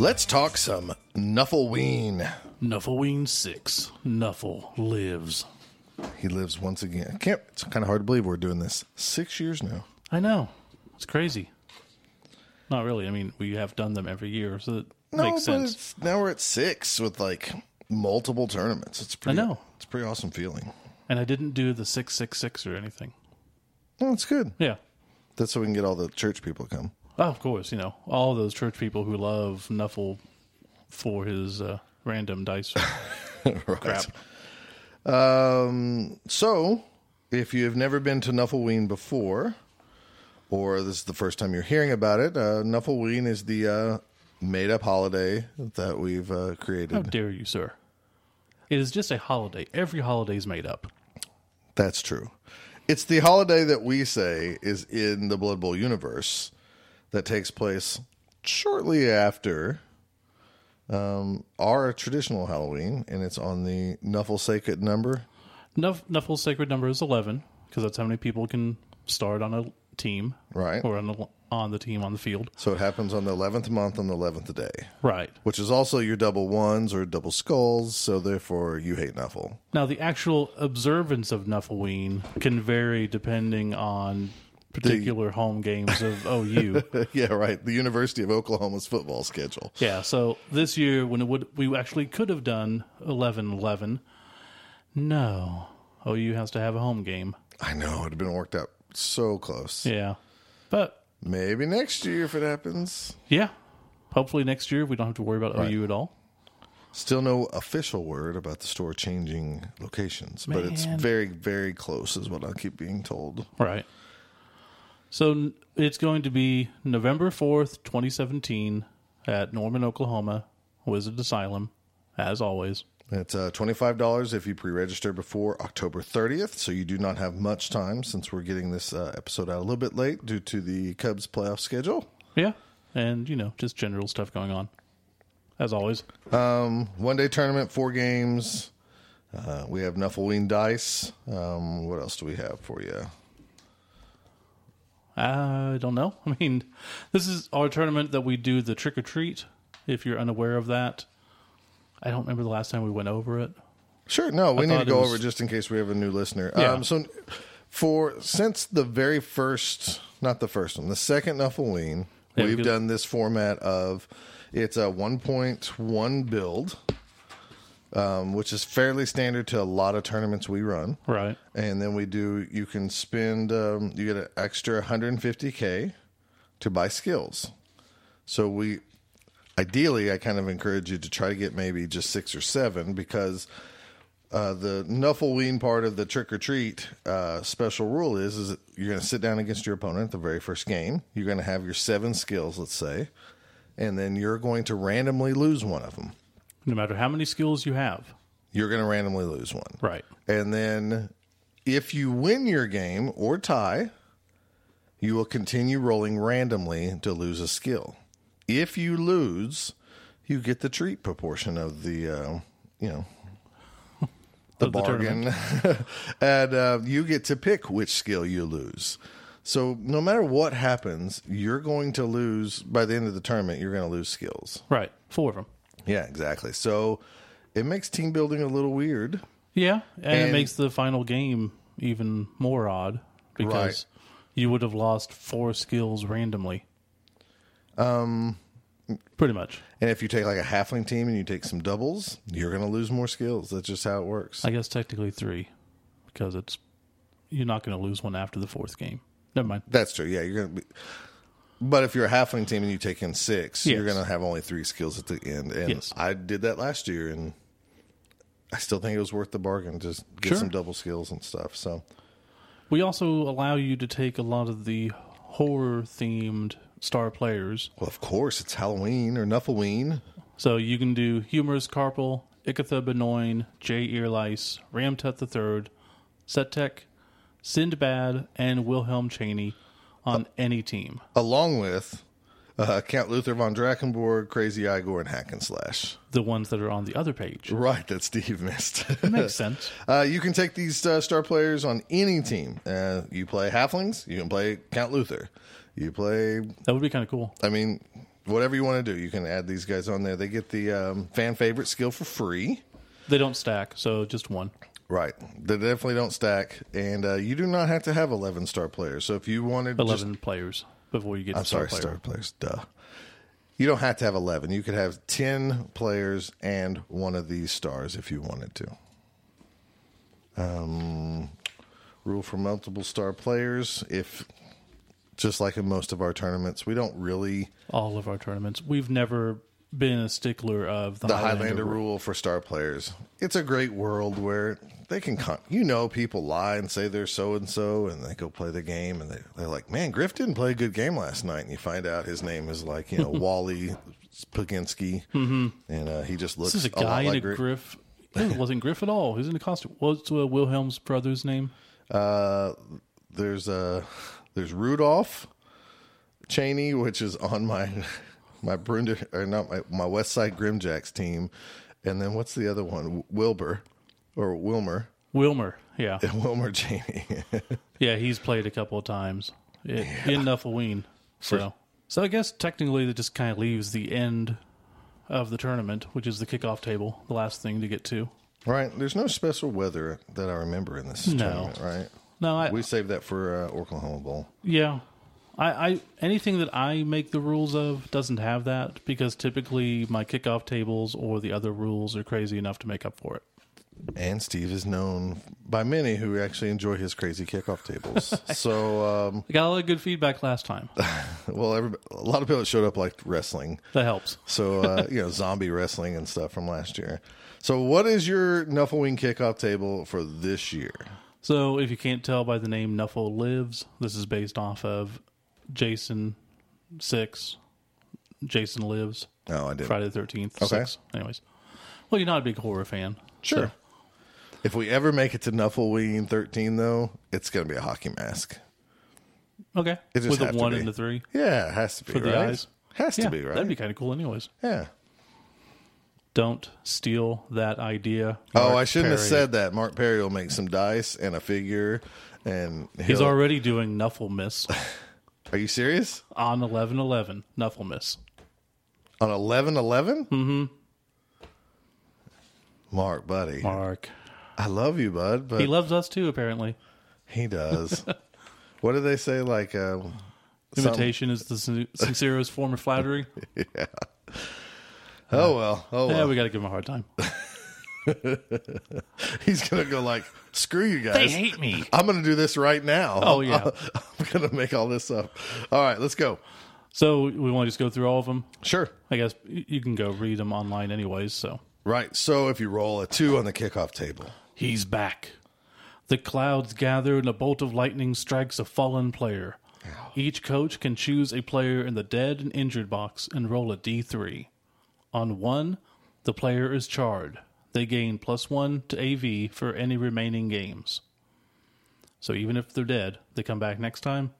Let's talk some Nuffleween. Nuffleween six. Nuffle lives. He lives once again. I can't. It's kind of hard to believe we're doing this six years now. I know. It's crazy. Not really. I mean, we have done them every year, so it makes sense. it's, now we're at six with like multiple tournaments. It's pretty. know. It's a pretty awesome feeling. And I didn't do the 666 or anything. Well, it's good. Yeah. That's so we can get all the church people to come. Oh, of course, you know, all those church people who love Nuffle for his uh, random dice right. Um, crap. So, if you have never been to Nuffleween before, or this is the first time you're hearing about it, uh, Nuffleween is the uh, made-up holiday that we've uh, created. How dare you, sir? It is just a holiday. Every holiday is made up. That's true. It's the holiday that we say is in the Blood Bowl universe. that takes place shortly after um, our traditional Halloween, and it's on the Nufflesacet number. Nuff, Nuffle's sacred number is 11 because that's how many people can start on a team. Right. Or on the, on the team on the field. So it happens on the 11th month on the 11th day, Right. which is also your double ones or double skulls. So therefore, you hate Nuffle. Now, the actual observance of Nuffleween can vary depending on particular home games of OU. yeah, right. The University of Oklahoma's football schedule. yeah, so this year when it would we actually could have done 11-11, no, OU has to have a home game. I know it'd have been worked out so close. Yeah, but Maybe next year if it happens. yeah, hopefully next year we don't have to worry about OU at all. Still no official word about the store changing locations, but it's Man. very, very close, is what I keep being told. Right. So n- it's going to be November 4th, 2017 at Norman, Oklahoma, Wizard Asylum, as always. It's uh, $25 if you pre register before October 30th, so you do not have much time since we're getting this uh, episode out a little bit late due to the Cubs playoff schedule. Yeah. And, you know, just general stuff going on. As always. One day tournament, four games. Uh, we have Nuffleween Dice. Um, what else do we have for you? I don't know. I mean, this is our tournament that we do the trick or treat, if you're unaware of that. I don't remember the last time we went over it. Sure. No, we need to thought it go was- over just in case we have a new listener. Yeah. Um, so, for since the very first, not the first one, the second Nuffleween, Yeah, we've because- done this format of it's a 1.1 build, um, which is fairly standard to a lot of tournaments we run. Right. And then we do, you can spend, um, you get an extra 150K to buy skills. So we, ideally, I kind of encourage you to try to get maybe just six or seven because uh, the Nuffleween part of the trick or treat uh, special rule is is that you're going to sit down against your opponent at the very first game. You're going to have your seven skills, let's say, and then you're going to randomly lose one of them. No matter how many skills you have. You're going to randomly lose one. Right. And then if you win your game or tie, you will continue rolling randomly to lose a skill. If you lose, you get the treat proportion of the, uh, you know, the Of the bargain. tournament. and uh, you get to pick which skill you lose. So no matter what happens, you're going to lose by the end of the tournament, you're going to lose skills. Right. Four of them. Yeah, exactly. So it makes team building a little weird. Yeah. And, And- it makes the final game even more odd because you would have lost four skills randomly. Um, Pretty much. And if you take like a halfling team and you take some doubles, you're going to lose more skills. That's just how it works. I guess technically three because it's you're not going to lose one after the fourth game. Never mind. That's true. Yeah, you're going to be. But if you're a halfling team and you take in six, you're Yes. going to have only three skills at the end. And Yes. I did that last year, and I still think it was worth the bargain. Just get Sure. some double skills and stuff. So We also allow you to take a lot of the horror themed star players. Well, of course, it's Halloween or Nuffleween. So you can do Humorous Carpal, Icatha Benoin, Jay Earlice, Ramtut III, Setek, Sindbad, and Wilhelm Cheney on any team. along with uh, Count Luther von Drakenborg, Crazy Igor, and Hack and Slash. The ones that are on the other page. Right, that Steve missed. Makes sense. Uh, you can take these uh, star players on any team. Uh, you play halflings, you can play Count Luther. You play, That would be kind of cool. I mean, whatever you want to do. You can add these guys on there. They get the um, fan favorite skill for free. They don't stack, so just one. Right. They definitely don't stack. And uh, you do not have to have 11 star players. So if you wanted just- 11 players before you get to I'm sorry, player. star players. Duh. You don't have to have 11. You could have 10 players and one of these stars if you wanted to. Um, rule for multiple star players. If, just like in most of our tournaments, we don't really. all of our tournaments. We've never been a stickler of the, The Highlander rule for star players. It's a great world where they can, con- you know, people lie and say they're so and so, and they go play the game, and they, they're like, man, Griff didn't play a good game last night. And you find out his name is like, you know, Wally Spaginski, and uh, he just looks Mm-hmm. This is a lot guy in like a Griff. griff. It wasn't Griff at all. He's in a costume. What's uh, Wilhelm's brother's name? Uh, there's uh, there's Rudolph. Cheney, which is on my my Brunder or not my, my West Side Grimjacks team, and then what's the other one? Wilbur or Wilmer? Wilmer, yeah, Wilmer Cheney. yeah, he's played a couple of times i- in Nuffleween. So, so I guess technically that just kind of leaves the end of the tournament, which is the kickoff table, the last thing to get to. right. There's no special weather that I remember in this tournament, right? No, I, We saved that for uh, Oklahoma Bowl. Yeah. I, I anything that I make the rules of doesn't have that because typically my kickoff tables or the other rules are crazy enough to make up for it. And Steve is known by many who actually enjoy his crazy kickoff tables. so, um, I got a lot of good feedback last time. well, every, a lot of people that showed up like wrestling. That helps. So, uh, you know, zombie wrestling and stuff from last year. So, what is your Nuffleween kickoff table for this year? So if you can't tell by the name Nuffle Lives, this is based off of Jason Six, Jason Lives, Oh, I didn't. Friday the Thirteenth. Okay. Six. Anyways, well, you're not a big horror fan. Sure. so- If we ever make it to Nuffleween 13, though, it's going to be a hockey mask. okay. It just With the have to one be. and the three Yeah, it has to be for the right? eyes. Has Yeah, to be right. That'd be kind of cool. Anyways, yeah. don't steal that idea. Oh, Mark I shouldn't have Perry. said that. Mark Perry will make some dice and a figure, and He's he'll- already doing Nuffle Miss Are you serious? on eleven eleven. Nuffle Miss. On eleven eleven. Mm-hmm. Mark, buddy, Mark. I love you, bud, but He loves us too, apparently. he does. what do they say? Like, uh, some- Imitation is the sin- sincerest form of flattery. oh well, oh yeah, well. we got to give him a hard time. He's gonna go like, screw you guys. me. I'm gonna do this right now. Oh, yeah. I'm gonna make all this up. All right, let's go. So we want to just go through all of them. Sure. I guess y- you can go read them online, anyways. So Right. So if you roll a two on the kickoff table, he's back. The clouds gather and a bolt of lightning strikes a fallen player. Each coach can choose a player in the dead and injured box and roll a d3. On one, the player is charred. They gain plus one to AV for any remaining games. So even if they're dead, they come back next time,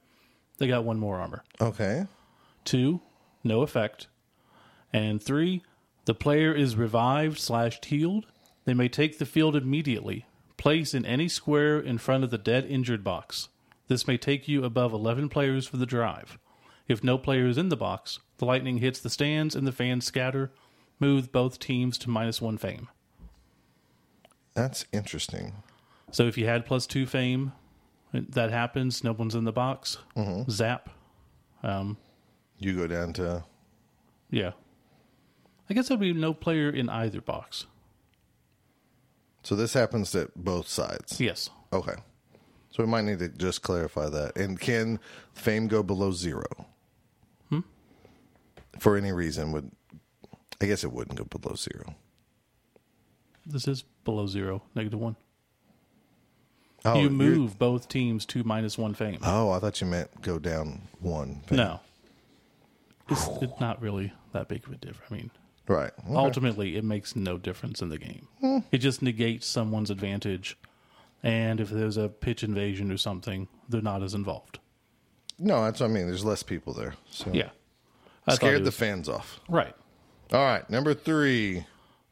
they got one more armor. okay. Two, no effect. And three, the player is revived slash healed. They may take the field immediately. Place in any square in front of the dead injured box. This may take you above 11 players for the drive. If no player is in the box, the lightning hits the stands and the fans scatter. Move both teams to minus one fame. That's interesting. So if you had plus two fame, that happens. No one's in the box. Zap. You go down to Yeah. I guess there'd be no player in either box. so this happens at both sides. Yes. Okay. So we might need to just clarify that. And can fame go below zero? Hmm? For any reason would I guess it wouldn't go below zero. This is below zero, negative one. Oh, you you're- move both teams to minus one fame. Oh, I thought you meant go down one. fame. No. It's, it's not really that big of a difference. I mean, Right. Okay. Oh. Hmm. ultimately, it makes no difference in the game. It just negates someone's advantage. And if there's a pitch invasion or something, they're not as involved. No, that's what I mean. There's less people there. So Yeah. I thought it Oh. scared the was- fans off. Right. All right, number three.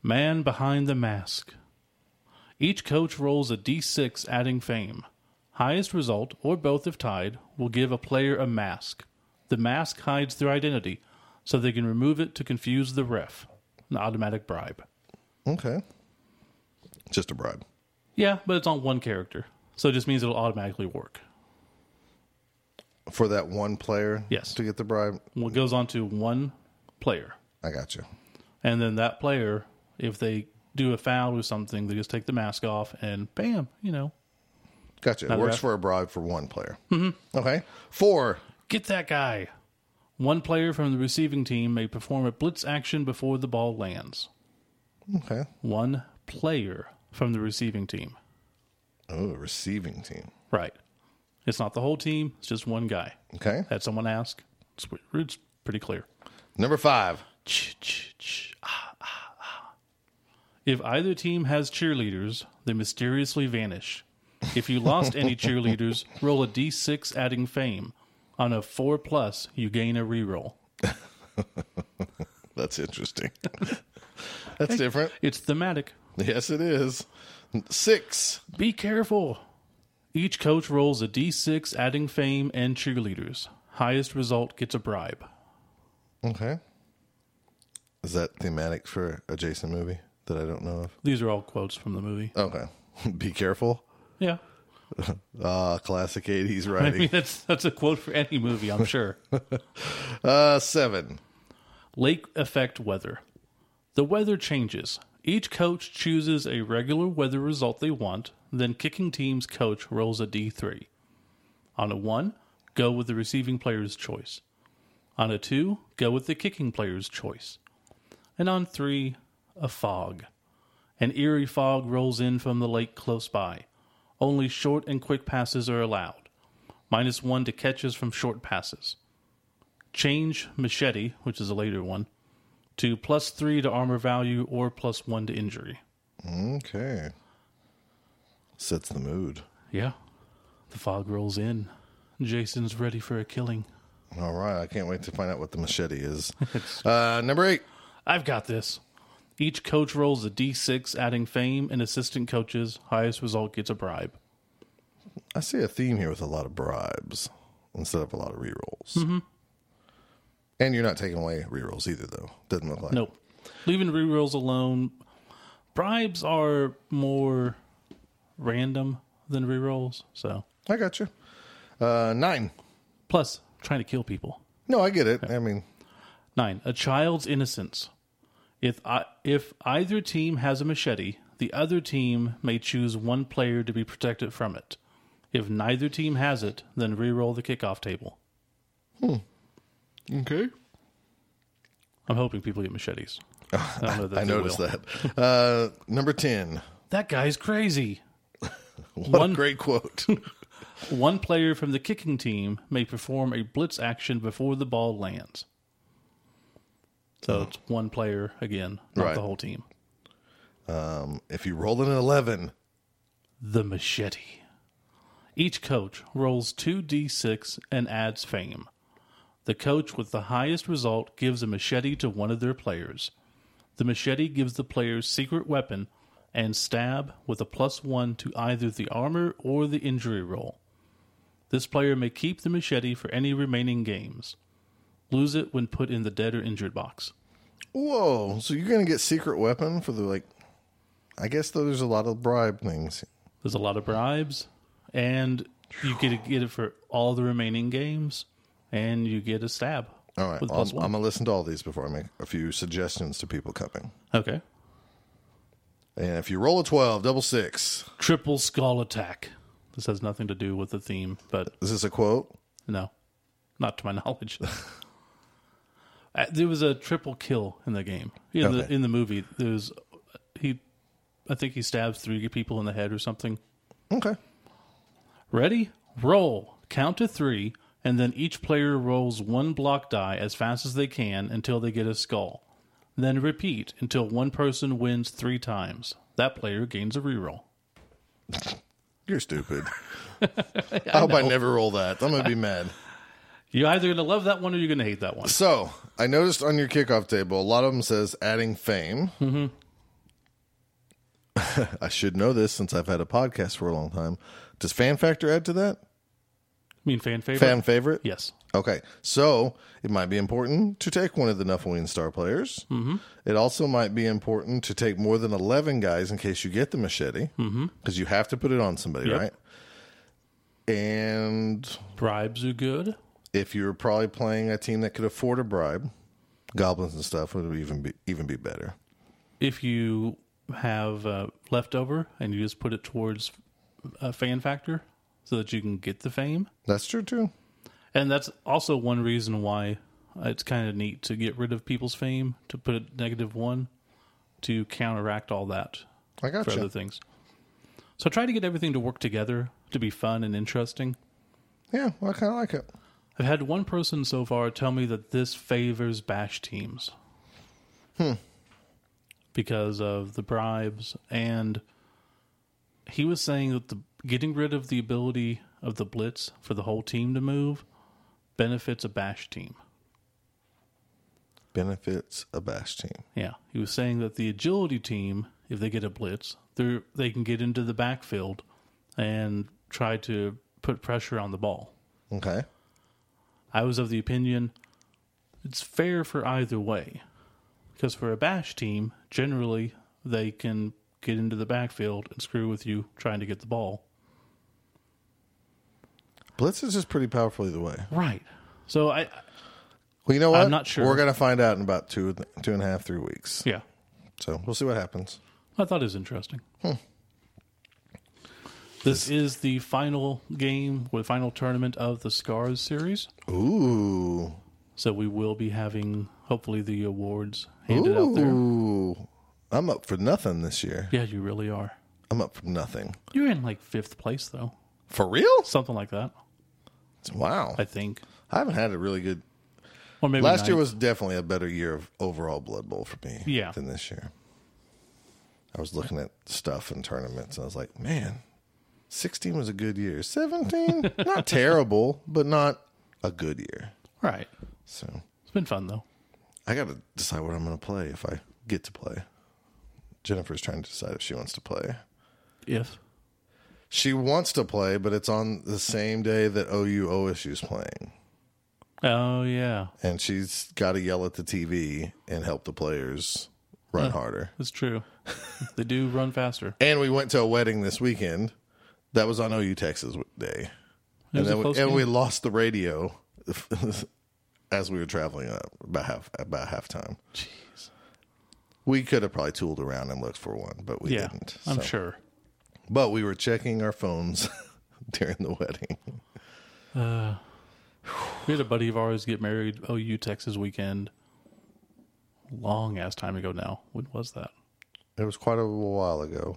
Man Behind the Mask. Each coach rolls a d6 adding fame. Highest result, or both if tied, will give a player a mask. The mask hides their identity, so they can remove it to confuse the ref. An automatic bribe. Okay. Just a bribe. Yeah, but it's on one character, so it just means it'll automatically work. For that one player Yes. to get the bribe? Well, It goes on to one player, I got you. and then that player, if they do a foul or something, they just take the mask off, and bam, you know, Gotcha. It Not works bad. for a bribe for one player. Mm-hmm. Okay. Four. Get that guy. One player from the receiving team may perform a blitz action before the ball lands. Okay. One player from the receiving team. Oh, receiving team. Right. It's not the whole team, it's just one guy. Okay. Had someone ask. It's, it's pretty clear. Number five. Ch, ch, ch, ah, ah, ah. If either team has cheerleaders, they mysteriously vanish. If you lost any cheerleaders, roll a d6 adding fame. On a four plus, you gain a reroll. That's interesting. That's different. It's thematic. Yes, it is. Six. Be careful. Each coach rolls a d6, adding fame and cheerleaders. Highest result gets a bribe. Okay. Is that thematic for a Jason movie that I don't know of? These are all quotes from the movie. Okay. Be careful. Yeah. Ah, classic 80s I writing. mean, that's, that's a quote for any movie, I'm sure. Uh, seven. Lake effect weather. The weather changes. Each coach chooses a regular weather result they want, then kicking team's coach rolls a d3. On a 1, go with the receiving player's choice. On a 2, go with the kicking player's choice. And on 3, a fog. An eerie fog rolls in from the lake close by. Only short and quick passes are allowed. Minus 1 to catches from short passes change machete, which is a later one, to plus three to armor value or plus one to injury. Okay. Sets the mood. Yeah. The fog rolls in. Jason's ready for a killing. All right. I can't wait to find out what the machete is. uh, number eight. I've got this. Each coach rolls a d6, adding fame and assistant coaches. Highest result gets a bribe. I see a theme here with a lot of bribes instead of a lot of rerolls. Mm-hmm. And you're not taking away rerolls either, though. Doesn't look like. Nope. Leaving rerolls alone. Bribes are more random than rerolls, so. I got you. Uh, nine. Plus, trying to kill people. No, I get it. I mean, Nine. A child's innocence. If I, if either team has a machete, the other team may choose one player to be protected from it. If neither team has it, then re-roll the kickoff table. okay. I'm hoping people get machetes. I, don't know that I they noticed will. that. Uh, number 10. That guy's crazy. What One- a great quote. One player from the kicking team may perform a blitz action before the ball lands. So it's one player again, Hmm. not Right. the whole team. if you roll an 11, The Machete. Each coach rolls 2d6 and adds fame. The coach with the highest result gives a machete to one of their players. The machete gives the player's secret weapon and stab with a plus one to either the armor or the injury roll. This player may keep the machete for any remaining games. Lose it when put in the dead or injured box. whoa. So you're going to get secret weapon for the, like, I guess though there's a lot of bribe things. There's a lot of bribes, and you get to get it for all the remaining games, and you get a stab. All right. with I'll, I'm plus one. going to listen to all these before I make a few suggestions to people coming. okay, And if you roll a 12, double six. triple skull attack. This has nothing to do with the theme, but Is this a quote? no, not to my knowledge. Uh, there was a triple kill in the game in the Okay. in the movie. There's he, I think he stabs three people in the head or something. Okay. Ready? Roll. Count to three, and then each player rolls one block die as fast as they can until they get a skull. Then repeat until one person wins three times. That player gains a reroll. You're stupid. I hope I never roll that. I'm going to be mad. You're either going to love that one or you're going to hate that one. So I noticed on your kickoff table, a lot of them says adding fame. Mm-hmm. I should know this since I've had a podcast for a long time. Does fan factor add to that? I mean, fan favorite? Fan favorite? yes. Okay, so it might be important to take one of the Nuffling Star players. Mm-hmm. It also might be important to take more than 11 guys in case you get the machete, because you have to put it on somebody, Mm-hmm. Yep. right? And Bribes are good. if you were probably playing a team that could afford a bribe, goblins and stuff would even be even be better. If you have uh, leftover and you just put it towards a fan factor so that you can get the fame. That's true too. And that's also one reason why it's kind of neat to get rid of people's fame, to put it negative one, to counteract all that I got for other you. things. So try to get everything to work together to be fun and interesting. Yeah, well, I kind of like it. I've had one person so far tell me that this favors bash teams. Hmm. Because of the bribes and he was saying that the getting rid of the ability of the blitz for the whole team to move benefits a bash team. Benefits a bash team. Yeah, he was saying that the agility team, if they get a blitz, they they can get into the backfield and try to put pressure on the ball. Okay. I was of the opinion it's fair for either way. Because for a bash team, generally they can get into the backfield and screw with you trying to get the ball. Blitz is just pretty powerful either way. Right. So I Well, you know what? I'm not sure. We're gonna find out in about two, two and a half, three weeks. yeah. So we'll see what happens. I thought it was interesting. This is the final game or the final tournament of the Scars series. Ooh, So we will be having hopefully the awards handed out there. ooh! I'm up for nothing this year. Yeah, you really are. I'm up for nothing. You're in like fifth place though. For real? Something like that, Wow. I think. I haven't had a really good. Or maybe Last year ninth. was definitely a better year of overall Blood Bowl for me. Yeah. Than this year. I was looking at stuff and tournaments, and I was like, man, sixteen was a good year. Seventeen, not terrible, but not a good year. right. So It's been fun though. I got to decide what I'm going to play if I get to play. Jennifer's trying to decide if she wants to play. If She wants to play, but it's on the same day that OU OSU's playing. oh yeah, And she's got to yell at the TV and help the players run harder. that's true. they do run faster. And we went to a wedding this weekend that was on OU Texas day. And, It was a then we, close and game. we lost the radio as we were traveling up about half about halftime. Jeez. We could have probably tooled around and looked for one, but we yeah, didn't. I'm so. sure. But we were checking our phones during the wedding. We had a buddy of ours get married OU Texas weekend. Long ass time ago now. When was that? It was quite a while ago.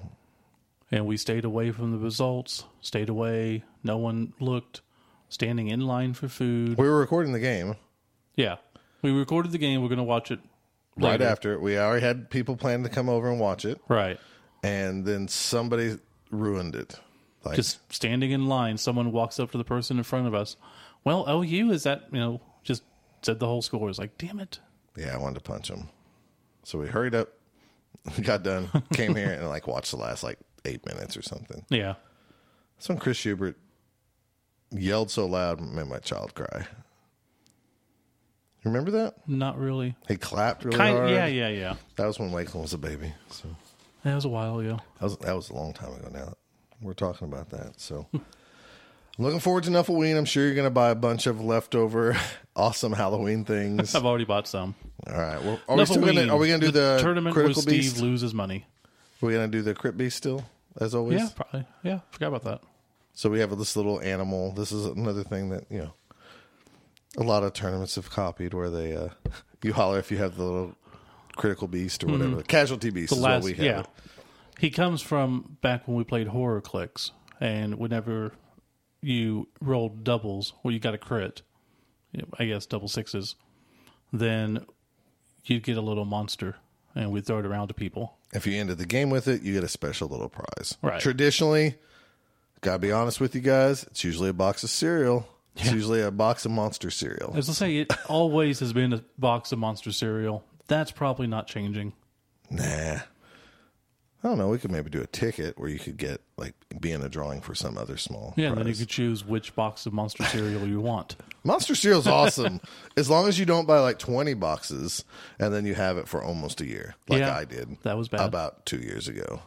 And we stayed away from the results. Stayed away. No one looked. Standing in line for food. We were recording the game Yeah, we recorded the game. We're gonna watch it right later. after it. We already had people planning to come over and watch it, Right. and then somebody ruined it. Like, Just standing in line, someone walks up to the person in front of us. Well, OU is that you know just said the whole score. It's like, damn it. yeah, I wanted to punch him. So we hurried up, got done, came here, and like watched the last like eight minutes or something. Yeah. That's when Chris Hubert yelled so loud, made my child cry. Remember that? Not really. He clapped really Kind. hard. Yeah. Yeah. Yeah. That was when Lakeland was a baby. So That was a while ago. that was that was a long time ago now. We're talking about that. So I'm looking forward to Nuffleween. I'm sure you're gonna buy a bunch of leftover awesome Halloween things. All I've already bought some. right. Well, are we still gonna Nuffleween, are we gonna do the, tournament critical where Steve beast? loses money? Are we gonna do the crit beast still, as always? Yeah, probably. Yeah, forgot about that. So we have this little animal. This is another thing that, you know, a lot of tournaments have copied where they uh you holler if you have the little critical beast or whatever. Casualty beast Mm-hmm. The is last, what we have. yeah. He comes from back when we played horror clicks, and whenever you rolled doubles, well, you got a crit, you know, I guess double sixes, then you get a little monster, and we throw it around to people. If you ended the game with it, you get a special little prize. Right. Traditionally, gotta be honest with you guys, it's usually a box of cereal. It's usually a box of monster cereal. As I say, it always has been a box of monster cereal. That's probably not changing. Nah. I don't know. We could maybe do a ticket where you could get like be in a drawing for some other small. Yeah, prize. and then you can choose which box of monster cereal you want. Monster cereal's awesome. as long as you don't buy like 20 boxes and then you have it for almost a year, like Yeah, I did. that was bad. About two years ago.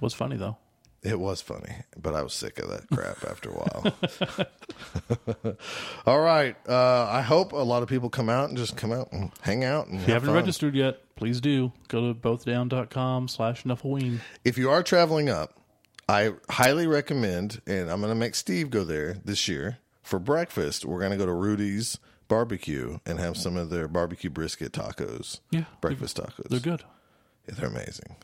Was funny though. It was funny, but I was sick of that crap after a while. All right. Uh, I hope a lot of people come out and just come out and hang out. And If you haven't registered yet, please do. Go to bothdown.com slash Nuffleween. If you are traveling up, I highly recommend, and I'm going to make Steve go there this year for breakfast. We're going to go to Rudy's Barbecue and have some of their barbecue brisket tacos. Yeah, Breakfast tacos. They're good. Yeah, they're amazing.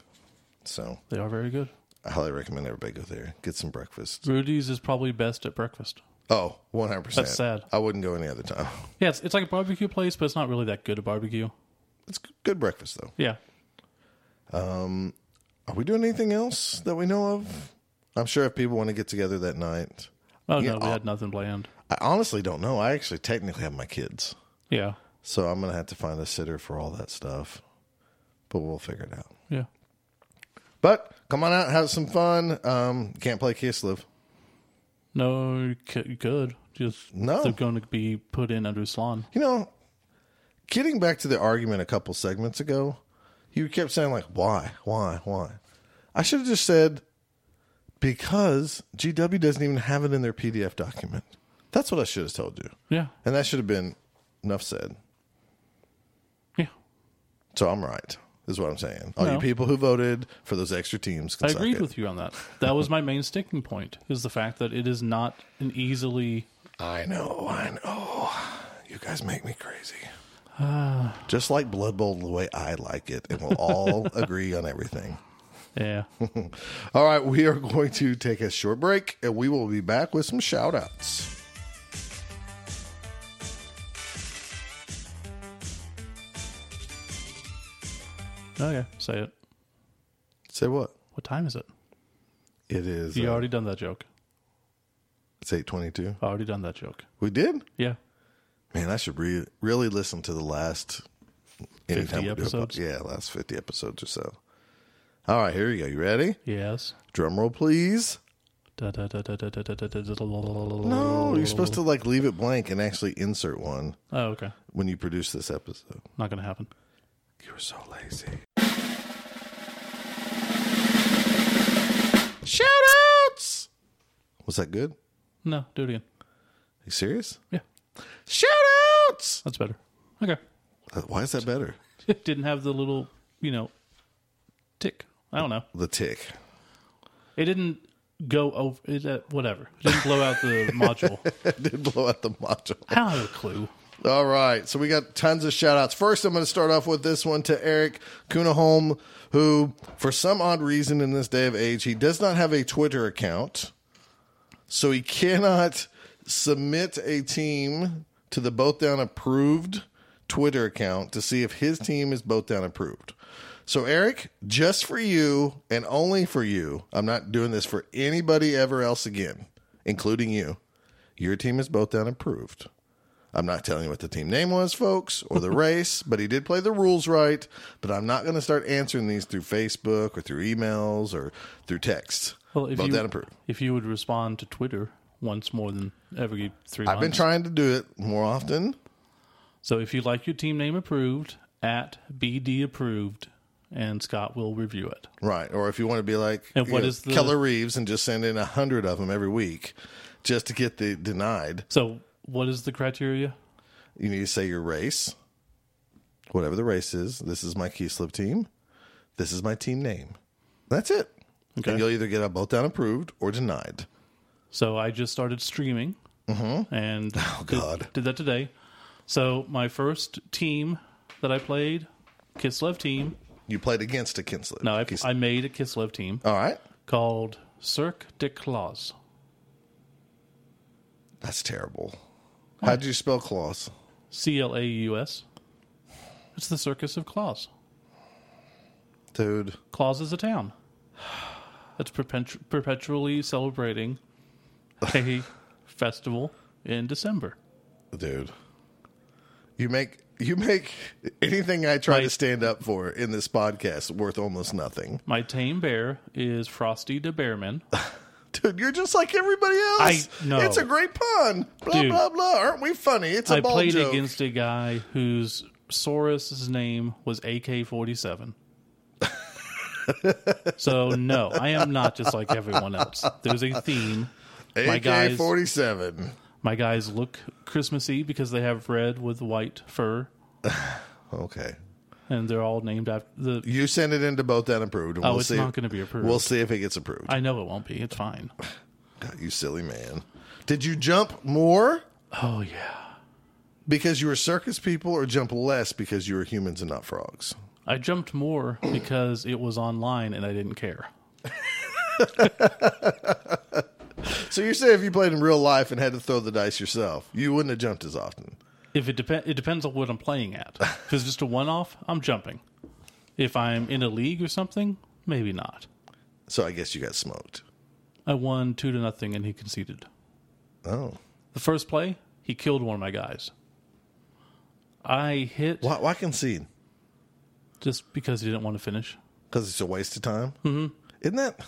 So They are very good. I highly recommend everybody go there. Get some breakfast. Rudy's is probably best at breakfast. Oh, 100%. That's sad. I wouldn't go any other time. Yeah, it's, it's like a barbecue place, but it's not really that good at barbecue. It's good breakfast, though. Yeah. Are we doing anything else that we know of? I'm sure if people want to get together that night, Oh, Yeah, no, we I'll- had nothing planned. I honestly don't know. I actually technically have my kids. Yeah. So I'm going to have to find a sitter for all that stuff. But we'll figure it out. Yeah. But come on out, have some fun. Um, can't play Kiss Live. No, you c- you could. Just No. they're going to be put in under Salon. You know, getting back to the argument a couple segments ago, you kept saying, like, why, why, why? I should have just said, because GW doesn't even have it in their PDF document. That's what I should have told you. Yeah. And that should have been enough said. Yeah. So I'm right, is what I'm saying. All you No. people who voted for those extra teams can I suck agreed it. with you on that. That was my main sticking point is the fact that it is not an easily I know, I know. You guys make me crazy. Ah. Just like Blood Bowl the way I like it, and we'll all agree on everything. yeah. All right, we are going to take a short break and we will be back with some shout outs. okay, say it. Say what? What time is it? It is You uh, already done that joke. it's 822. Already done that joke. We did? Yeah. Man, I should re- really listen to the last we 50 do a po- episodes? yeah, last 50 episodes or so. All right, here you go. You ready? Yes. Drum roll, please. Da, da, da, da, da, da, da, da, da, da, da, No, you're supposed to like leave it blank and actually insert one Oh, okay. when you produce this episode. Not gonna happen. You're so lazy. Shout outs! Was that good? No, do it again. You serious? Yeah. Shout outs! That's better. Okay. Uh, Why is that better? Didn't have the little, you know, tick. I don't know. The tick. It didn't go over. It, uh, whatever. It didn't blow out the module. It did blow out the module. I don't have a clue. All right. So we got tons of shout outs. First, I'm going to start off with this one to Eric Kunaholm, who, for some odd reason in this day of age, he does not have a Twitter account. So he cannot submit a team to the Both Down approved Twitter account to see if his team is Both Down approved. So, Eric, just for you and only for you, I'm not doing this for anybody ever else again, including you. Your team is Both Down approved. I'm not telling you what the team name was, folks, or the race, but he did play the rules right. But I'm not going to start answering these through Facebook or through emails or through text. Well, if Vote you down approved. if you would respond to Twitter once more than every 3 I've months. been trying to do it more often. So if you'd like your team name approved, at BD approved, and Scott will review it. Right. Or if you want to be like And you what know, is the- Keller Reeves and just send in a hundred of them every week just to get the denied, So what is the criteria? you need to say your race, whatever the race is. This is my key slip team. This is my team name. That's it. Okay. And you'll either get a both down approved or denied. So I just started streaming, and oh God. did, did that today. So my first team that I played, Kislev team. You played against a Kinsler. No, I, I made a Kislev team All right. called Cirque de Claws. That's terrible. How'd you spell claws? C L A U S. It's the Circus of Claws. Dude. Claus is a town that's perpetu- perpetually celebrating a festival in December. Dude. You make you make anything I try Right. to stand up for in this podcast worth almost nothing. My tame bear is Frosty the Bearman. Dude, you're just like everybody else. I know. It's a great pun. Blah Dude. blah blah. Aren't we funny? It's a I ball played joke. against a guy whose Saurus's name was AK 47. so, no, I am not just like everyone else. There's a theme. My AK guys, forty seven. my guys look Christmassy because they have red with white fur, Okay. and they're all named after the You send it into both that approved. and Oh, we'll it's see not if- gonna be approved. We'll see if it gets approved. I know it won't be. It's fine. God, you silly man. Did you jump more? Oh yeah. because you were circus people or jump less because you were humans and not frogs? I jumped more because it was online and I didn't care. So you're saying if you played in real life and had to throw the dice yourself, you wouldn't have jumped as often. If it depends, it depends on what I'm playing at. If it's just a one-off, I'm jumping. If I'm in a league or something, maybe not. So I guess you got smoked. I won two to nothing and he conceded. Oh. The first play, he killed one of my guys. I hit Why, why concede? just because he didn't want to finish. Because it's a waste of time. Mm-hmm. Isn't that?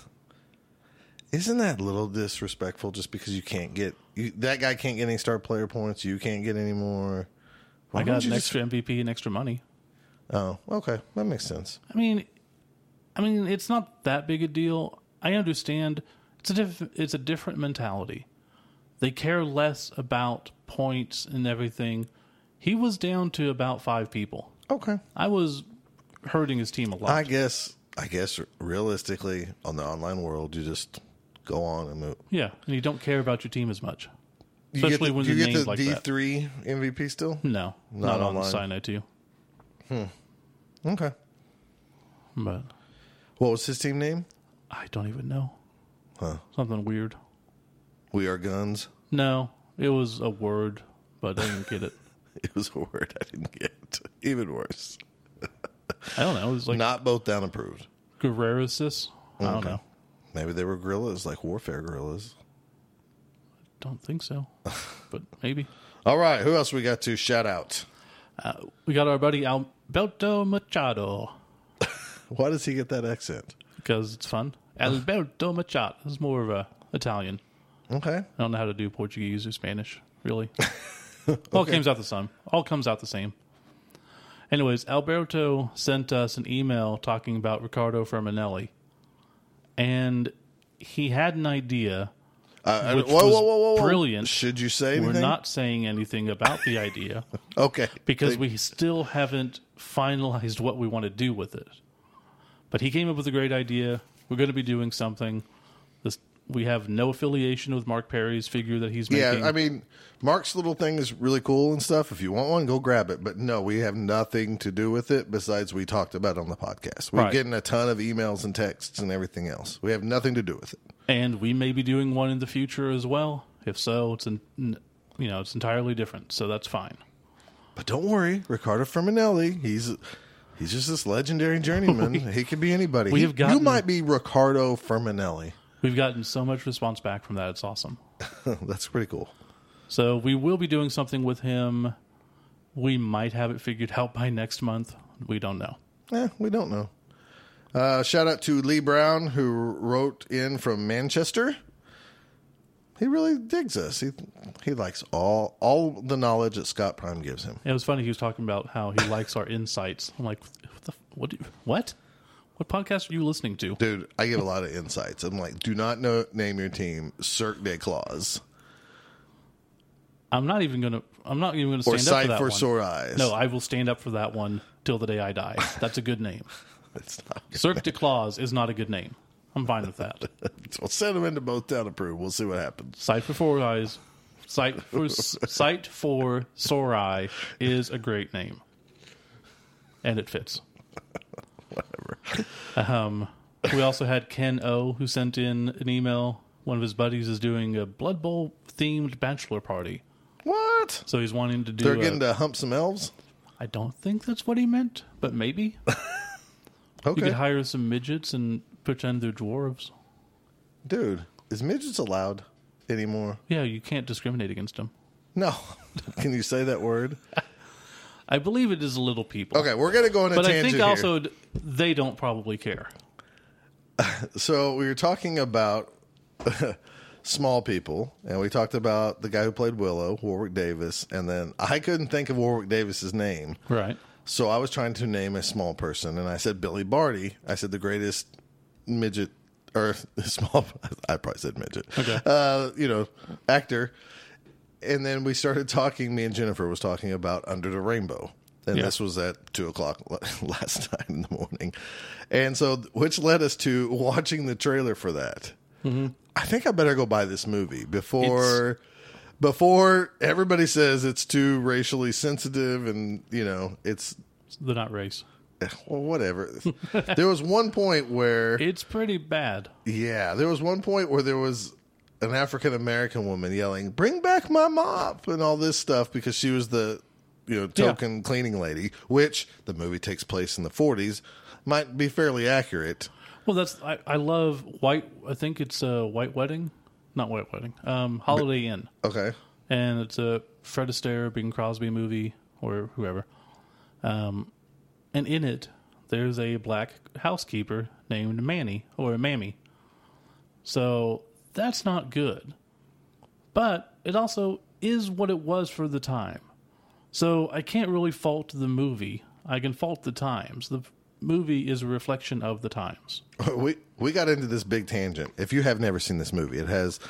Isn't that a little disrespectful? Just because you can't get you, that guy can't get any star player points, you can't get any more. Why I don't got you an just- extra MVP and extra money. Oh, okay, that makes sense. I mean, I mean, it's not that big a deal. I understand. It's a diff- it's a different mentality. They care less about points and everything. He was down to about five people. Okay, I was hurting his team a lot. I guess. I guess realistically, on the online world, you just go on and move. yeah, and you don't care about your team as much. You get Especially the- when do they're you get named the like D that. three MVP still. No, Not not, on the online. sign I to you. Hmm. Okay, But what was his team name? I don't even know. Huh. Something weird. We are guns. No, it was a word, but I didn't get it. It was a word I didn't get. Even worse. I don't know. It was like Not both down approved. Guerrerosis. I don't Okay. know. Maybe they were gorillas, like warfare gorillas. Don't think so, but maybe. Uh, All right, who else we got to shout out? We got our buddy Alberto Machado Why does he get that accent? because it's fun. Alberto Machado is more of a Italian. Okay. I don't know how to do Portuguese or Spanish, really. All comes out the same. All comes out the same. Anyways, Alberto sent us an email talking about Ricardo Ferminelli, and he had an idea. Uh, Which whoa, was whoa, whoa, whoa, whoa. brilliant. Should you say anything? We're not saying anything about the idea Okay. because They- we still haven't finalized what we want to do with it. But he came up with a great idea. We're going to be doing something. This we have no affiliation with Mark Perry's figure that he's making. Yeah, I mean, Mark's little thing is really cool and stuff. If you want one, go grab it. But no, we have nothing to do with it besides we talked about it on the podcast. We're Right. getting a ton of emails and texts and everything else. We have nothing to do with it. and we may be doing one in the future as well. If so, it's an, you know it's entirely different, so that's fine. But don't worry, Ricardo Ferminelli, he's he's just this legendary journeyman. he could be anybody. Oh, we He- have gotten- you might be Ricardo Ferminelli. We've gotten so much response back from that; it's awesome. That's pretty cool. So we will be doing something with him. We might have it figured out by next month. We don't know. Eh, we don't know. Uh, shout out to Lee Brown who wrote in from Manchester. He really digs us. He he likes all all the knowledge that Scott Prime gives him. It was funny. He was talking about how he likes our insights. I'm like, what? The, what, do you, what? What podcast are you listening to? Dude, I give a lot of insights. I'm like, do not know, name your team Cirque des Claws I'm not even gonna. I'm not even gonna or stand up for Sight that for one. Sore Eyes. No, I will stand up for that one till the day I die. That's a good name. it's not. Cirque de Claws is not a good name. I'm fine with that. We'll send them into both town approved. We'll see what happens. Sight for Four Eyes, Sight for Sight for Sore Eye is a great name, and it fits. Whatever. Um, we also had Ken O, who sent in an email. One of his buddies is doing a Blood Bowl themed bachelor party, What? so he's wanting to do. They're a- getting to hump some elves. I don't think that's what he meant, but maybe you Okay, could hire some midgets and pretend they're dwarves. dude, is midgets allowed anymore? Yeah, you can't discriminate against them. No. Can you say that word? I believe it is little people. Okay, we're gonna go on a but I tangent think here. also d- they don't probably care. So we were talking about small people, and we talked about the guy who played Willow, Warwick Davis, and then I couldn't think of Warwick Davis's name, Right. so I was trying to name a small person, and I said Billy Barty. I said the greatest midget or small. I probably said midget. Okay. uh, you know, actor. And then we started talking. Me and Jennifer was talking about Under the Rainbow, and Yeah. this was at two o'clock la- last night in the morning, and so which led us to watching the trailer for that. I think I better go buy this movie before before everybody says it's too racially sensitive, and you know it's They're not race. well, whatever. there was one point where It's pretty bad. yeah, there was one point where there was an African American woman yelling, "Bring back my mop" and all this stuff because she was the you know token cleaning lady, which the movie takes place in the 40s, might be fairly accurate. Well, that's I, I love white. I think it's a uh, white wedding, not white wedding. Um, Holiday Inn. Okay. and it's a Fred Astaire, Bing Crosby movie or whoever. Um, and in it, there's a black housekeeper named Manny or Mammy. So that's not good, but it also is what it was for the time. So I can't really fault the movie. I can fault the times. The movie is a reflection of the times. we we got into this big tangent. If you have never seen this movie, it has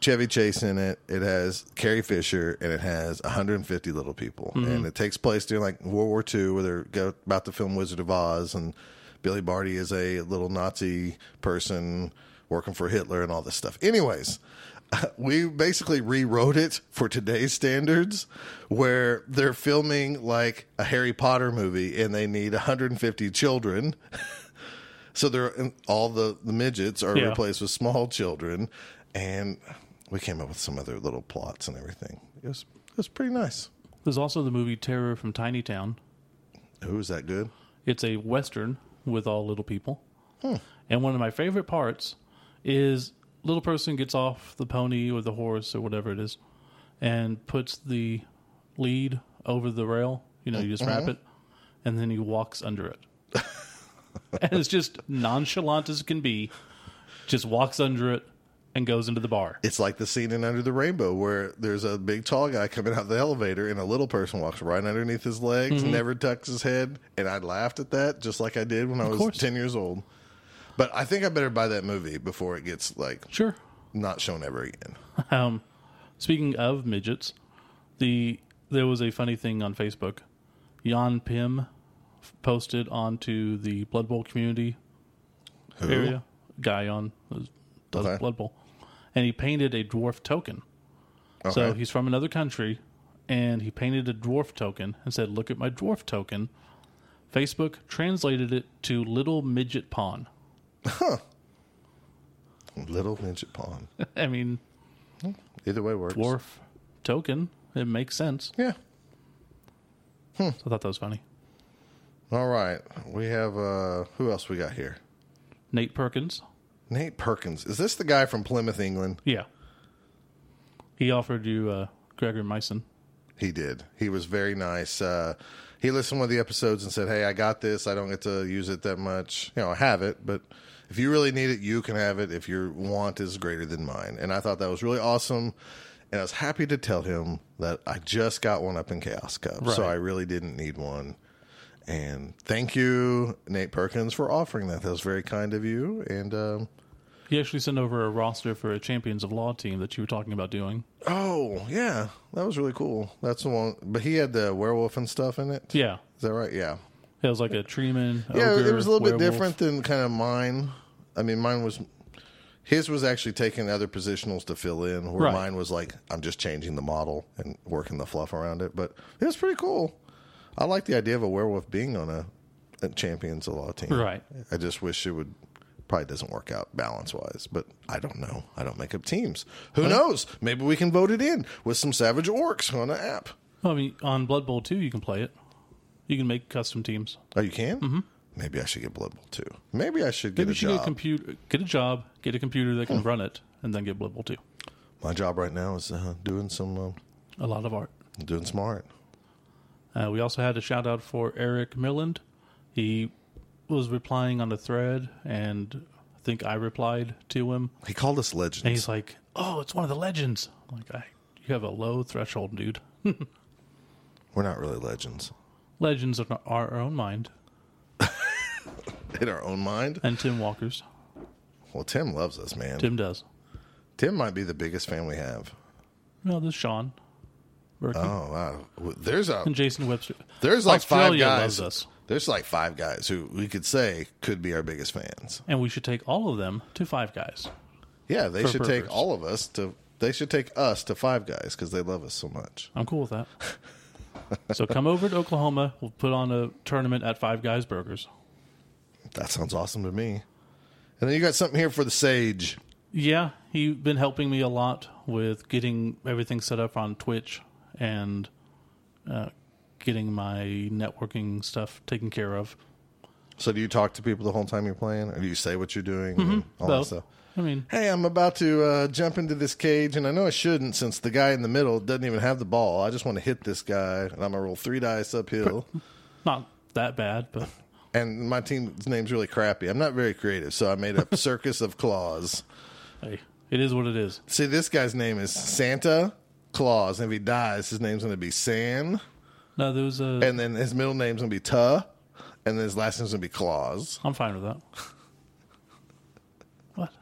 Chevy Chase in it. It has Carrie Fisher, and it has 150 little people. And it takes place during like World War II, where they're go, about to film Wizard of Oz, and Billy Barty is a little Nazi person working for Hitler and all this stuff. Anyways. We basically rewrote it for today's standards, where they're filming like a Harry Potter movie and they need 150 children so they're and all the, the midgets are Yeah. replaced with small children, and we came up with some other little plots and everything. It was it was pretty nice. There's also the movie Terror from Tiny Town. Who was that good? It's a western with all little people. And one of my favorite parts is little person gets off the pony or the horse or whatever it is and puts the lead over the rail, you know, you just wrap it and then he walks under it. and it's just nonchalant as can be, just walks under it and goes into the bar. It's like the scene in Under the Rainbow where there's a big tall guy coming out of the elevator and a little person walks right underneath his legs, Mm-hmm. never tucks his head, and I laughed at that just like I did when I was course. ten years old. But I think I better buy that movie before it gets like Sure. not shown ever again. Um, speaking of midgets, the there was a funny thing on Facebook. Jan Pym f- posted onto the Blood Bowl community area. Guy on does Okay. Blood Bowl, and he painted a dwarf token. So Okay. he's from another country, and he painted a dwarf token and said, "Look at my dwarf token." Facebook translated it to "little midget pawn." Little Midget Pawn. I mean, Either way works. dwarf token. It makes sense. Yeah. So I thought that was funny. All right. We have uh who else we got here? Nate Perkins. Nate Perkins. Is this the guy from Plymouth, England? Yeah. He offered you uh, Gregory Myson. He did. He was very nice. Uh he listened to one of the episodes and said, "Hey, I got this. I don't get to use it that much. You know, I have it, but if you really need it, you can have it if your want is greater than mine." And I thought that was really awesome. And I was happy to tell him that I just got one up in Chaos Cup, so Right. I really didn't need one. And thank you, Nate Perkins, for offering that. That was very kind of you. And um, He actually sent over a roster for a Champions of Law team that you were talking about doing. Oh yeah, that was really cool. That's the one, but he had the werewolf and stuff in it. Yeah. is that right? Yeah, It was like a treeman. yeah. ogre, it was a little bit werewolf. different than kind of mine. I mean, mine was his was actually taking other positionals to fill in, where Right. mine was like I'm just changing the model and working the fluff around it. But it was pretty cool. I like the idea of a werewolf being on a, a champions of law team. Right. I just wish it would. Probably doesn't work out balance wise, but I don't know. I don't make up teams. Who knows? Maybe we can vote it in with some savage orcs on an app. Well, I mean, on Blood Bowl 2, you can play it. You can make custom teams. Oh, you can? Mm-hmm. Maybe I should get Blood Bowl too. Maybe I should get Maybe you a should get a job. Hmm. computer, get a job, get a computer that can run it, and then get Blood Bowl 2. My job right now is uh, doing some uh, A lot of art. doing some art. Uh, we also had a shout out for Eric Milland. He was replying on a thread, and I think I replied to him. He called us And legends. he's like, "Oh, it's one of the legends." I'm like, I, you have a low threshold, dude. We're not really legends legends are our own mind in our own mind. and Tim Walker's. Well, Tim loves us, man. Tim, Tim does. might be the biggest fan we have. No, there's Sean Berkey Oh wow, there's a and Jason Webster. there's like Australia five guys. loves us. There's like five guys who we could say could be our biggest fans. And we should take all of them to Five Guys. Yeah, they For should burgers. take all of us to. They should take us to Five Guys because they love us so much. I'm cool with that. so come over to Oklahoma. We'll put on a tournament at Five Guys Burgers. That sounds awesome to me. And then you got something here for the Sage. Yeah, he's been helping me a lot with getting everything set up on Twitch and uh, getting my networking stuff taken care of. So do you talk to people the whole time you're playing, or do you say what you're doing, and all that Mm-hmm. Both. stuff? I mean, Hey, I'm about to uh, jump into this cage, and I know I shouldn't since the guy in the middle doesn't even have the ball. I just want to hit this guy, and I'm gonna roll three dice uphill. not that bad, but and my team's name's really crappy. I'm not very creative, so I made up Circus of Claws. hey, it is what it is. See, this guy's name is Santa Claus, and if he dies, his name's gonna be San, No, there was a. and then his middle name's gonna be Tuh, and then his last name's gonna be Claus. I'm fine with that. What?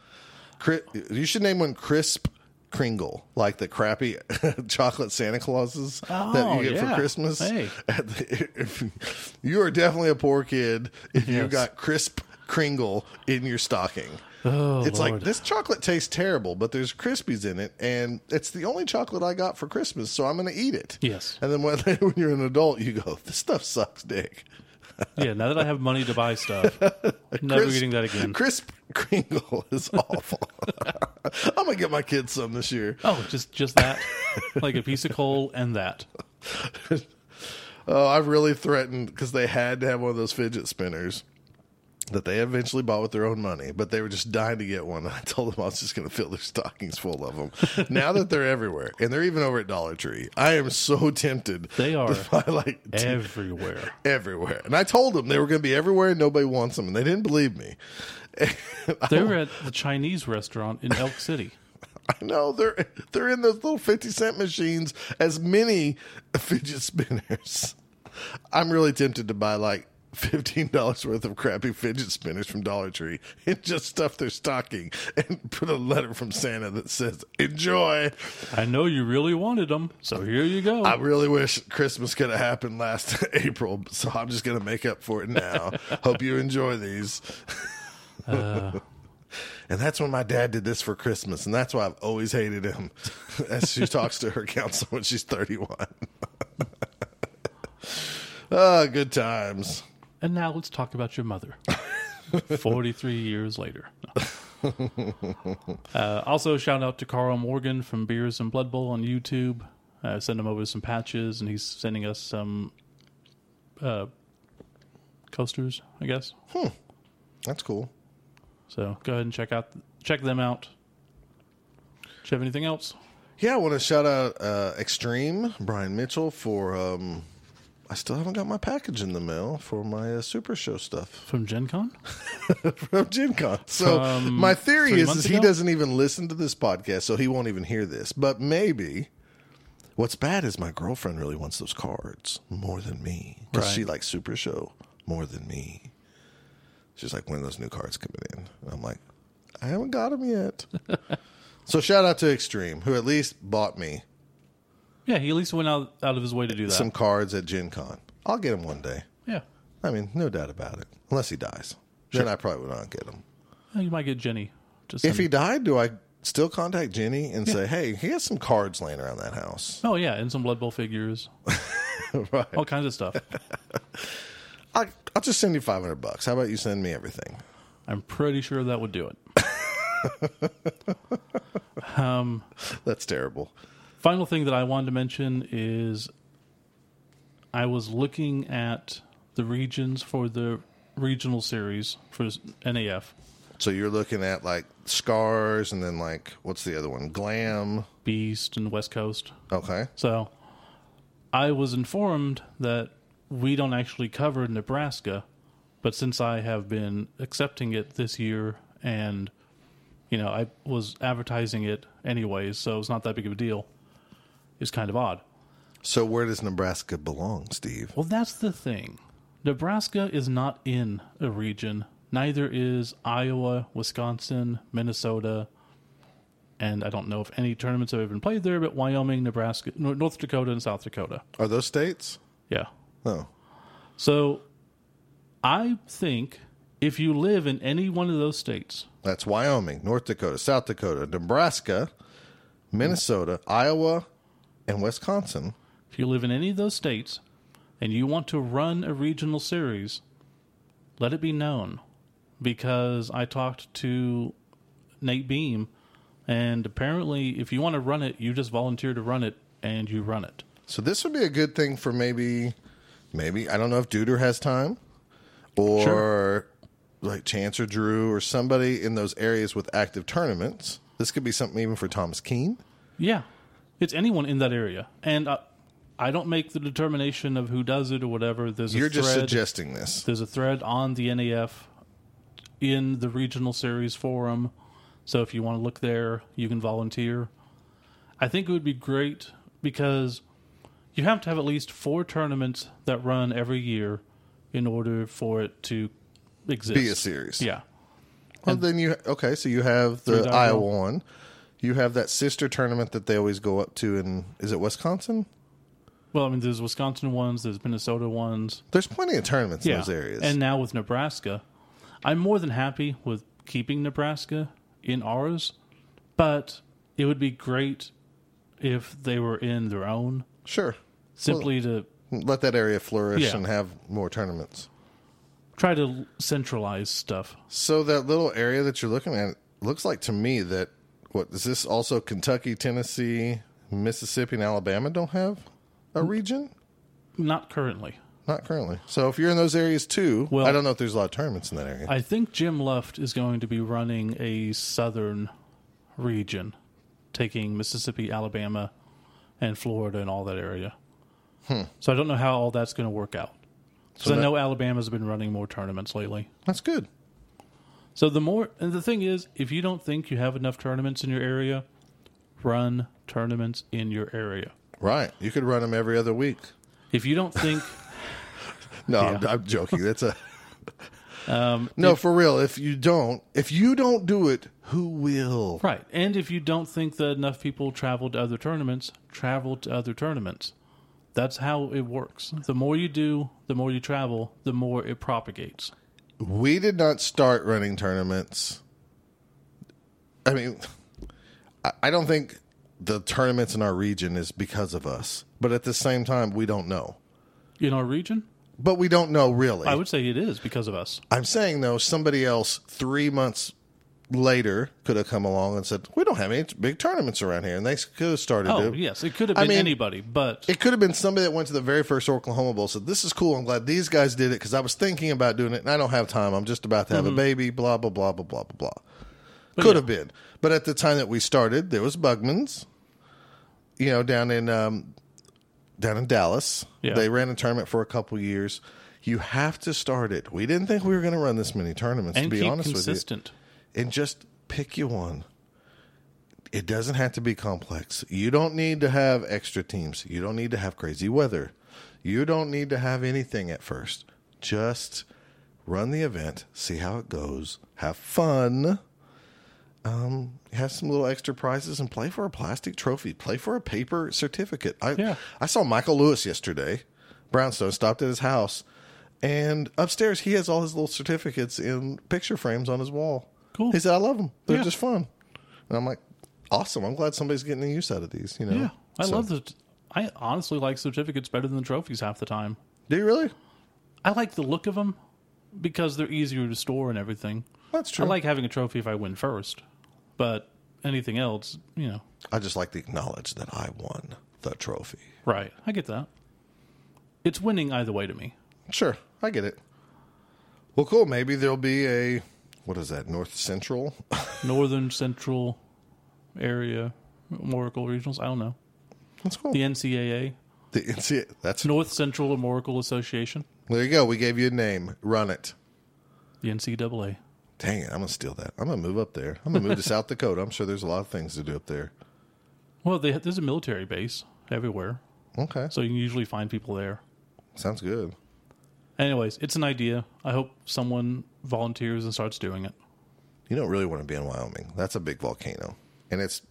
Cri- you should name one Crisp Kringle, like the crappy chocolate Santa Clauses that Oh, you get for yeah. Christmas. Hey. At the- if- you are definitely a poor kid if you Yes. got Crisp Kringle in your stocking. Oh, it's like Lord. this chocolate tastes terrible, but there's Krispies in it, and it's the only chocolate I got for Christmas, so I'm going to eat it. Yes. And then when, when you're an adult, you go, "This stuff sucks, dick." Yeah, now that I have money to buy stuff, never Crisp- getting that again. Crisp Kringle is awful. I'm gonna get my kids some this year. Oh, just just that, like a piece of coal and that. Oh, I've really threatened because they had to have one of those fidget spinners that they eventually bought with their own money, but they were just dying to get one. I told them I was just going to fill their stockings full of them. now that they're everywhere and they're even over at Dollar Tree, I am so tempted. They are to buy, like t- everywhere. everywhere, and I told them they were going to be everywhere and nobody wants them, and they didn't believe me. They were at the Chinese restaurant in Elk City. I know they're they're in those little fifty cent machines as many fidget spinners. I'm really tempted to buy like fifteen dollars worth of crappy fidget spinners from Dollar Tree and just stuff their stocking and put a letter from Santa that says "Enjoy." I know you really wanted them, so here you go. I really wish Christmas could have happened last April, so I'm just gonna make up for it now. Hope you enjoy these. And that's when my dad did this for Christmas, and that's why I've always hated him. As she talks to her counselor when she's 31. Ah, good times. and now let's talk about your mother. Forty-three years later. No. Uh, also, shout out to Carl Morgan from Beers and Blood Bowl on YouTube. Uh, sent him over some patches, and he's sending us some uh, coasters, I guess. That's cool. So go ahead and check out check them out. Do you have anything else? Yeah, I want to shout out uh, Extreme Brian Mitchell for. Um, I still haven't got my package in the mail for my uh, Super Show stuff. From Gen Con? from Gen Con. So From my theory three is, months is he ago? doesn't even listen to this podcast, so he won't even hear this. But maybe what's bad is my girlfriend really wants those cards more than me because Right. she likes Super Show more than me. She's like, when are those new cards coming in? And I'm like, I haven't got them yet. so shout out to Extreme, who at least bought me Yeah, he at least went out, out of his way to do that. some cards at Gen Con. I'll get them one day. yeah. I mean, no doubt about it. Unless he dies, then I probably would not get them. Uh, You might get Jenny. Just If he died, do I still contact Jenny and say, "Hey, he has some cards laying around that house. Oh yeah, and some Blood Bowl figures. right. All kinds of stuff. I, I'll just send you five hundred bucks. How about you send me everything?" I'm pretty sure that would do it. That's terrible. Final thing that I wanted to mention is I was looking at the regions for the regional series for NAF. So you're looking at like scars, and then like what's the other one? Glam. Beast and West Coast. Okay. So I was informed that we don't actually cover Nebraska, but since I have been accepting it this year and you know, I was advertising it anyways, so it's not that big of a deal. It's kind of odd. So where does Nebraska belong, Steve? Well, that's the thing. Nebraska is not in a region. Neither is Iowa, Wisconsin, Minnesota, and I don't know if any tournaments have ever been played there, but Wyoming, Nebraska, Nor- North Dakota, and South Dakota. Are those states? Yeah. Oh, So I think if you live in any one of those states, that's Wyoming, North Dakota, South Dakota, Nebraska, Minnesota, Iowa, and Wisconsin. if you live in any of those states and you want to run a regional series, let it be known because I talked to Nate Beam and apparently if you want to run it, you just volunteer to run it and you run it. So this would be a good thing for maybe, maybe I don't know if Duder has time, or Sure. like Chance or Drew or somebody in those areas with active tournaments. This could be something even for Thomas Keane. Yeah, it's anyone in that area, and uh, I don't make the determination of who does it or whatever. There's You're a just thread, suggesting this. There's a thread on the NAF in the regional series forum, so if you want to look there, you can volunteer. I think it would be great because you have to have at least four tournaments that run every year in order for it to exist. Be a series. Yeah. Well, then you okay? So you have the Three dot Iowa one. one. You have that sister tournament that they always go up to in is it Wisconsin? Well, I mean, there's Wisconsin ones, there's Minnesota ones, There's plenty of tournaments in those areas. And now with Nebraska, I'm more than happy with keeping Nebraska in ours, but it would be great if they were in their own sure, simply to let that area flourish Yeah. and have more tournaments. try to centralize stuff. So that little area that you're looking at looks like to me that what is this also Kentucky, Tennessee, Mississippi, and Alabama don't have a region? Not currently. Not currently. So if you're in those areas too, Well- I don't know if there's a lot of tournaments in that area. I think Jim Luft is going to be running a southern region, taking Mississippi, Alabama, and Florida and all that area. So I don't know how all that's going to work out. Because I Hmm. that- know Alabama's been running more tournaments lately. That's good. So the more, and the thing is, if you don't think you have enough tournaments in your area, run tournaments in your area. Right. You could run them every other week. If you don't think, No, I'm, I'm joking. That's a. no, for real. If you don't, if you don't do it, who will? right, and if you don't think that enough people travel to other tournaments, travel to other tournaments. That's how it works. The more you do, the more you travel, the more it propagates. We did not start running tournaments. I mean, I- I don't think the tournaments in our region is because of us, but at the same time, we don't know. In our region, But we don't know really. I would say it is because of us. I'm saying though, somebody else three months later could have come along and said, "We don't have any big tournaments around here," and they could have started. Oh, it. yes, it could have I been mean, anybody, but It could have been somebody that went to the very first Oklahoma Bowl. Said, "This is cool. I'm glad these guys did it because I was thinking about doing it, and I don't have time. I'm just about to have a baby." Blah blah blah blah blah blah blah. Could Mm-hmm. yeah. have been, but at the time that we started, there was Bugman's, you know, down in um, down in Dallas. Yeah. They ran a tournament for a couple years. You have to start it. We didn't think we were going to run this many tournaments. and to be keep honest with you, consistent. and just pick you one. It doesn't have to be complex. You don't need to have extra teams. You don't need to have crazy weather. You don't need to have anything at first. Just run the event, see how it goes, have fun, um, have some little extra prizes, and play for a plastic trophy. Play for a paper certificate. I Yeah. I saw Michael Lewis yesterday. Brownstone stopped at his house, and upstairs he has all his little certificates in picture frames on his wall. Cool. He said, "I love them. They're Yeah. just fun." And I'm like, "Awesome! I'm glad somebody's getting a use out of these." You know? Yeah, I So- love the. I honestly like certificates better than trophies half the time. Do you really? I like the look of them because they're easier to store and everything. That's true. I like having a trophy if I win first, but anything else, you know, I just like to acknowledge that I won the trophy. right? I get that. It's winning either way to me. Sure, I get it. Well, cool. Maybe there'll be a what is that? North Central. Northern Central area, Oracle Regionals. I don't know That's cool. the NCAA, The NCAA. That's North Central Oracle Association, there. You go. We gave you a name. Run it. the NCAA. Dang it! I'm gonna steal that. I'm gonna move up there. I'm gonna move to South Dakota. I'm sure there's a lot of things to do up there. Well, they, there's a military base everywhere, Okay, so you can usually find people there. sounds good. Anyways, it's an idea. I hope someone volunteers and starts doing it. You don't really want to be in Wyoming. That's a big volcano, and it's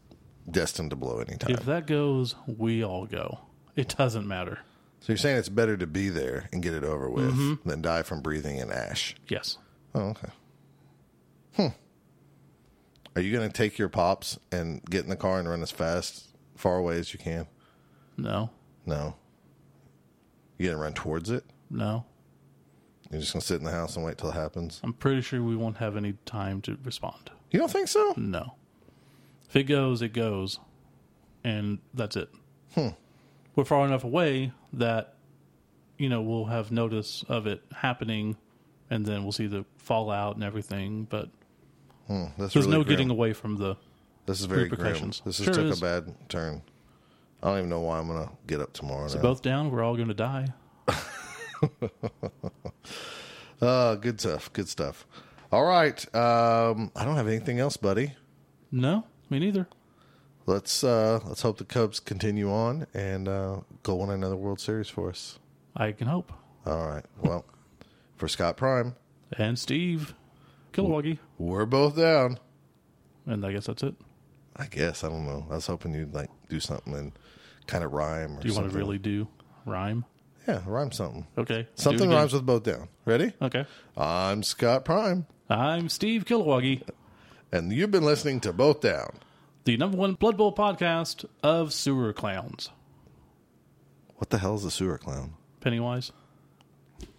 destined to blow anytime. If that goes, we all go. It doesn't matter. so you're saying it's better to be there and get it over with Mm-hmm. than die from breathing in ash. Yes. Oh, okay. Hmm. Are you going to take your pops and get in the car and run as fast far away as you can? No. No. You going to run towards it? No. You're just going to sit in the house and wait till it happens? I'm pretty sure we won't have any time to respond. You don't think so? No. If it goes, it goes. And that's it. Hmm. We're far enough away that, you know, we'll have notice of it happening and then we'll see the fallout and everything. But That's there's really no grim. getting away from the. This is very grim. repercussions. This has Sure took is. a bad turn. I don't even know why I'm going to get up tomorrow. now. Both down, we're all going to die. Uh, good stuff. Good stuff. All right. Um, I don't have anything else, buddy. No, me neither. Let's uh, let's hope the Cubs continue on and uh, go win another World Series for us. I can hope. All right. Well, for Scott Prime, And Steve Kilowoggy. we're both down. And I guess that's it. I guess I don't know. I was hoping you'd like do something and kind of rhyme. Or Do you want something. to really do rhyme? Yeah, rhyme something. Okay. do Something it again. rhymes with both down. Ready? Okay. I'm Scott Prime, I'm Steve Kilowoggy, and you've been listening to Both Down. the number one Blood Bowl podcast of sewer clowns. What the hell is a sewer clown? Pennywise.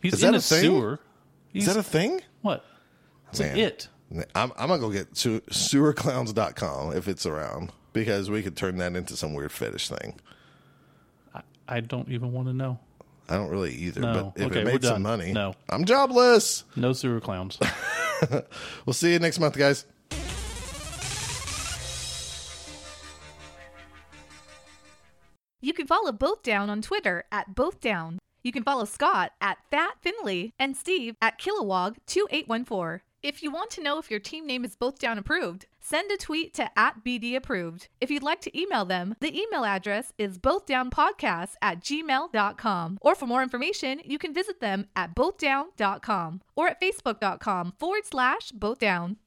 He's Is that in a a thing? sewer. Is He's, that a thing? what? It's Man. an it. I'm, I'm gonna go get su- sewerclowns.com if it's around because we could turn that into some weird fetish thing. I don't even want to know. I don't really either, No. but if Okay, it we're made some done. money, No. I'm jobless. No sewer clowns. We'll see you next month, guys. You can follow Both Down on Twitter at Both Down. You can follow Scott at Fat Finley and Steve at Kilowog2814. If you want to know if your team name is Both Down approved, send a tweet to at BD approved. If you'd like to email them, the email address is bothdownpodcast at gmail.com. Or for more information, you can visit them at bothdown.com or at facebook.com forward slash both down.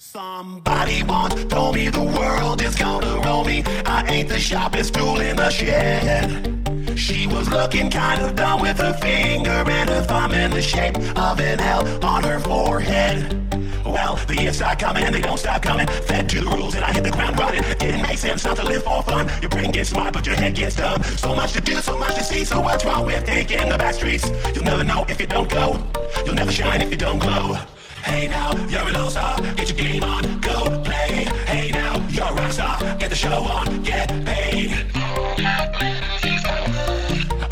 Somebody once told me the world is gonna roll me. I ain't the sharpest tool in the shed. She was looking kind of dumb with her finger and her thumb in the shape of an L on her forehead. Well, the years start coming and they don't stop coming. Fed to the rules and I hit the ground running. Didn't make sense not to live for fun. Your brain gets smart, but your head gets dumb. So much to do, so much to see. So what's wrong with taking the back streets? You'll never know if you don't go. You'll never shine if you don't glow. Hey now, you're an all-star. Get your game on, go play. Hey now, you're a rock star. Get the show on, get paid.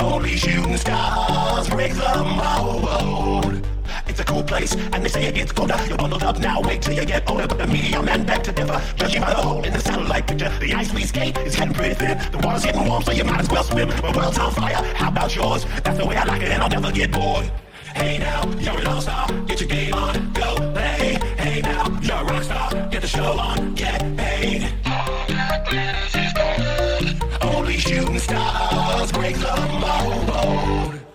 Only shooting stars break the mold. It's a cool place, and they say it gets colder. You're bundled up now, wait till you get older. But the media man back to differ, judging by the hole in the satellite picture. The ice we skate is getting pretty thin. The water's getting warm, so you might as well swim. My world's on fire, how about yours? That's the way I like it, and I'll never get bored. Hey now, you're an all-star. Get your game on, go play. Hey now, you're a rock star. Get the show on, get paid. Only shooting stars break the mold.